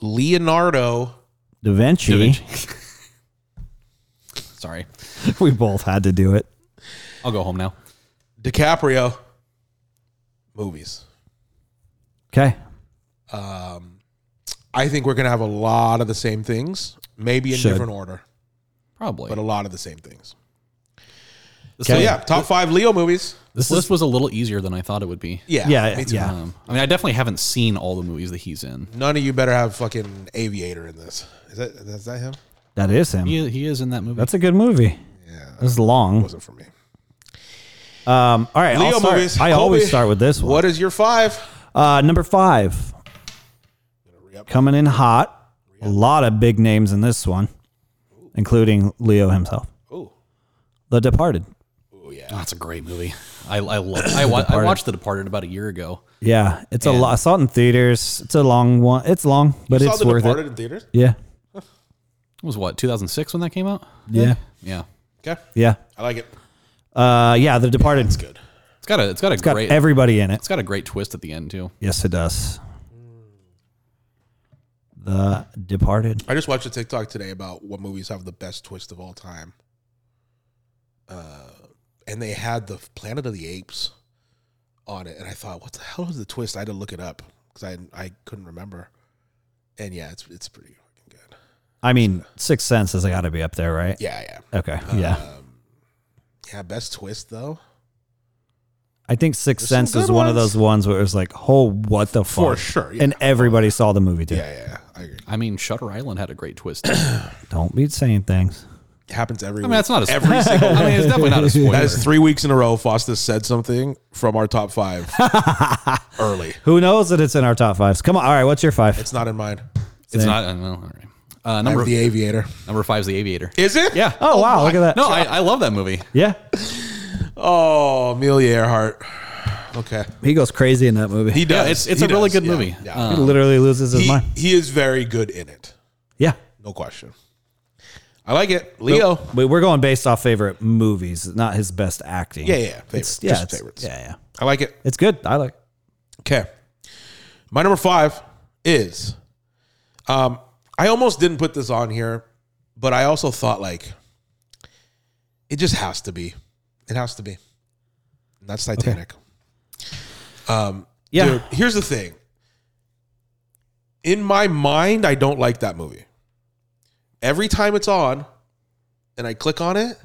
Speaker 4: Leonardo.
Speaker 5: Da Vinci.
Speaker 6: Sorry,
Speaker 5: we both had to do it.
Speaker 6: I'll go home now.
Speaker 4: DiCaprio movies.
Speaker 5: Okay.
Speaker 4: I think we're going to have a lot of the same things, maybe in
Speaker 5: Should.
Speaker 4: different order,
Speaker 6: Probably.
Speaker 4: but a lot of the same things.
Speaker 6: This
Speaker 4: So
Speaker 6: is-
Speaker 4: yeah, top 5 Leo movies.
Speaker 6: This list was a little easier than I thought it would be.
Speaker 4: Yeah,
Speaker 5: Yeah,
Speaker 4: me too.
Speaker 5: yeah.
Speaker 6: Um, I mean, I definitely haven't seen all the movies that he's in.
Speaker 4: None of you better have fucking aviator in this. Is that is that him?
Speaker 5: That is him.
Speaker 6: He, he is in that movie.
Speaker 5: That's a good movie. Yeah, it's long.
Speaker 4: Wasn't for me.
Speaker 5: Um, all right, I'll
Speaker 4: Leo
Speaker 5: start-
Speaker 4: movies.
Speaker 5: I
Speaker 4: Colby,
Speaker 5: always start with this one.
Speaker 4: What is your five?
Speaker 5: Uh, number five, coming in hot. A lot of big names in this one, including Leo himself.
Speaker 4: Ooh.
Speaker 5: The Departed.
Speaker 6: Oh, that's a great movie. I, I love. I, wa- I watched The Departed about a year ago.
Speaker 5: Yeah, it's a lot. I saw it in theaters. It's a long one. It's long, but
Speaker 4: Saw
Speaker 5: it's
Speaker 4: the
Speaker 5: worth
Speaker 4: Departed
Speaker 5: it.
Speaker 4: in theaters.
Speaker 5: Yeah,
Speaker 6: It was what 2006 when that came out.
Speaker 5: yeah,
Speaker 6: Yeah,
Speaker 4: Okay,
Speaker 5: yeah.
Speaker 4: I like it.
Speaker 5: Uh, yeah, The Departed.
Speaker 4: It's good.
Speaker 6: it's got a it's got a
Speaker 5: got
Speaker 6: great
Speaker 5: everybody in it.
Speaker 6: it's got a great twist at the end too.
Speaker 5: Yes, it does. The Departed.
Speaker 4: I just watched a TikTok today about what movies have the best twist of all time. Uh, and they had the Planet of the Apes on it, and I thought, what the hell was the twist? I had to look it up because I I couldn't remember. And yeah, it's it's pretty fucking good.
Speaker 5: I mean, Sixth Sense has got to be up there, right?
Speaker 4: Yeah, yeah, Uh,
Speaker 5: Okay. Yeah.
Speaker 4: yeah. Best twist though,
Speaker 5: I think Sixth
Speaker 4: some
Speaker 5: Sense is
Speaker 4: good
Speaker 5: one of
Speaker 4: ones.
Speaker 5: those ones where it was like, oh, what the fuck?
Speaker 4: For sure, yeah.
Speaker 5: And everybody saw the movie too.
Speaker 4: yeah, yeah. yeah, I agree.
Speaker 6: I mean, Shutter Island had a great twist.
Speaker 5: Don't be saying things.
Speaker 4: It happens every.
Speaker 6: I mean, that's not a
Speaker 4: every
Speaker 6: every single. I mean, it's definitely not a spoiler.
Speaker 4: That is three weeks in a row. Foster said something from our top five early.
Speaker 5: Who knows that it's in our top fives? Come on. All right. What's your five?
Speaker 4: It's not in mine.
Speaker 6: it's not. uh, well, all right. Uh,
Speaker 4: I'm
Speaker 6: number
Speaker 4: the aviator.
Speaker 6: number five is The Aviator.
Speaker 4: Is it?
Speaker 6: yeah.
Speaker 5: oh, wow. Look at that.
Speaker 6: No, I, I love that movie.
Speaker 5: Yeah.
Speaker 4: Oh, Amelia Earhart. Okay.
Speaker 5: He goes crazy in that movie.
Speaker 4: He does.
Speaker 6: Yeah, it's- it's
Speaker 4: He
Speaker 6: a really
Speaker 4: does.
Speaker 6: good
Speaker 4: Yeah,
Speaker 6: movie.
Speaker 4: Yeah.
Speaker 5: He literally loses
Speaker 4: Um,
Speaker 5: his
Speaker 4: he,
Speaker 5: mind.
Speaker 4: he is very good in it.
Speaker 5: Yeah.
Speaker 4: No question. I like it. Leo.
Speaker 5: But we're going based off favorite movies, not his best acting.
Speaker 4: Yeah, yeah, yeah. Favorites.
Speaker 5: It's, yeah,
Speaker 4: Just
Speaker 5: it's-
Speaker 4: favorites.
Speaker 5: yeah, yeah.
Speaker 4: I like it.
Speaker 5: It's good. I like.
Speaker 4: Okay. My number five is um I almost didn't put this on here, but I also thought like it just has to be. It has to be. And that's Titanic. Um
Speaker 5: Yeah.
Speaker 4: dude, here's the thing. In my mind, I don't like that movie. Every time it's on and I click on it,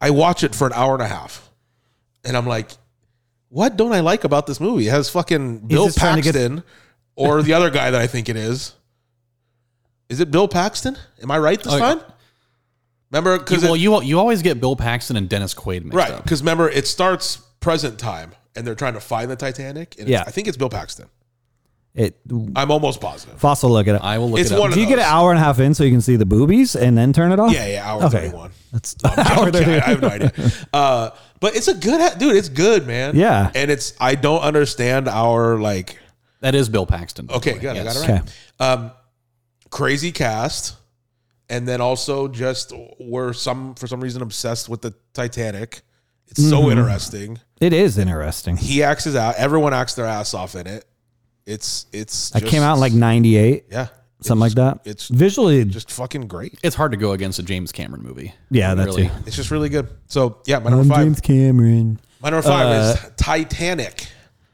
Speaker 4: I watch it for an hour and a half. And I'm like, what don't I like about this movie? It has fucking Bill
Speaker 5: just trying to get-
Speaker 4: Paxton or the other guy that I think it is. Is it Bill Paxton? Am I right this
Speaker 6: Oh, yeah.
Speaker 4: time? Remember, because
Speaker 6: Well, you you always get Bill Paxton and Dennis Quaid mixed
Speaker 4: right,
Speaker 6: up.
Speaker 4: because remember, it starts present time, and they're trying to find the Titanic. And it's-
Speaker 5: Yeah.
Speaker 4: I think it's Bill Paxton.
Speaker 5: It.
Speaker 4: I'm almost positive.
Speaker 5: Fossil, look at it. up.
Speaker 6: I will look
Speaker 4: It's
Speaker 6: it up.
Speaker 4: one of
Speaker 5: Do you get an
Speaker 4: those.
Speaker 5: hour and a half in so you can see the boobies and then turn it off?
Speaker 4: Yeah, yeah, hour
Speaker 5: Oh. Okay.
Speaker 4: thirty-one.
Speaker 5: That's
Speaker 4: I'm kidding. I have no idea. Uh, but it's a good dude. It's good, man.
Speaker 5: Yeah.
Speaker 4: and it's I don't understand our like.
Speaker 6: that is Bill Paxton. by the
Speaker 4: Okay,
Speaker 6: way.
Speaker 4: good.
Speaker 6: Yes.
Speaker 4: I got it right.
Speaker 5: Okay.
Speaker 4: Um, crazy cast, and then also just we're some for some reason obsessed with the Titanic. It's so
Speaker 5: Mm-hmm.
Speaker 4: interesting.
Speaker 5: It is interesting.
Speaker 4: He acts his out. Everyone acts their ass off in it. It's it's.
Speaker 5: I came out in like 98,
Speaker 4: yeah,
Speaker 5: something like that.
Speaker 4: it's
Speaker 5: visually,
Speaker 4: just fucking great.
Speaker 6: It's hard to go against a James Cameron movie.
Speaker 5: yeah, that
Speaker 6: really.
Speaker 5: too.
Speaker 4: It's just really good. So yeah, my number five.
Speaker 5: Cameron.
Speaker 4: My number five
Speaker 5: Uh,
Speaker 4: is Titanic,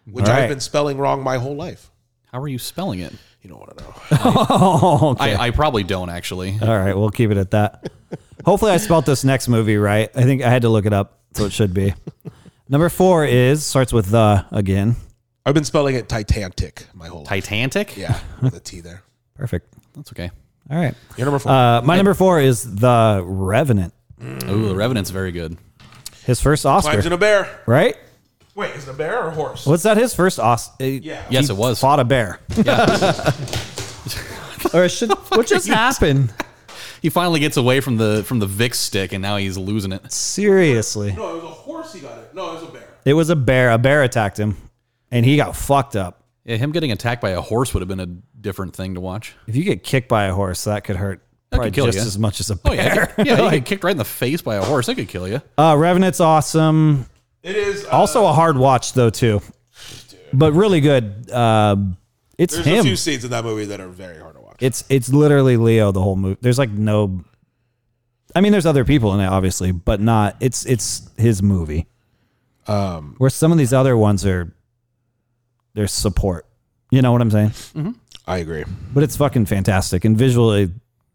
Speaker 4: which
Speaker 5: all
Speaker 4: I've
Speaker 5: right.
Speaker 4: been spelling wrong my whole life.
Speaker 6: How are you spelling it?
Speaker 4: You don't want to know.
Speaker 5: Oh, okay.
Speaker 6: I, I probably don't actually.
Speaker 5: All right, we'll keep it at that. Hopefully, I spelt this next movie right. I think I had to look it up, so it should be. Number four is starts with the again.
Speaker 4: I've been spelling it Titanic my whole life.
Speaker 6: Titanic.
Speaker 4: Yeah, with a T there.
Speaker 5: Perfect.
Speaker 6: that's okay.
Speaker 5: All right.
Speaker 4: Your number four.
Speaker 5: Uh, my number four is the Revenant.
Speaker 4: Hmm.
Speaker 6: Ooh, The Revenant's very good.
Speaker 5: His first
Speaker 4: Climbs in
Speaker 5: Oscar,
Speaker 4: a bear.
Speaker 5: right?
Speaker 4: Wait, is it a bear or a horse?
Speaker 5: Was that his first Oscar? Yeah.
Speaker 6: Yes, it was.
Speaker 5: Fought a bear. or it should. What just happened?
Speaker 6: He finally gets away from the from the Vic stick, and now he's losing it.
Speaker 5: Seriously.
Speaker 4: No, it was a horse. He got it. No, it was a bear.
Speaker 5: It was a bear. A bear attacked him, and he got fucked up.
Speaker 6: Yeah, him getting attacked by a horse would have been a different thing to watch.
Speaker 5: If you get kicked by a horse, that could hurt
Speaker 6: That could
Speaker 5: probably
Speaker 6: kill
Speaker 5: just
Speaker 6: ya.
Speaker 5: as much as a
Speaker 6: Oh yeah,
Speaker 5: bear.
Speaker 6: yeah. You get kicked right in the face by a horse. That could kill you.
Speaker 5: uh, Revenant's awesome.
Speaker 4: It is. Uh,
Speaker 5: Also a hard watch though too, but really good. Uh, it's
Speaker 4: there's a
Speaker 5: him.
Speaker 4: few scenes in that movie that are very hard to watch.
Speaker 5: It's it's literally Leo the whole movie. There's like no. I mean, there's other people in it, obviously, but not. It's it's his movie. Um, where some of these other ones are, there's support. You know what I'm saying?
Speaker 4: I agree.
Speaker 5: but it's fucking fantastic and visually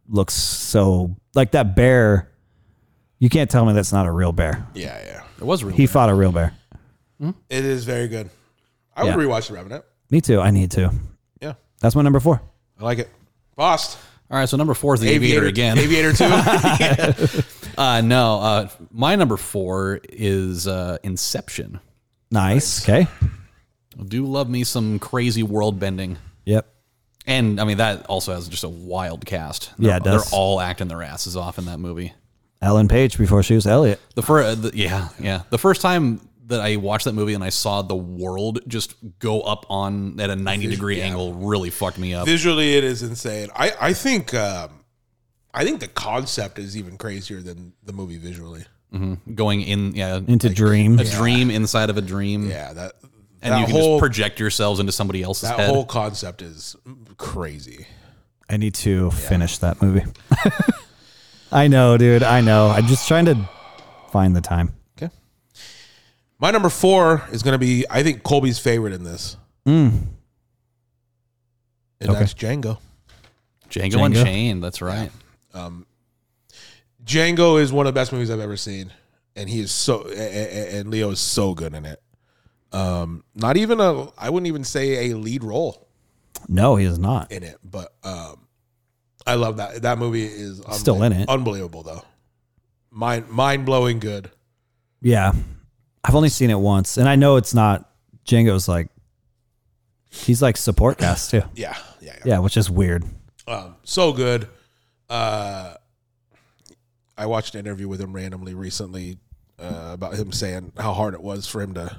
Speaker 5: looks so like that bear you can't tell me that's not a real bear
Speaker 4: Yeah, yeah.
Speaker 6: It was really.
Speaker 5: he fought a real bear
Speaker 4: It is very good. I
Speaker 5: Yeah.
Speaker 4: would rewatch the Ravenette.
Speaker 5: Me too. I need to.
Speaker 4: Yeah,
Speaker 5: That's my number four.
Speaker 4: I like it. Boss.
Speaker 6: All right, so number four is the Aviator, again.
Speaker 4: Aviator two.
Speaker 6: Uh, no, uh, my number four is uh, Inception.
Speaker 5: Nice. Okay.
Speaker 6: Do love me some crazy world bending,
Speaker 5: Yep.
Speaker 6: and I mean that also has just a wild cast.
Speaker 5: Yeah, it
Speaker 6: They're-
Speaker 5: does.
Speaker 6: they're all acting their asses off in that movie.
Speaker 5: Ellen Page before she was Elliot.
Speaker 6: The first, the, yeah, yeah. The first time that I watched that movie and I saw the world just go up on at a ninety degree angle really fucked me up.
Speaker 4: Visually, it is insane. I I think um, I think the concept is even crazier than the movie visually.
Speaker 6: Going in, yeah,
Speaker 5: Into Dream.
Speaker 6: a dream inside of a dream,
Speaker 4: Yeah, that
Speaker 6: and
Speaker 4: that
Speaker 6: you can
Speaker 4: whole
Speaker 6: just project yourselves into somebody else's
Speaker 4: that
Speaker 6: head.
Speaker 4: whole concept is crazy.
Speaker 5: I need to finish that movie. I know, dude. I know. I'm just trying to find the time.
Speaker 4: Okay. My number four is going to be I think Colby's favorite in this,
Speaker 6: Mm.
Speaker 4: and that's Django.
Speaker 6: Django,
Speaker 5: Django.
Speaker 6: Unchained. That's right.
Speaker 4: Django is one of the best movies I've ever seen, and he is so a- a- a- and Leo is so good in it. Um, not even a I wouldn't even say a lead role
Speaker 5: No, he is not.
Speaker 4: in it, but um, I love that that movie is unbelievable.
Speaker 5: Still in it.
Speaker 4: unbelievable though, mind mind blowing good.
Speaker 5: Yeah. I've only seen it once. And I know it's not Django's like, he's like support cast too.
Speaker 4: Yeah, yeah, yeah.
Speaker 5: Yeah, which is weird.
Speaker 4: Um, so good. Uh, I watched an interview with him randomly recently uh, about him saying how hard it was for him to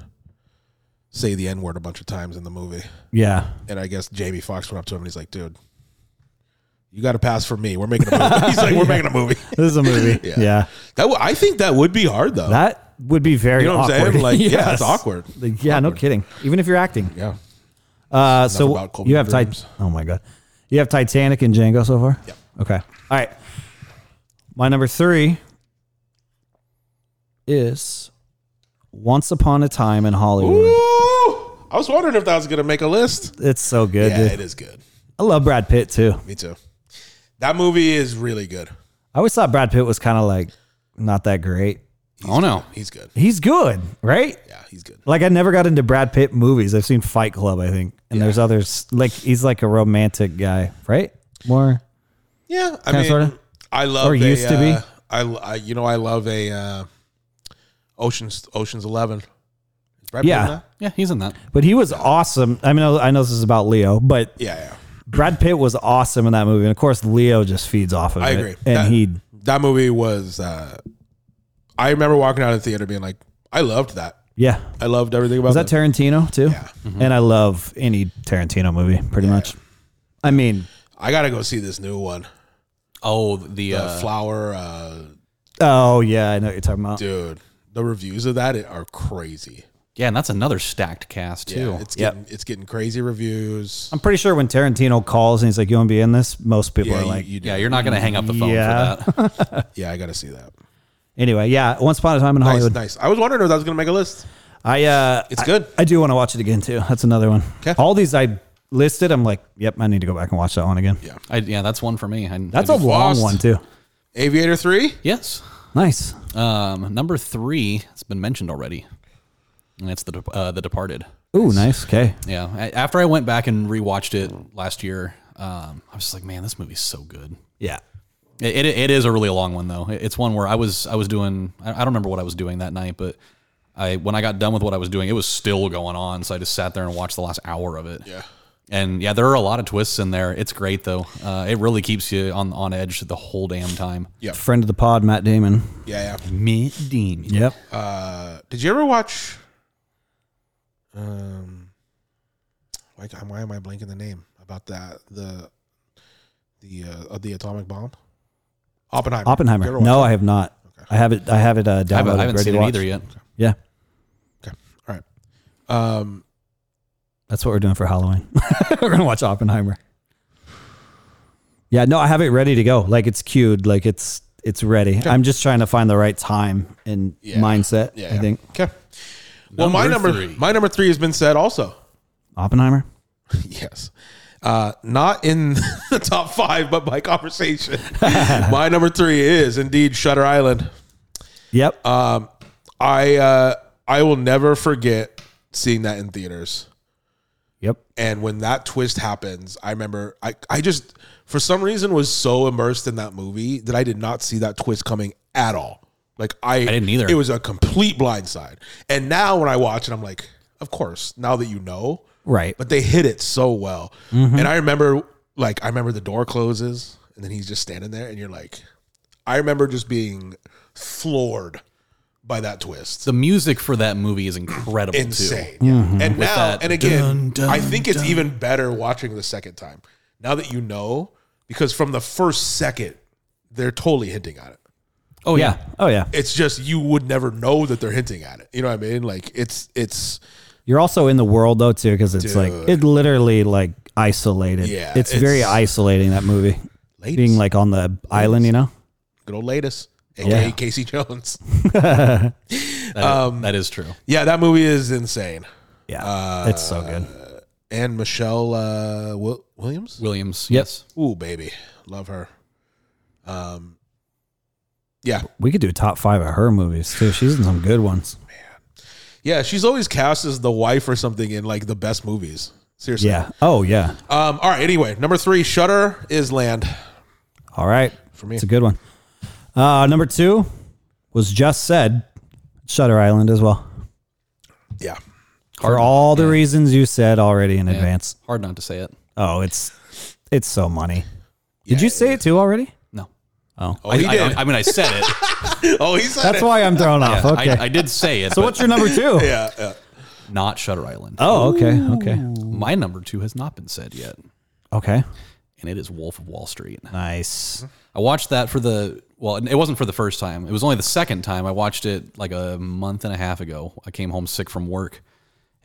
Speaker 4: say the n word a bunch of times in the movie.
Speaker 5: Yeah.
Speaker 4: And I guess Jamie Foxx went up to him and he's like, dude, you got to pass for me. We're making a movie. He's like, we're making a movie.
Speaker 5: This is a movie.
Speaker 4: Yeah.
Speaker 5: yeah.
Speaker 4: That w- I think that would be hard though.
Speaker 5: That would be very
Speaker 4: you know what
Speaker 5: awkward.
Speaker 4: I'm saying? Like, yeah,
Speaker 5: Yes.
Speaker 4: it's awkward.
Speaker 5: Like, yeah, no kidding. Even if you're acting.
Speaker 4: Yeah.
Speaker 5: Uh, so
Speaker 4: about Colby
Speaker 5: you have
Speaker 4: Dreams.
Speaker 5: Tit- Oh my god, you have Titanic and Django so far.
Speaker 4: Yep.
Speaker 5: Okay. All right. My number three is Once Upon a Time in Hollywood.
Speaker 4: Ooh, I was wondering if that was going to make a list.
Speaker 5: It's so good.
Speaker 4: Yeah,
Speaker 5: dude.
Speaker 4: it is good.
Speaker 5: I love Brad Pitt too.
Speaker 4: Me too. That movie is really good.
Speaker 5: I always thought Brad Pitt was kind of like not that great.
Speaker 6: Oh no,
Speaker 4: He's good.
Speaker 5: He's good, right?
Speaker 4: Yeah, he's good.
Speaker 5: Like I never got into Brad Pitt movies. I've seen Fight Club, I think, and there's others. Like he's like a romantic guy, right? More.
Speaker 4: Yeah, I
Speaker 5: Kinda,
Speaker 4: mean,
Speaker 5: sorta?
Speaker 4: I love
Speaker 5: Or
Speaker 4: a,
Speaker 5: used to be?
Speaker 4: uh, I, I you know I love a uh, Ocean's Ocean's Eleven. Is Brad Pitt in
Speaker 5: Yeah.
Speaker 4: that?
Speaker 6: yeah, he's in that.
Speaker 5: But he was awesome. I mean, I I know this is about Leo, but
Speaker 4: yeah, yeah.
Speaker 5: Brad Pitt was awesome in that movie, and of course Leo just feeds off of
Speaker 4: I
Speaker 5: it.
Speaker 4: agree.
Speaker 5: And
Speaker 4: that,
Speaker 5: he,
Speaker 4: that movie was. Uh, I remember walking out of the theater being like, I loved that.
Speaker 5: yeah,
Speaker 4: I loved everything about
Speaker 5: was that
Speaker 4: that.
Speaker 5: Tarantino too? Yeah, and I love any Tarantino movie pretty much. I mean,
Speaker 4: I gotta go see this new one.
Speaker 6: Oh, the
Speaker 4: The
Speaker 6: uh,
Speaker 4: flower, uh,
Speaker 5: oh yeah, I know what you're talking about.
Speaker 4: dude. The reviews of that are crazy.
Speaker 6: yeah, and that's another stacked cast too.
Speaker 4: Yeah, it's getting it's getting crazy reviews.
Speaker 5: I'm pretty sure when Tarantino calls and he's like, "You want to be in this?" Most people
Speaker 4: Yeah,
Speaker 5: are
Speaker 4: you-
Speaker 5: like,
Speaker 4: you do.
Speaker 6: yeah, you're not gonna hang up the phone
Speaker 5: Yeah.
Speaker 6: for that.
Speaker 4: yeah, I gotta see that.
Speaker 5: "Anyway, yeah." Once upon a time in
Speaker 4: Nice,
Speaker 5: Hollywood,
Speaker 4: nice. I was wondering if that was gonna make a list.
Speaker 5: I uh,
Speaker 4: It's
Speaker 5: I-
Speaker 4: good.
Speaker 5: I do want to watch it again too. That's another one.
Speaker 4: 'Kay.
Speaker 5: All these I listed, I'm like, "Yep, I need to go back and watch that one again." Yeah,
Speaker 6: I, yeah, that's one for me. I,
Speaker 5: that's
Speaker 6: I
Speaker 5: a
Speaker 6: do-
Speaker 5: long
Speaker 4: Lost.
Speaker 5: one too.
Speaker 4: Aviator three.
Speaker 6: yes.
Speaker 5: Nice.
Speaker 6: Um, number three, it's been mentioned already, and it's the Dep- uh, the Departed.
Speaker 5: Ooh, nice. Okay.
Speaker 6: Yeah, I, after I went back and rewatched it last year, um, I was just like, man, this movie's so good.
Speaker 5: Yeah.
Speaker 6: It, it, it is a really long one though. It- It's one where I was I was doing I I don't remember what I was doing that night, but I when I got done with what I was doing, it was still going on. So I just sat there and watched the last hour of it. Yeah. And yeah, there are a lot of twists in there. It's great though. Uh, it really keeps you on on edge the whole damn time.
Speaker 5: Friend of the pod, Matt Damon.
Speaker 4: Yeah,
Speaker 5: Mm-hmm.
Speaker 4: yeah.
Speaker 6: Me Dean.
Speaker 5: Yep.
Speaker 4: Did you ever watch? Um, why, why am I blanking the name about that the the uh, of the atomic bomb? Oppenheimer. You ever
Speaker 5: Oppenheimer.
Speaker 4: watch
Speaker 5: No,
Speaker 4: that?
Speaker 5: I have not. I have it. I have it uh, downloaded.
Speaker 6: I haven't, I haven't
Speaker 5: ready
Speaker 6: seen
Speaker 5: to
Speaker 6: it
Speaker 5: watch.
Speaker 6: either yet.
Speaker 5: Yeah,
Speaker 4: All right. Um,
Speaker 5: that's what we're doing for Halloween. we're gonna watch Oppenheimer. Yeah, no, I have it ready to go. Like it's queued. Like it's it's ready. I'm just trying to find the right time and
Speaker 4: Yeah.
Speaker 5: mindset.
Speaker 4: yeah.
Speaker 5: I think
Speaker 4: Okay. Well, my
Speaker 6: Number
Speaker 4: number
Speaker 6: three.
Speaker 4: my number three has been said also.
Speaker 5: Oppenheimer.
Speaker 4: Yes. Uh, not in the top five, but by conversation. my number three is indeed Shutter Island.
Speaker 5: Yep.
Speaker 4: I uh, I will uh, never forget seeing that in theaters.
Speaker 5: Yep.
Speaker 4: And when that twist happens, I remember I, I just for some reason was so immersed in that movie that I did not see that twist coming at all. Like I, I
Speaker 6: didn't either.
Speaker 4: It was a complete blindside. And now when I watch it, I'm like, of course, now that you know.
Speaker 5: Right.
Speaker 4: But they hit it so well. And I remember like I remember the door closes and then he's just standing there and you're like I remember just being floored by that twist
Speaker 6: The music for that movie is incredible
Speaker 4: insane.
Speaker 6: too.
Speaker 4: Yeah. And now,
Speaker 6: that
Speaker 4: and again,
Speaker 6: dun, dun,
Speaker 4: I think it's even better watching the second time. Now that you know, because from the first second, they're totally hinting at it.
Speaker 6: Oh yeah.
Speaker 5: Oh yeah.
Speaker 4: It's just you would never know that they're hinting at it. You know what I mean? Like it's it's
Speaker 5: You're also in the world though too, because it's like it literally like isolated.
Speaker 4: Yeah,
Speaker 5: It's,
Speaker 4: it's-
Speaker 5: very isolating that movie.
Speaker 4: Ladies.
Speaker 5: Being like on the island, you know.
Speaker 4: good old latest, aka
Speaker 5: Yeah.
Speaker 4: Casey Jones.
Speaker 6: That-
Speaker 4: Um,
Speaker 6: that is true.
Speaker 4: yeah, that movie is insane.
Speaker 5: Yeah.
Speaker 6: Uh,
Speaker 5: it's so good.
Speaker 4: And Michelle uh, Wil- Williams,
Speaker 6: Williams. Yes.
Speaker 4: ooh baby, love her. Um, yeah,
Speaker 5: We could do a top five of her movies too. She's in some good ones.
Speaker 4: yeah, she's always cast as the wife or something in like the best movies. Seriously,
Speaker 5: Yeah. Oh yeah.
Speaker 4: Um, all right. Anyway, number three, Shutter is Land.
Speaker 5: All right. For
Speaker 4: me.
Speaker 5: It's a good one. Uh, number two was just said Shutter Island as well.
Speaker 4: Yeah,
Speaker 5: For all the reasons you said already in advance.
Speaker 6: Hard not to say it.
Speaker 5: Oh, it's it's so money.
Speaker 4: Yeah,
Speaker 5: Did you say it too already?
Speaker 6: No.
Speaker 4: Oh,
Speaker 6: I,
Speaker 4: he
Speaker 6: I-
Speaker 4: did.
Speaker 6: I mean, I said it.
Speaker 4: oh, he said
Speaker 5: That's
Speaker 4: it.
Speaker 5: why I'm thrown off. Okay.
Speaker 6: I, I did say it.
Speaker 5: so
Speaker 6: but
Speaker 5: what's your number two?
Speaker 4: yeah, yeah.
Speaker 6: not Shutter Island?
Speaker 5: Oh, okay. Okay.
Speaker 6: My number two has not been said yet,
Speaker 5: Okay.
Speaker 6: and it is Wolf of Wall Street.
Speaker 5: Nice.
Speaker 6: I watched that for the well, it wasn't for the first time. It was only the second time. I watched it like a month and a half ago. I came home sick from work,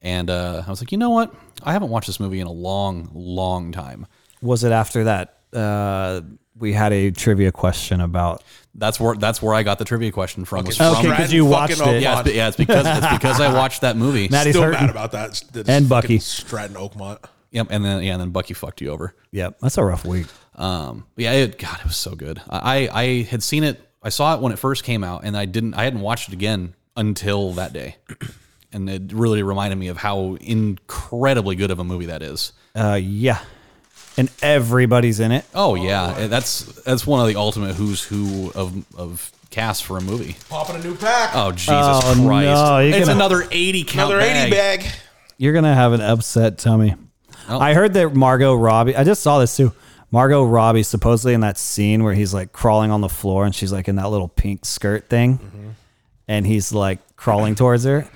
Speaker 6: and uh, I was like, you know what? I haven't watched this movie in a long, long time.
Speaker 5: Was it after that uh, we had a trivia question about
Speaker 6: That's where that's where I got the trivia question from. was
Speaker 5: Okay,
Speaker 6: from
Speaker 5: 'cause
Speaker 4: Brad
Speaker 5: you
Speaker 4: fucking
Speaker 5: watched it.
Speaker 6: yeah, it's,
Speaker 4: Oakmont.
Speaker 6: be- yeah, it's because it's because I watched that movie.
Speaker 5: Maddie's
Speaker 4: Still
Speaker 5: hurting.
Speaker 4: mad about that. This
Speaker 5: And
Speaker 4: fucking
Speaker 5: Bucky.
Speaker 4: Stratton Oakmont.
Speaker 6: Yep, and then yeah, and then Bucky fucked you over.
Speaker 5: Yep, that's a rough week.
Speaker 6: Um, yeah, it, God, it was so good. I I had seen it. I saw it when it first came out, and I didn't. I hadn't watched it again until that day, and it really reminded me of how incredibly good of a movie that is.
Speaker 5: Uh, yeah, and everybody's in it.
Speaker 6: Oh yeah, that's that's one of the ultimate who's who of of cast for a movie.
Speaker 4: Popping a new pack.
Speaker 6: Oh Jesus
Speaker 5: Oh, no,
Speaker 6: Christ!
Speaker 5: you're
Speaker 6: it's
Speaker 5: gonna-
Speaker 6: another eighty count.
Speaker 4: Another
Speaker 6: bag.
Speaker 4: eighty bag.
Speaker 5: You're gonna have an upset tummy.
Speaker 6: Oh.
Speaker 5: I heard that Margot Robbie. I just saw this too. Margot Robbie supposedly in that scene where he's like crawling on the floor and she's like in that little pink skirt thing,
Speaker 4: Mm-hmm.
Speaker 5: and he's like crawling towards her.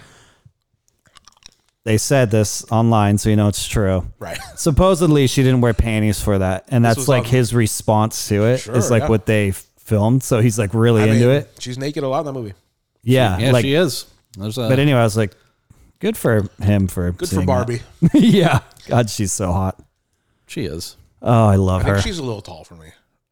Speaker 5: They said this online, so you know it's true.
Speaker 4: Right.
Speaker 5: Supposedly, she didn't wear panties for that, and that's
Speaker 4: was
Speaker 5: like
Speaker 4: on-
Speaker 5: his response to it.
Speaker 4: Sure,
Speaker 5: it's like
Speaker 4: yeah.
Speaker 5: what they filmed, so he's like really
Speaker 4: I
Speaker 5: into
Speaker 4: mean,
Speaker 5: it.
Speaker 4: She's naked a lot in that movie.
Speaker 5: Yeah,
Speaker 6: Yeah,
Speaker 5: like
Speaker 6: she is. There's a,
Speaker 5: But anyway, I was like, good for him for
Speaker 4: Uh, Good
Speaker 5: seeing
Speaker 4: for
Speaker 5: that.
Speaker 4: Barbie.
Speaker 5: yeah, God, she's so hot.
Speaker 6: she is.
Speaker 5: Oh, I love
Speaker 4: I
Speaker 5: her.
Speaker 4: think she's a little tall for me.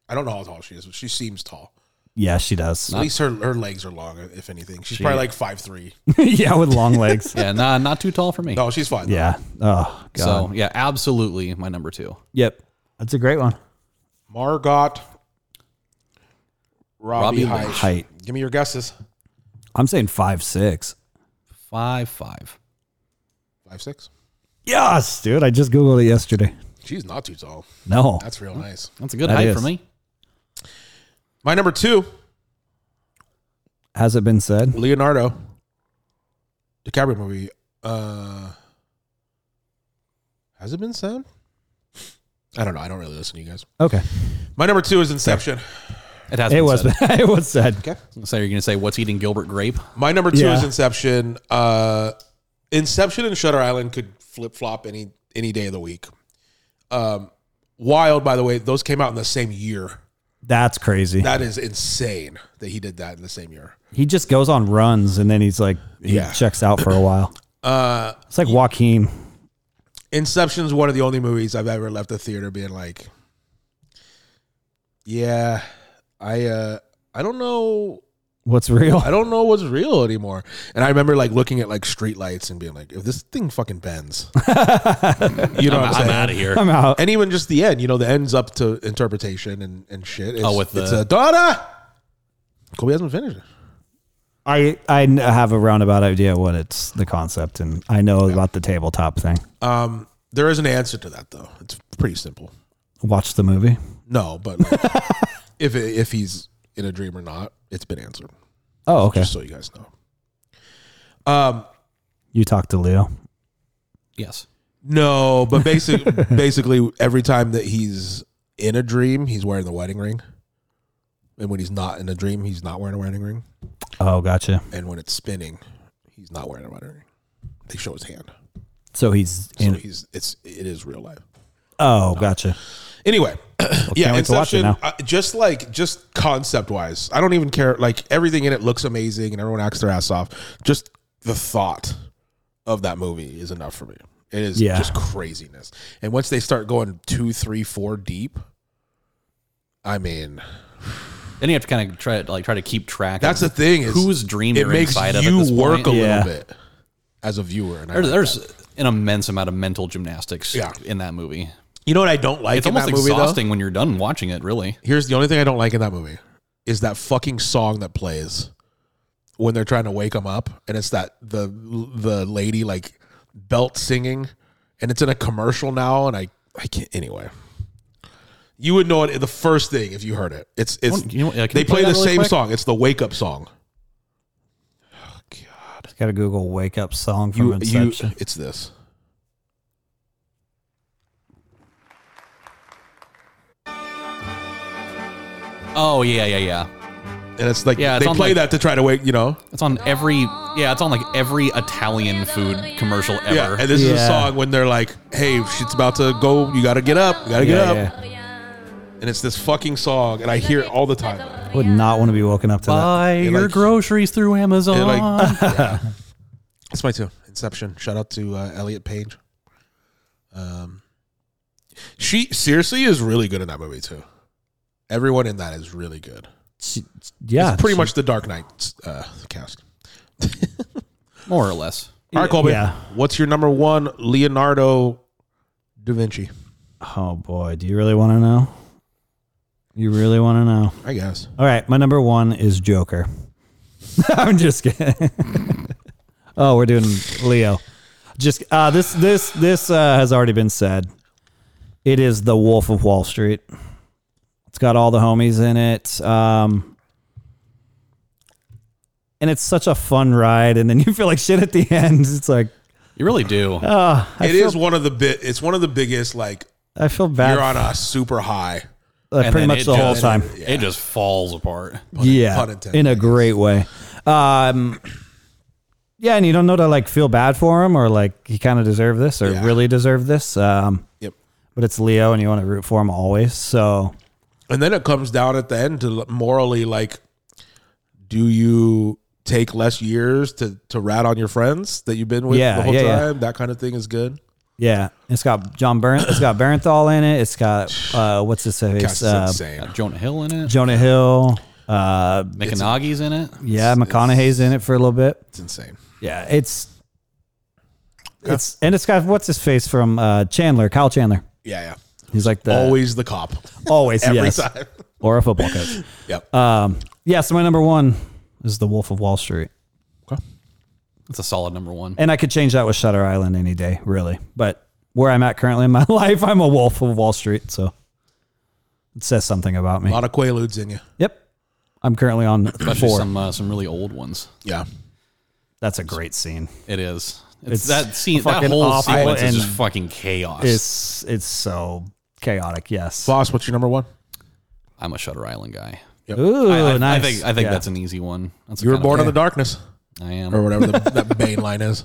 Speaker 4: I don't know how tall she is, but she seems tall.
Speaker 5: yeah, she does.
Speaker 4: At least her, her legs are long, if anything. She's probably like five three.
Speaker 5: yeah, with long legs.
Speaker 6: Yeah, nah, not too tall for me.
Speaker 4: No, she's fine. though.
Speaker 5: yeah. Oh God.
Speaker 6: so yeah, absolutely my number two.
Speaker 5: yep, that's a great one.
Speaker 4: Margot.
Speaker 6: Robbie
Speaker 4: Robbie, Height.
Speaker 5: Height.
Speaker 4: Give me your guesses.
Speaker 5: I'm saying five six.
Speaker 6: Five five.
Speaker 4: Five six.
Speaker 5: Yes, dude. I just googled it yesterday.
Speaker 4: She's not too tall.
Speaker 5: No,
Speaker 4: That's real nice.
Speaker 6: That's a good
Speaker 5: That
Speaker 6: height
Speaker 5: is.
Speaker 6: for me.
Speaker 4: My number two,
Speaker 5: has it been said?
Speaker 4: Leonardo DiCaprio movie. Uh, has it been said? I don't know. I don't really listen to you guys.
Speaker 5: Okay,
Speaker 4: My number two is Inception.
Speaker 6: It has.
Speaker 5: it
Speaker 6: been
Speaker 5: was.
Speaker 6: Said.
Speaker 5: it was said.
Speaker 6: So you're gonna say what's eating Gilbert Grape?
Speaker 4: My number two
Speaker 5: Yeah.
Speaker 4: is Inception. Uh, Inception and Shutter Island could flip flop any any day of the week. Um, Wild, by the way, those came out in the same year.
Speaker 5: That's crazy.
Speaker 4: That is insane that he did that in the same year.
Speaker 5: he just goes on runs and then he's like, he
Speaker 4: Yeah.
Speaker 5: checks out for a while. Uh, it's like Joaquin.
Speaker 4: Inception's one of the only movies I've ever left the theater being like, yeah, I uh, I don't know,
Speaker 5: What's real?
Speaker 4: I don't know what's real anymore. And I remember like looking at like streetlights and being like, if this thing fucking bends, you know what I'm saying?
Speaker 6: of here.
Speaker 5: I'm out.
Speaker 4: And even just the end, you know, the end's up to interpretation and and shit. It's,
Speaker 6: Oh, with
Speaker 4: it's
Speaker 6: the-
Speaker 4: a daughter. Kobe hasn't finished. it.
Speaker 5: I I n- have a roundabout idea what it's the concept, and I know about the tabletop thing.
Speaker 4: Um, there is an answer to that though. It's pretty simple.
Speaker 5: Watch the movie.
Speaker 4: No, but like, if if he's in a dream or not, it's been answered.
Speaker 5: Oh, okay.
Speaker 4: Just so you guys know. Um,
Speaker 5: You talked to Leo.
Speaker 6: Yes.
Speaker 4: no, but basically, basically every time that he's in a dream, he's wearing the wedding ring. And when he's not in a dream, he's not wearing a wedding ring.
Speaker 5: Oh, gotcha.
Speaker 4: And when it's spinning, he's not wearing a wedding ring. They show his hand.
Speaker 5: So he's
Speaker 4: So
Speaker 5: in.
Speaker 4: he's it's it is real life.
Speaker 5: oh, gotcha.
Speaker 4: Anyway, yeah,
Speaker 5: wait to watch it
Speaker 4: Inception.
Speaker 5: now.
Speaker 4: uh, just like just concept wise, I don't even care. Like everything in it looks amazing, and everyone acts their ass off. Just the thought of that movie is enough for me. It is
Speaker 5: Yeah.
Speaker 4: just craziness. And once they start going two, three, four deep, I mean,
Speaker 6: Then you have to kind of try to like try to keep track.
Speaker 4: that's the
Speaker 6: of
Speaker 4: thing. Is
Speaker 6: Who's dream
Speaker 4: It
Speaker 6: you're
Speaker 4: makes
Speaker 6: inside of at
Speaker 4: you
Speaker 6: this point.
Speaker 4: work a
Speaker 5: Yeah.
Speaker 4: little bit as a viewer. And I
Speaker 6: There's,
Speaker 4: like
Speaker 6: there's
Speaker 4: that.
Speaker 6: an immense amount of mental gymnastics
Speaker 4: Yeah.
Speaker 6: in that movie.
Speaker 4: you know what I don't like.
Speaker 6: It's
Speaker 4: in
Speaker 6: almost
Speaker 4: that movie, though?
Speaker 6: exhausting when you're done watching it. Really,
Speaker 4: Here's the only thing I don't like in that movie is that fucking song that plays when they're trying to wake him up, and it's that the the lady like belt singing, and it's in a commercial now, and I I can't anyway. You would know it the first thing if you heard it. It's it's
Speaker 6: you know what, yeah, can
Speaker 4: they
Speaker 6: you play
Speaker 4: play,
Speaker 6: that
Speaker 4: the
Speaker 6: really
Speaker 4: same
Speaker 6: quick?
Speaker 4: song. It's the wake up song.
Speaker 5: Got to Google "wake up song" from
Speaker 4: You you
Speaker 5: Inception.
Speaker 4: it's this.
Speaker 6: Oh yeah, yeah, yeah.
Speaker 4: And it's like
Speaker 6: Yeah, it's
Speaker 4: they
Speaker 6: on,
Speaker 4: play
Speaker 6: like-
Speaker 4: that to try to wake, you know.
Speaker 6: It's on every yeah, it's on like every Italian food commercial ever.
Speaker 4: Yeah, and this is a
Speaker 5: Yeah.
Speaker 4: song when they're like, "Hey, shit's about to go. You gotta get up. You gotta get
Speaker 5: Yeah,
Speaker 4: up."
Speaker 5: yeah.
Speaker 4: and it's this fucking song, and I hear it all the time.
Speaker 5: Would not want to be woken up to that.
Speaker 6: Buy
Speaker 4: It,
Speaker 6: your
Speaker 4: like-
Speaker 6: groceries through Amazon.
Speaker 4: It, like- That's my two. Inception. Shout out to uh, Elliot Page. Um, she seriously is really good in that movie too. Everyone in that is really good.
Speaker 5: She- yeah,
Speaker 4: It's pretty
Speaker 5: she-
Speaker 4: much the Dark Knight uh, cast.
Speaker 6: More or less.
Speaker 4: All right, Colby.
Speaker 5: yeah.
Speaker 4: What's your number one Leonardo da Vinci?
Speaker 5: Oh boy, do you really want to know? You really want to know?
Speaker 4: I guess.
Speaker 5: All right, my number one is Joker. I'm just kidding. oh, we're doing Leo. Just uh, this this this uh, has already been said. It is the Wolf of Wall Street. It's got all the homies in it, um, and it's such a fun ride. And then you feel like shit at the end. It's like
Speaker 6: You really do.
Speaker 5: Uh,
Speaker 4: it is one of the bit. It's one of the biggest. Like
Speaker 5: I feel
Speaker 4: you're on
Speaker 5: bad.
Speaker 4: a super high.
Speaker 5: uh,
Speaker 6: And
Speaker 5: pretty
Speaker 6: then
Speaker 5: much
Speaker 6: it
Speaker 5: the whole
Speaker 6: just-
Speaker 5: time.
Speaker 4: Yeah.
Speaker 6: It just falls apart.
Speaker 5: yeah,
Speaker 4: pun intended,
Speaker 5: in
Speaker 4: I
Speaker 5: a
Speaker 4: guess.
Speaker 5: great way. Um, yeah, and you don't know to like feel bad for him or like he kind of deserved this or
Speaker 4: Yeah.
Speaker 5: really deserved this. Um,
Speaker 4: Yep.
Speaker 5: but it's Leo, and you want to root for him always. So
Speaker 4: And then it comes down at the end to morally like, do you take less years to to rat on your friends that you've been with
Speaker 5: Yeah,
Speaker 4: the whole
Speaker 5: yeah, yeah.
Speaker 4: time? That kind of thing is good.
Speaker 5: yeah, it's got John Bern, it's got Barenthal in it. It's got uh, what's his
Speaker 4: Gosh,
Speaker 5: face?
Speaker 4: it's
Speaker 5: Uh,
Speaker 4: insane.
Speaker 6: Got Jonah Hill in it.
Speaker 5: Jonah Hill. Uh,
Speaker 6: Mickanagi's in it.
Speaker 5: yeah, McConaughey's in it for a little bit.
Speaker 4: It's insane.
Speaker 5: Yeah, it's it's and it's got what's his face from uh, Chandler, Kyle Chandler.
Speaker 4: Yeah, yeah.
Speaker 5: He's like the
Speaker 4: Always the cop.
Speaker 5: always
Speaker 4: Every
Speaker 5: yes,
Speaker 4: time.
Speaker 5: or a football coach.
Speaker 4: Yep.
Speaker 5: Yeah, so my number one is The Wolf of Wall Street.
Speaker 6: That's a solid number one.
Speaker 5: And I could change that with Shutter Island any day, really. But where I'm at currently in my life, I'm a Wolf of Wall Street. So it says something about
Speaker 4: a
Speaker 5: me.
Speaker 4: lot of quaaludes in you.
Speaker 5: Yep. I'm currently on
Speaker 6: Especially
Speaker 5: four.
Speaker 6: some uh, some really old ones.
Speaker 4: Yeah.
Speaker 5: That's a great scene.
Speaker 6: It is.
Speaker 5: It's
Speaker 6: It's, that scene. That
Speaker 5: fucking
Speaker 6: whole
Speaker 5: awful
Speaker 6: sequence is
Speaker 5: and-
Speaker 6: just fucking chaos.
Speaker 5: It's it's so chaotic, yes.
Speaker 4: Boss, what's your number one?
Speaker 6: I'm a Shutter Island guy.
Speaker 5: Ooh,
Speaker 6: I, I- I
Speaker 5: nice.
Speaker 6: think I think
Speaker 5: Yeah.
Speaker 6: that's an easy one. That's
Speaker 4: You were
Speaker 6: kind of-
Speaker 4: born in the darkness,
Speaker 6: I am.
Speaker 4: or whatever the, that Bane line is.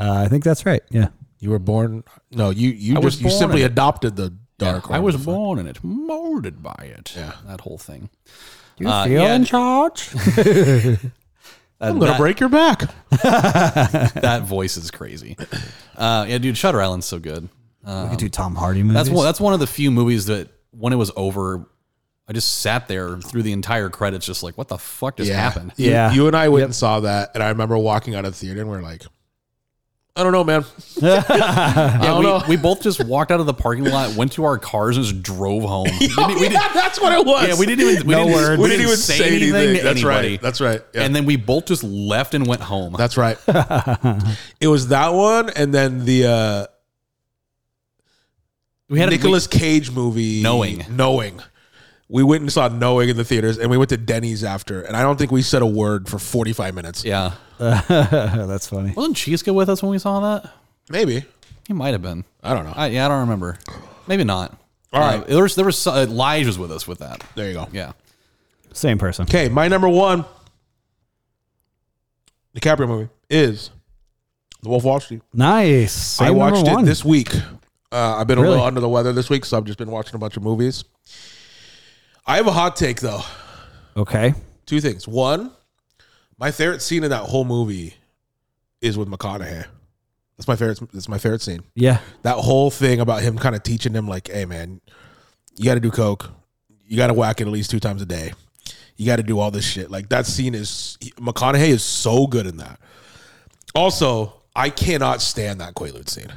Speaker 5: uh, I think that's right. Yeah.
Speaker 4: You were born. No, you you
Speaker 6: I was
Speaker 4: just you
Speaker 6: born
Speaker 4: simply
Speaker 6: in it.
Speaker 4: adopted the dark.
Speaker 6: I
Speaker 4: or
Speaker 6: was
Speaker 4: whatever.
Speaker 6: born in it, molded by it.
Speaker 4: Yeah.
Speaker 6: that whole thing.
Speaker 5: You
Speaker 6: Uh, feel yeah. in
Speaker 5: charge?
Speaker 4: I'm gonna
Speaker 6: that-
Speaker 4: break your back.
Speaker 6: That voice is crazy. Uh, yeah, dude, Shutter Island's so good.
Speaker 5: we could do Tom Hardy movies.
Speaker 6: That's one. That's one of the few movies that when it was over, I just sat there through the entire credits, just like, what the fuck just happened?
Speaker 4: You-
Speaker 5: Yeah.
Speaker 4: You, and I went and saw that, and I remember walking out of the theater and we are like, I don't know, man.
Speaker 6: Yeah,
Speaker 4: don't know.
Speaker 6: we, we both just walked out of the parking lot, went to our cars, and just drove home. We didn't- we didn't-
Speaker 4: that's what it was.
Speaker 6: yeah, we didn't even we
Speaker 5: No
Speaker 6: didn't,
Speaker 5: words.
Speaker 6: We didn't even say, anything. to
Speaker 4: That's
Speaker 6: anybody.
Speaker 4: right. That's right. Yeah.
Speaker 6: And then we both just left and went home.
Speaker 4: That's right. it was that one, and then the uh,
Speaker 6: we had a-
Speaker 4: Nicolas Cage movie,
Speaker 6: Knowing.
Speaker 4: Knowing. We went and saw Knowing in the theaters, and we went to Denny's after, and I don't think we said a word for forty five minutes.
Speaker 6: we- yeah,
Speaker 5: That's funny.
Speaker 6: wasn't Cheeska with us when we saw that?
Speaker 4: Maybe
Speaker 6: He might have been.
Speaker 4: I don't know.
Speaker 6: I, yeah, I don't remember. Maybe not.
Speaker 4: Uh. All right.
Speaker 6: Uh, there was there was uh, Lige was with us with that.
Speaker 4: there you go.
Speaker 6: Yeah.
Speaker 5: Same person.
Speaker 4: Okay, my number one DiCaprio movie is The Wolf of Wall Street.
Speaker 5: Nice.
Speaker 4: I
Speaker 5: Same number
Speaker 4: watched it
Speaker 5: one.
Speaker 4: this week. Uh, I've been a
Speaker 5: Really?
Speaker 4: little under the weather this week, so I've just been watching a bunch of movies. I have a hot take though.
Speaker 5: Okay.
Speaker 4: Two things. One, my favorite scene in that whole movie is with McConaughey. That's my favorite. That's my favorite scene.
Speaker 5: Yeah.
Speaker 4: That whole thing about him kind of teaching him, like, "Hey, man, you got to do coke. You got to whack it at least two times a day. You got to do all this shit." Like that scene is McConaughey is so good in that. Also, I cannot stand that Quaalude scene.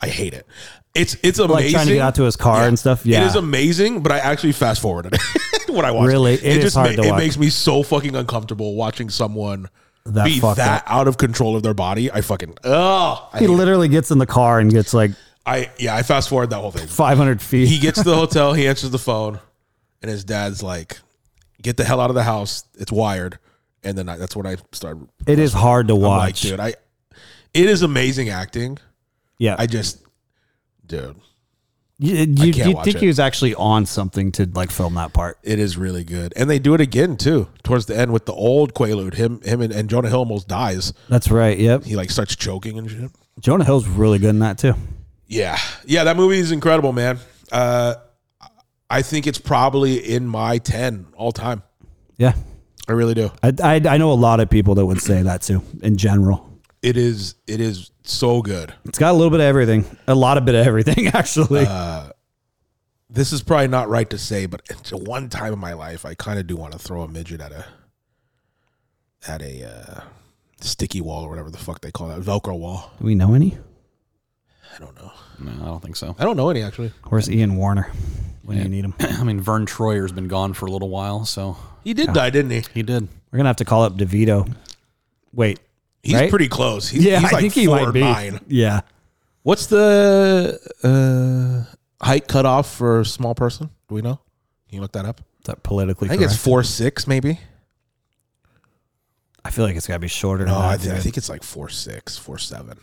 Speaker 4: I hate it. It's it's amazing.
Speaker 5: Like trying to get out to his car and stuff. Yeah.
Speaker 4: It is amazing, but I actually fast forwarded it when I watched
Speaker 5: Really?
Speaker 4: it.
Speaker 5: It is hard to
Speaker 4: It
Speaker 5: watch.
Speaker 4: makes me so fucking uncomfortable watching someone
Speaker 5: That
Speaker 4: be
Speaker 5: fucked
Speaker 4: that out of control of their body. I fucking oh, I,
Speaker 5: He literally gets in the car and gets like
Speaker 4: I yeah, I fast forward that whole thing.
Speaker 5: 500 feet.
Speaker 4: He gets to the hotel, he answers the phone, and his dad's like, "Get the hell out of the house. It's wired." And then I, that's when I started.
Speaker 5: it is hard to
Speaker 4: I'm like,
Speaker 5: watch.
Speaker 4: dude, I it is amazing acting.
Speaker 5: yeah.
Speaker 4: I just, dude,
Speaker 5: you you,
Speaker 4: can't
Speaker 5: you
Speaker 4: watch
Speaker 5: think
Speaker 4: it.
Speaker 5: he was actually on something to like film that part.
Speaker 4: it is really good. And they do it again too towards the end with the old Quaalude. Him, him, and, and Jonah Hill almost dies.
Speaker 5: That's right. Yep.
Speaker 4: he like starts choking and shit.
Speaker 5: Jonah Hill's really good in that too.
Speaker 4: Yeah, yeah, that movie is incredible, man. Uh, I think it's probably in my ten all time.
Speaker 5: Yeah.
Speaker 4: I really do.
Speaker 5: I, I, I know a lot of people that would say that too in general.
Speaker 4: It is, it is so good.
Speaker 5: It's got a little bit of everything, a lot of bit of everything actually.
Speaker 4: Uh, This is probably not right to say, but it's one time in my life I kind of do want to throw a midget at a at a uh, sticky wall or whatever the fuck they call that Velcro wall.
Speaker 5: Do we know any?
Speaker 4: I don't know.
Speaker 6: No, I don't think so.
Speaker 4: I don't know any actually.
Speaker 5: Where's Ian Warner when you need him?
Speaker 6: I mean, Vern Troyer's been gone for a little while, so
Speaker 4: He did die, didn't he?
Speaker 6: he did.
Speaker 5: We're gonna have to call up DeVito. Wait,
Speaker 4: He's
Speaker 5: Right?
Speaker 4: pretty close. He's, he's like four or nine.
Speaker 5: Yeah,
Speaker 4: What's the uh, height cutoff for a small person? Do we know? Can you look that up?
Speaker 5: is that politically
Speaker 4: I think
Speaker 5: correct?
Speaker 4: it's four six, maybe.
Speaker 5: I feel like it's gotta be shorter.
Speaker 4: No,
Speaker 5: than
Speaker 4: I,
Speaker 5: that,
Speaker 4: thi- I
Speaker 5: dude.
Speaker 4: think it's like four six, four seven.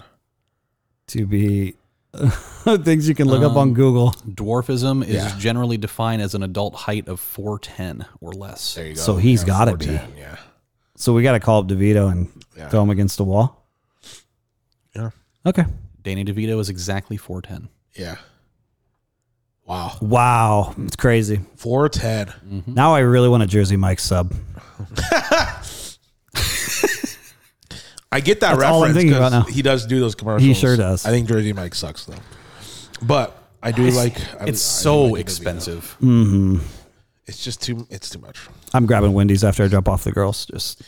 Speaker 5: to be things you can look up on Google.
Speaker 6: Dwarfism is
Speaker 4: Yeah.
Speaker 6: generally defined as an adult height of 410 or less.
Speaker 4: you
Speaker 5: So he's gotta be.
Speaker 4: 4'10", Yeah,
Speaker 5: So we gotta call up DeVito and
Speaker 4: Yeah.
Speaker 5: throw him against the wall.
Speaker 4: yeah,
Speaker 5: Okay.
Speaker 6: Danny DeVito is exactly 410.
Speaker 4: yeah. Wow,
Speaker 5: Wow, it's crazy.
Speaker 4: four ten.
Speaker 6: Mm.
Speaker 5: Now I really want a Jersey Mike sub.
Speaker 4: I get that
Speaker 5: That's all I'm
Speaker 4: reference
Speaker 5: thinking about
Speaker 4: because
Speaker 5: now.
Speaker 4: he does do those commercials.
Speaker 5: sure does.
Speaker 4: I think Jersey Mike sucks though, but I do like.
Speaker 6: It's
Speaker 4: I, I do
Speaker 6: so
Speaker 4: like it.
Speaker 6: expensive.
Speaker 4: It's just too. It's too much.
Speaker 5: I'm grabbing Wendy's after I drop off the girls. Just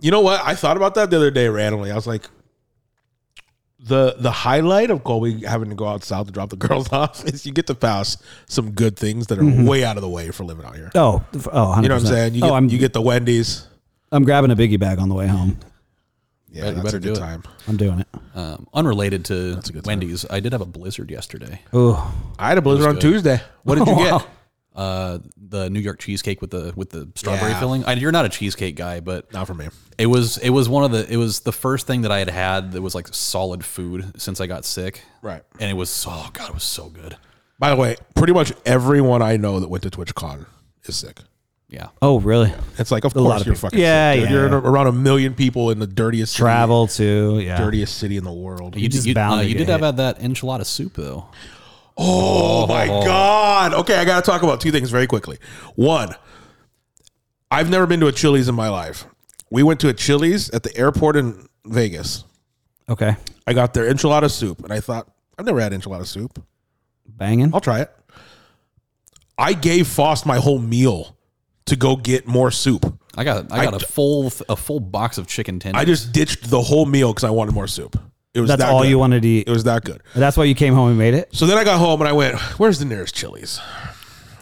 Speaker 4: You know what? I thought about that the other day randomly. I was like, the the highlight of Colby having to go out south to drop the girls off is you get to pass some good things that are way out of the way for living out here.
Speaker 5: oh f- Mm-hmm. oh, 100%.
Speaker 4: You know what I'm saying? You get,
Speaker 5: oh, I'm
Speaker 4: you get the Wendy's.
Speaker 5: I'm grabbing a biggie bag on the way home.
Speaker 4: Yeah,
Speaker 6: better-
Speaker 4: that's
Speaker 6: better
Speaker 4: a
Speaker 6: do
Speaker 4: good
Speaker 6: it.
Speaker 4: time.
Speaker 5: I'm doing it.
Speaker 6: Um, unrelated to
Speaker 4: a good time.
Speaker 6: Wendy's, I did have a blizzard yesterday.
Speaker 5: Oh,
Speaker 4: I had a blizzard on Tuesday. What did you get?
Speaker 6: Uh, the New York cheesecake with the with the strawberry
Speaker 4: Yeah.
Speaker 6: filling. I, you're not a cheesecake guy, but
Speaker 4: Not for me.
Speaker 6: It was it was one of the it was the first thing that I had had that was like solid food since I got sick.
Speaker 4: Right.
Speaker 6: And it was oh god, it was so good.
Speaker 4: By the way, pretty much everyone I know that went to TwitchCon is sick.
Speaker 6: Yeah.
Speaker 5: oh, really?
Speaker 4: It's like, of
Speaker 5: lot
Speaker 4: course
Speaker 5: of
Speaker 4: you're
Speaker 5: people.
Speaker 4: fucking
Speaker 5: Yeah,
Speaker 4: sick. dude.
Speaker 5: yeah.
Speaker 4: You're in a- around a million people in the dirtiest city-
Speaker 5: Travel to yeah.
Speaker 4: dirtiest city in the world.
Speaker 6: You,
Speaker 5: just
Speaker 6: you, uh,
Speaker 5: bound to
Speaker 6: you
Speaker 5: get
Speaker 6: did have
Speaker 5: hit.
Speaker 6: had that enchilada soup though.
Speaker 4: Oh my god. Okay, I gotta talk about two things very quickly. One, I've never been to a Chili's in my life. We went to a Chili's at the airport in Vegas.
Speaker 5: Okay,
Speaker 4: I got their enchilada soup, and I thought, I've never had enchilada soup.
Speaker 5: banging.
Speaker 4: I'll try it. I gave Foss my whole meal to go get more soup.
Speaker 6: I got I got a
Speaker 4: d-
Speaker 6: full a full box of chicken tenders.
Speaker 4: I just ditched the whole meal because I wanted more soup. It was
Speaker 5: That's
Speaker 4: that
Speaker 5: all
Speaker 4: good.
Speaker 5: you wanted to eat.
Speaker 4: It was that good.
Speaker 5: That's why you came home and made it.
Speaker 4: So then I got home and I went, "Where's the nearest Chili's?"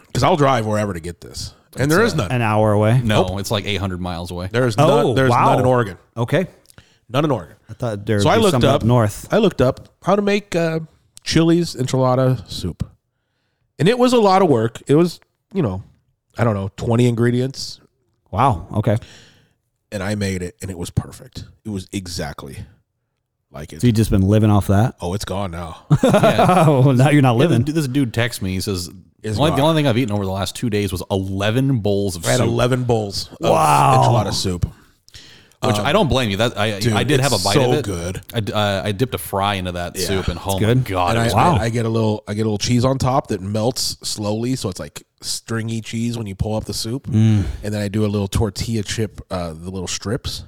Speaker 4: Because I'll drive wherever to get this, and there is none.
Speaker 5: An hour away.
Speaker 6: No, it's like 800 miles away.
Speaker 4: There is
Speaker 5: uh, Oh,
Speaker 4: none. There's
Speaker 5: wow.
Speaker 4: none in Oregon.
Speaker 5: Okay.
Speaker 4: None in Oregon.
Speaker 5: I thought there
Speaker 4: So
Speaker 5: would
Speaker 4: I
Speaker 5: be
Speaker 4: looked
Speaker 5: something
Speaker 4: up,
Speaker 5: north.
Speaker 4: I looked up how to make uh, Chili's enchilada soup, and it was a lot of work. It was, you know, I don't know, twenty ingredients,
Speaker 5: Wow. Okay.
Speaker 4: and I made it, and it was perfect. It was exactly like it.
Speaker 5: So you just been living off that?
Speaker 4: oh, it's gone now.
Speaker 5: Oh, now you're not living.
Speaker 6: This dude texts me. He says,
Speaker 4: It's
Speaker 6: the only, the
Speaker 4: not.
Speaker 6: only thing I've eaten over the last two days was 11 bowls of
Speaker 4: I had
Speaker 6: soup.
Speaker 4: eleven bowls of
Speaker 5: Wow.
Speaker 4: enchilada soup.
Speaker 6: Which I don't blame you. That I
Speaker 4: Um, Dude,
Speaker 6: I did have a
Speaker 4: it's
Speaker 6: bite
Speaker 4: so
Speaker 6: of it.
Speaker 4: good.
Speaker 6: I, d- uh, I dipped a fry into that
Speaker 4: Yeah,
Speaker 6: soup and oh my
Speaker 5: good.
Speaker 6: god,
Speaker 4: And
Speaker 6: it
Speaker 4: I,
Speaker 6: was
Speaker 4: I-
Speaker 5: wow.
Speaker 4: I get a little, I get a little cheese on top that melts slowly, so it's like stringy cheese when you pull up the soup,
Speaker 5: Mm.
Speaker 4: and then I do a little tortilla chip, uh, the little strips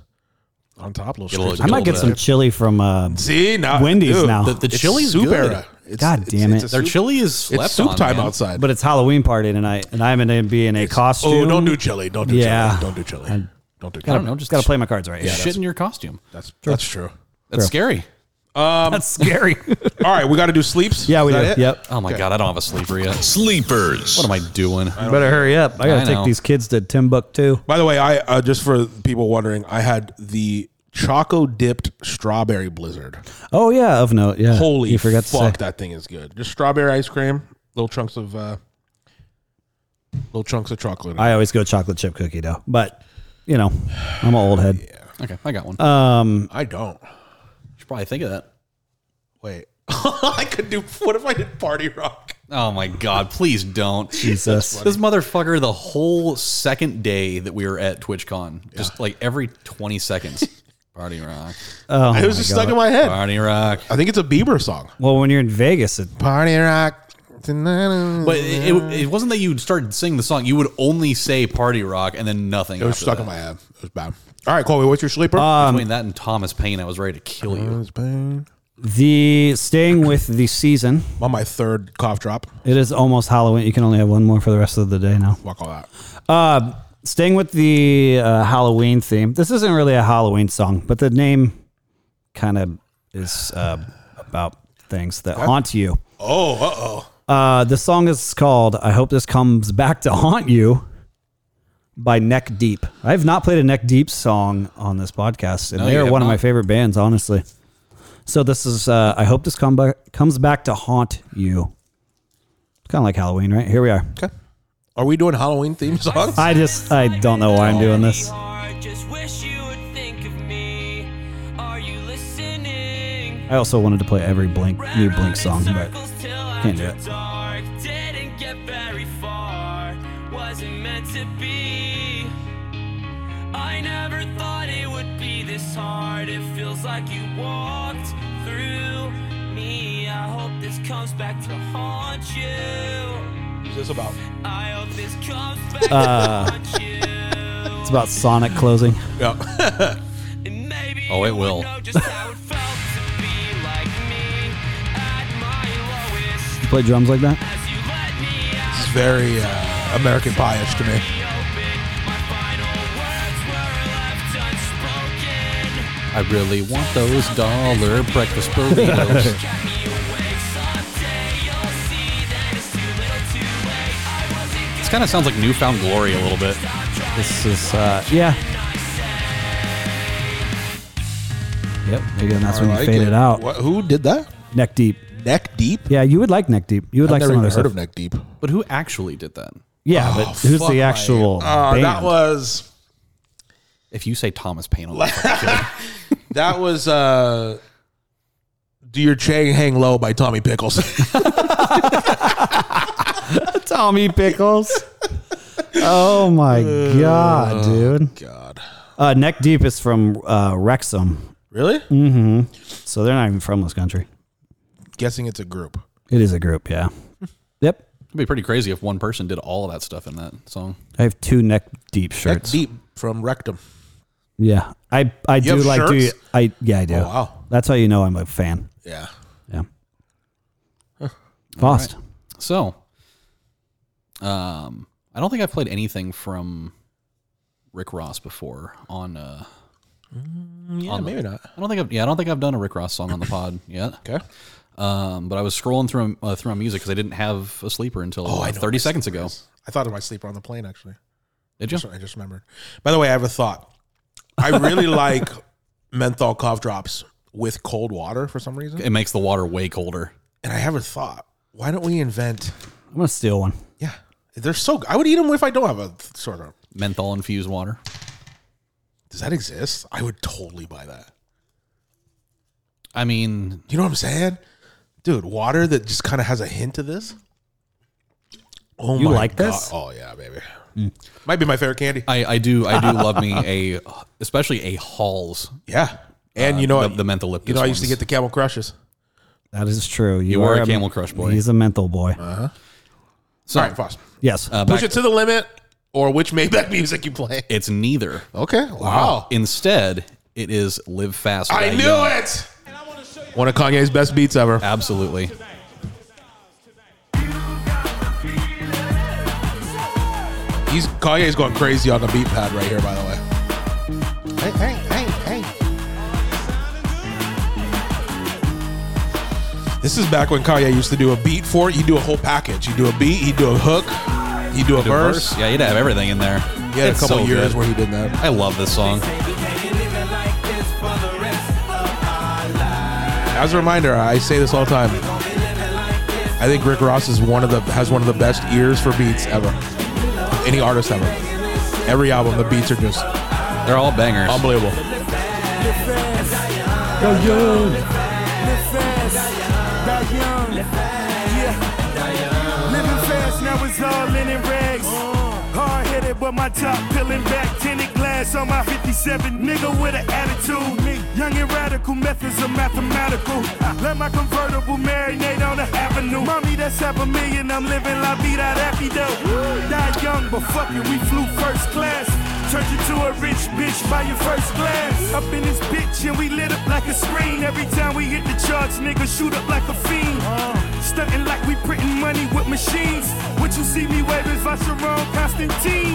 Speaker 4: on top, little
Speaker 6: a
Speaker 4: strips.
Speaker 5: I
Speaker 6: little-
Speaker 5: might get some
Speaker 6: Golden.
Speaker 5: chili from. Uh,
Speaker 4: See now,
Speaker 5: Wendy's now.
Speaker 6: The, the
Speaker 4: It's
Speaker 6: chili's
Speaker 4: soup
Speaker 6: good.
Speaker 4: era. It's,
Speaker 5: God damn it.
Speaker 4: a
Speaker 6: Their
Speaker 4: soup-
Speaker 6: chili is slept
Speaker 4: It's soup
Speaker 6: on,
Speaker 4: time
Speaker 6: man.
Speaker 4: outside.
Speaker 5: but it's Halloween party tonight, and I'm gonna be in a costume.
Speaker 4: oh, don't do chili. Don't do
Speaker 5: Yeah.
Speaker 4: chili. Don't do chili. don't do
Speaker 5: I
Speaker 4: chili.
Speaker 5: don't know.
Speaker 6: know,
Speaker 5: Just
Speaker 6: just-
Speaker 5: gotta play my cards right.
Speaker 6: Shit in your costume.
Speaker 4: That's that's true.
Speaker 6: That's scary.
Speaker 5: That's scary.
Speaker 4: All right, we got to do sleeps.
Speaker 5: yeah,
Speaker 4: Is
Speaker 5: we do.
Speaker 4: that it?
Speaker 5: Yep.
Speaker 6: Oh my god, I don't have a sleeper yet.
Speaker 7: Sleepers.
Speaker 6: What am I doing?
Speaker 5: Better hurry up. I gotta
Speaker 6: I
Speaker 5: take
Speaker 6: know.
Speaker 5: these kids to Timbuktu.
Speaker 4: By the way, I uh, just for people wondering, I had the choco dipped strawberry blizzard.
Speaker 5: Oh yeah, of note. Yeah.
Speaker 4: Holy
Speaker 5: you forgot to
Speaker 4: fuck,
Speaker 5: say.
Speaker 4: that thing is good. Just strawberry ice cream, little chunks of uh little chunks of chocolate.
Speaker 5: I always go chocolate chip cookie dough, but you know, I'm an old head.
Speaker 6: Okay, I got one.
Speaker 4: Uh, I don't.
Speaker 6: you should probably think of that.
Speaker 4: Wait. I could do what if I did party rock?
Speaker 6: Oh my god, please don't.
Speaker 5: Jesus.
Speaker 6: This motherfucker, the whole second day that we were at TwitchCon, just like every 20 seconds. Party rock.
Speaker 5: Oh,
Speaker 4: It was
Speaker 5: my
Speaker 4: just
Speaker 5: God.
Speaker 4: stuck in my head.
Speaker 6: Party rock.
Speaker 4: I think it's a Bieber song.
Speaker 5: Well, when you're in Vegas, it,
Speaker 4: Party rock. It
Speaker 6: But it, it, it wasn't that you started singing the song. You would only say party rock and then nothing.
Speaker 4: was
Speaker 6: after
Speaker 4: stuck
Speaker 6: that.
Speaker 4: in my head. It was bad. All right, Colby, what's your sleeper?
Speaker 6: Between that and Thomas Paine, I was ready to kill you.
Speaker 5: the staying with the season.
Speaker 4: I'm on my third cough drop.
Speaker 5: It is almost Halloween. You can only have one more for the rest of the day now.
Speaker 4: Fuck all that.
Speaker 5: Uh, staying with the uh, Halloween theme, this isn't really a Halloween song, but the name kind of is uh, about things that haunt you.
Speaker 4: Oh, uh oh.
Speaker 5: Uh, the song is called "I Hope This Comes Back to Haunt You" by Neck Deep. I have not played a Neck Deep song on this podcast, and
Speaker 6: No,
Speaker 5: they
Speaker 6: you
Speaker 5: are
Speaker 6: have
Speaker 5: one of
Speaker 6: not.
Speaker 5: my favorite bands, honestly. So this is uh, "I Hope This Come Back Comes Back to Haunt You." It's kind of like Halloween, right? Here we are.
Speaker 4: Okay. Are we doing Halloween theme songs?
Speaker 5: I just I don't know why Oh, I'm doing this.
Speaker 9: Just wish you would think of me. Are you listening?
Speaker 5: I also wanted to play every Blink new Blink song, but
Speaker 9: can't
Speaker 5: can't do it.
Speaker 9: Dark, didn't get very far. Wasn't meant to be. I never thought it would be this hard. It feels like you walked through me. I hope this comes back to haunt you.
Speaker 4: What's this about?
Speaker 9: I hope this comes back
Speaker 5: Uh,
Speaker 9: to haunt you.
Speaker 5: It's about Sonic closing.
Speaker 4: Yeah.
Speaker 9: And maybe
Speaker 6: Oh, it
Speaker 9: you would
Speaker 6: will.
Speaker 9: know just how it felt to be like me at my lowest
Speaker 5: You play drums like that?
Speaker 9: as you let me out.
Speaker 4: It's very uh, American Pie-ish to me.
Speaker 6: I really want those dollar breakfast burritos. this kind of sounds like Newfound Glory a little bit.
Speaker 5: This is uh yeah. Yep, maybe that's when you
Speaker 4: I like
Speaker 5: fade it,
Speaker 4: it.
Speaker 5: out.
Speaker 4: What, who did that?
Speaker 5: Neck deep.
Speaker 4: Neck Deep?
Speaker 5: Yeah, you would like neck deep. You would
Speaker 4: I've
Speaker 5: like
Speaker 4: never
Speaker 5: some
Speaker 4: even
Speaker 5: other
Speaker 4: heard
Speaker 5: stuff.
Speaker 4: of Neck Deep. Oh,
Speaker 6: But who actually did that?
Speaker 5: yeah, but who's
Speaker 4: Fuck my-
Speaker 5: the actual
Speaker 4: Uh,
Speaker 5: band?
Speaker 4: That was
Speaker 6: If you say Thomas Paine, I'll fucking kill you.
Speaker 4: that was uh, "Do Your Chain Hang Low" by Tommy Pickles.
Speaker 5: Tommy Pickles. oh my
Speaker 4: Uh,
Speaker 5: god, dude.
Speaker 4: God,
Speaker 5: Uh, neck deep is from uh, Wrexham, Mm-hmm.
Speaker 4: really?
Speaker 5: Mm. so they're not even from this country.
Speaker 4: Guessing it's a group.
Speaker 5: It is a group, yeah. Yep.
Speaker 6: It'd be pretty crazy if one person did all of that stuff in that song.
Speaker 5: I have two neck deep shirts.
Speaker 4: Neck Deep from Rectum.
Speaker 5: Yeah, I I do
Speaker 4: have
Speaker 5: like do
Speaker 4: shirts?
Speaker 5: I yeah I do.
Speaker 4: Oh, wow.
Speaker 5: that's how you know I'm a fan.
Speaker 4: Yeah.
Speaker 5: Yeah, Lost.
Speaker 6: So, um, I don't think I've played anything from Rick Ross before on uh,
Speaker 4: Yeah,
Speaker 6: on the-
Speaker 4: maybe not.
Speaker 6: I don't think I've, yeah, I don't think I've done a Rick Ross song on the pod yet.
Speaker 4: Okay.
Speaker 6: Um, but I was scrolling through uh, through my music because I didn't have a sleeper until
Speaker 4: Oh, I
Speaker 6: uh,
Speaker 4: know
Speaker 6: thirty
Speaker 4: what my
Speaker 6: seconds
Speaker 4: sleeper
Speaker 6: ago.
Speaker 4: is. I thought of my sleeper on the plane actually.
Speaker 6: Did you?
Speaker 4: I just remembered. By the way, I have a thought. I really like menthol cough drops with cold water for some reason.
Speaker 6: It makes the water way colder.
Speaker 4: And I have a thought. Why don't we invent?
Speaker 5: I'm gonna steal one.
Speaker 4: Yeah, they're so. I would eat them if I don't have a th- sore throat.
Speaker 6: Menthol infused water.
Speaker 4: Does that exist? I would totally buy that.
Speaker 6: I mean,
Speaker 4: You know what I'm saying, dude? Water that just kind of has a hint of this. Oh
Speaker 5: You like this?
Speaker 4: Oh yeah, baby. Might be my favorite candy.
Speaker 6: I, I do I do love me a especially a Halls.
Speaker 4: Yeah, and you know
Speaker 6: the,
Speaker 4: what?
Speaker 6: the menthol lip.
Speaker 4: you know I used to get the Camel Crushes.
Speaker 5: That is true. You,
Speaker 6: were a
Speaker 5: m-
Speaker 6: Camel Crush boy.
Speaker 5: He's a mental boy.
Speaker 4: Uh-huh. Sorry, Foss.
Speaker 5: yes.
Speaker 4: Push it to the limit, or which Maybach music you play.
Speaker 6: It's neither. Uh,
Speaker 4: Okay. Wow.
Speaker 6: Instead, it is live fast.
Speaker 4: I
Speaker 6: Die
Speaker 4: knew
Speaker 6: Young.
Speaker 4: it. One of Kanye's best beats ever.
Speaker 6: Absolutely.
Speaker 4: He's Kanye's going crazy on the beat pad right here, by the way. Hey, hey, hey, hey. This is back when Kanye used to do a beat for it. You do a whole package. You do a beat, you do a hook, you do a verse.
Speaker 6: Diverse. Yeah, you'd have everything in there.
Speaker 4: He had a
Speaker 6: It's
Speaker 4: couple
Speaker 6: so
Speaker 4: years
Speaker 6: good.
Speaker 4: where he did that.
Speaker 6: I love this song.
Speaker 4: As a reminder, I say this all the time. I think Rick Ross is one of the has one of the best ears for beats ever. Of Any artist ever. Every album, the beats are just
Speaker 6: They're all bangers.
Speaker 4: unbelievable.
Speaker 10: Living fast, now it's all linen rags. Hard headed, but my top peeling back. Tinted glass on my 57. Nigga with an attitude. Me, young and radical, methods are mathematical. Let my convertible marinate on the avenue. Mommy, that's half a million. I'm living la vida rápido. Die young, but fuck it, we flew first class. Turned you to a rich bitch by your first glance. Up in this bitch and we lit up like a screen. Every time we hit the charts, nigga shoot up like a fiend. Stunting like we printing money with machines. What you see me waving Vacheron Constantine.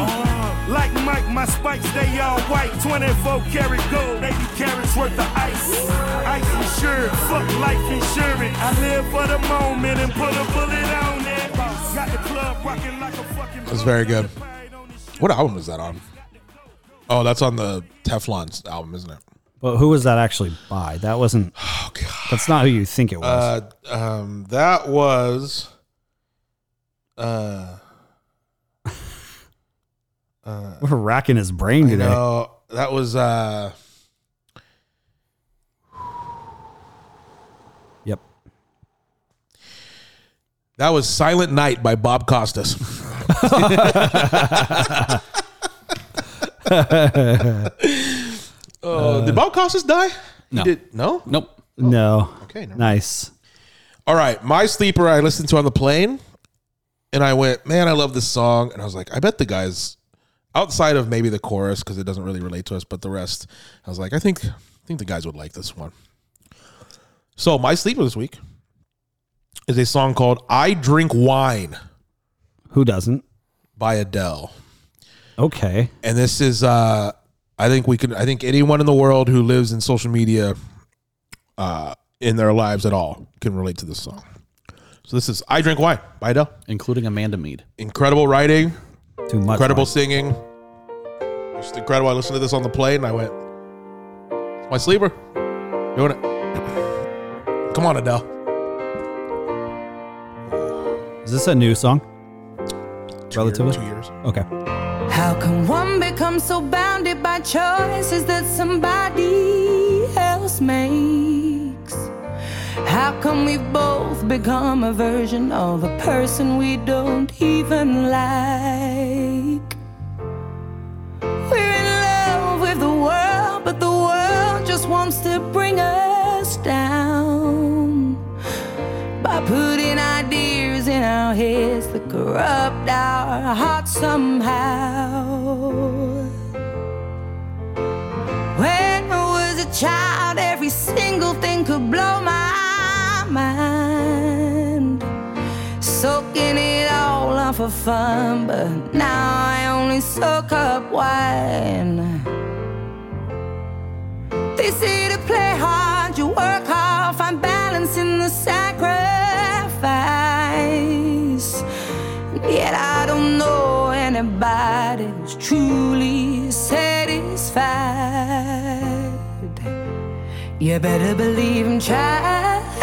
Speaker 10: Like Mike, my spikes, they all white. 24 karat gold, 80 carats worth of ice. Ice insured, fuck life insurance. I live for the moment and put a bullet on it. Got the club rocking like a fucking.
Speaker 4: That's very good. What album is that on? Oh, that's on the Teflon's album, isn't it?
Speaker 5: But who was that actually by? That wasn't.
Speaker 4: Oh god.
Speaker 5: That's not who you think it was.
Speaker 4: Uh, um, that was. Uh,
Speaker 5: We're racking his brain today.
Speaker 4: no, that was. Uh,
Speaker 5: Yep.
Speaker 4: Oh, that was Silent Night by Bob Costas. Oh, did Bob Costas die?
Speaker 6: No.
Speaker 4: He did, no.
Speaker 6: Nope.
Speaker 5: No.
Speaker 4: Okay, never
Speaker 5: Nice.
Speaker 4: All right, my sleeper I listened to on the plane, and I went, man, I love this song, and I was like, I bet the guys, outside of maybe the chorus because it doesn't really relate to us, but the rest, I was like, I think, I think the guys would like this one. So my sleeper this week is a song called "I Drink Wine"
Speaker 5: Who doesn't?
Speaker 4: by Adele,
Speaker 5: Okay.
Speaker 4: and this is, uh, I think we can, I think anyone in the world who lives in social media, uh, in their lives at all, can relate to this song. So this is "I Drink Wine" by Adele.
Speaker 6: Including Amanda Mead.
Speaker 4: incredible writing,
Speaker 5: Too much.
Speaker 4: incredible
Speaker 5: wine.
Speaker 4: singing. Just incredible. I listened to this on the plane and I went, it's my sleeper. Doing it. Come on, Adele.
Speaker 5: Is this a new song?
Speaker 4: Two
Speaker 5: Relatively?
Speaker 4: years- two years.
Speaker 5: Okay.
Speaker 11: How can one become so bounded by choices that somebody else makes? How come we've both become a version of a person we don't even like? We're in love with the world, but the world just wants to bring us down by putting ideas in our heads that corrupt our hearts somehow. When I was a child, every single thing could blow my mind. Soaking it all up for fun, but now I only soak up wine. easy to play hard. You work hard, find balance in the sacrifice. And Yet I don't know anybody who's truly satisfied. You better believe I'm trying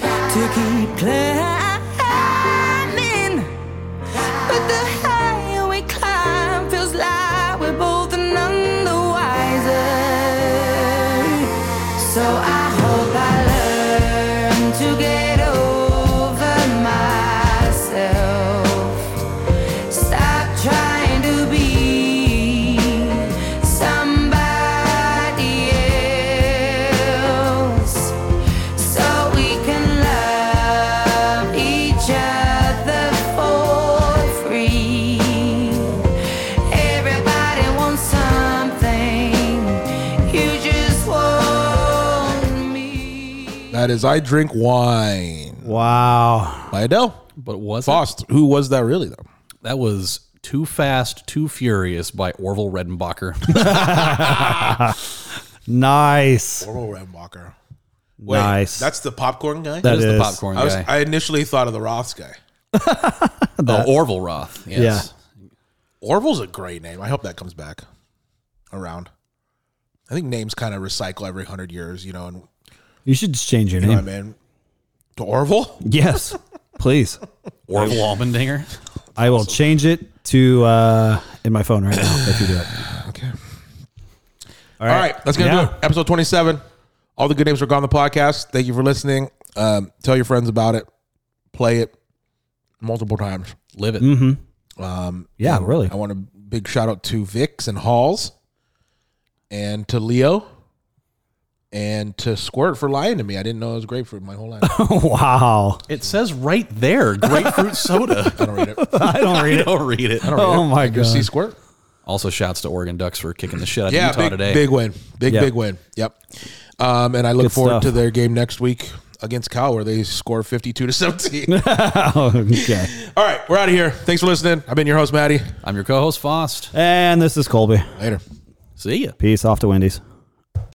Speaker 11: to keep climbing. But the higher we climb feels like we're both none the wiser. So I hope I learn to get over myself. Stop trying to be somebody else so we can love each other for free. Everybody wants something, you just want me.
Speaker 4: That is I Drink Wine.
Speaker 5: Wow.
Speaker 4: By Adele.
Speaker 6: But was
Speaker 4: Faust. Who was that really though?
Speaker 6: That was Too Fast, Too Furious by Orville Redenbacher.
Speaker 5: Nice.
Speaker 4: Orville Redenbacher.
Speaker 5: Nice.
Speaker 4: That's the popcorn guy?
Speaker 5: That
Speaker 6: That is the
Speaker 5: is-
Speaker 6: popcorn
Speaker 4: I, was,
Speaker 6: guy.
Speaker 4: I initially thought of the Roths guy.
Speaker 6: oh, Orville Roth. Yes.
Speaker 4: Orville's a great name. I hope that comes back around. I think names kind of recycle every hundred years, you know, and
Speaker 5: You should just change your
Speaker 4: you know
Speaker 5: name.
Speaker 4: what I mean? To Orville?
Speaker 5: Yes, please.
Speaker 6: Orville Almendinger.
Speaker 5: I will change it to uh, in my phone right now if you do it.
Speaker 4: Okay. All
Speaker 5: All
Speaker 4: right, that's gonna
Speaker 5: Yeah.
Speaker 4: do it. Episode twenty-seven. All the good names are gone. The podcast. Thank you for listening. Um, tell your friends about it. Play it multiple times.
Speaker 6: Live it.
Speaker 5: Mm-hmm. Yeah, really.
Speaker 4: I want a big shout out to Vix and Halls, and to Leo, and to Squirt for lying to me. I didn't know it was grapefruit my whole life.
Speaker 5: wow.
Speaker 6: It says right there, grapefruit soda.
Speaker 4: I don't read it. I don't
Speaker 5: I don't read it.
Speaker 6: Don't read it.
Speaker 4: read
Speaker 5: Oh
Speaker 4: it.
Speaker 5: my
Speaker 4: I just
Speaker 5: God.
Speaker 4: See Squirt.
Speaker 6: Also, shouts to Oregon Ducks for kicking the shit out of
Speaker 4: Yeah,
Speaker 6: Utah
Speaker 4: big,
Speaker 6: today.
Speaker 4: big win. Big
Speaker 5: Yeah.
Speaker 4: big win. Yep. Um, and I look
Speaker 5: Good
Speaker 4: forward
Speaker 5: stuff.
Speaker 4: to their game next week against Cal, where they score fifty-two to seventeen.
Speaker 5: okay.
Speaker 4: All right, we're out of here. Thanks for listening. I've been your host, Maddie.
Speaker 6: I'm your co-host Fost.
Speaker 5: And this is Colby.
Speaker 4: Later.
Speaker 6: See ya.
Speaker 5: Peace off to Wendy's.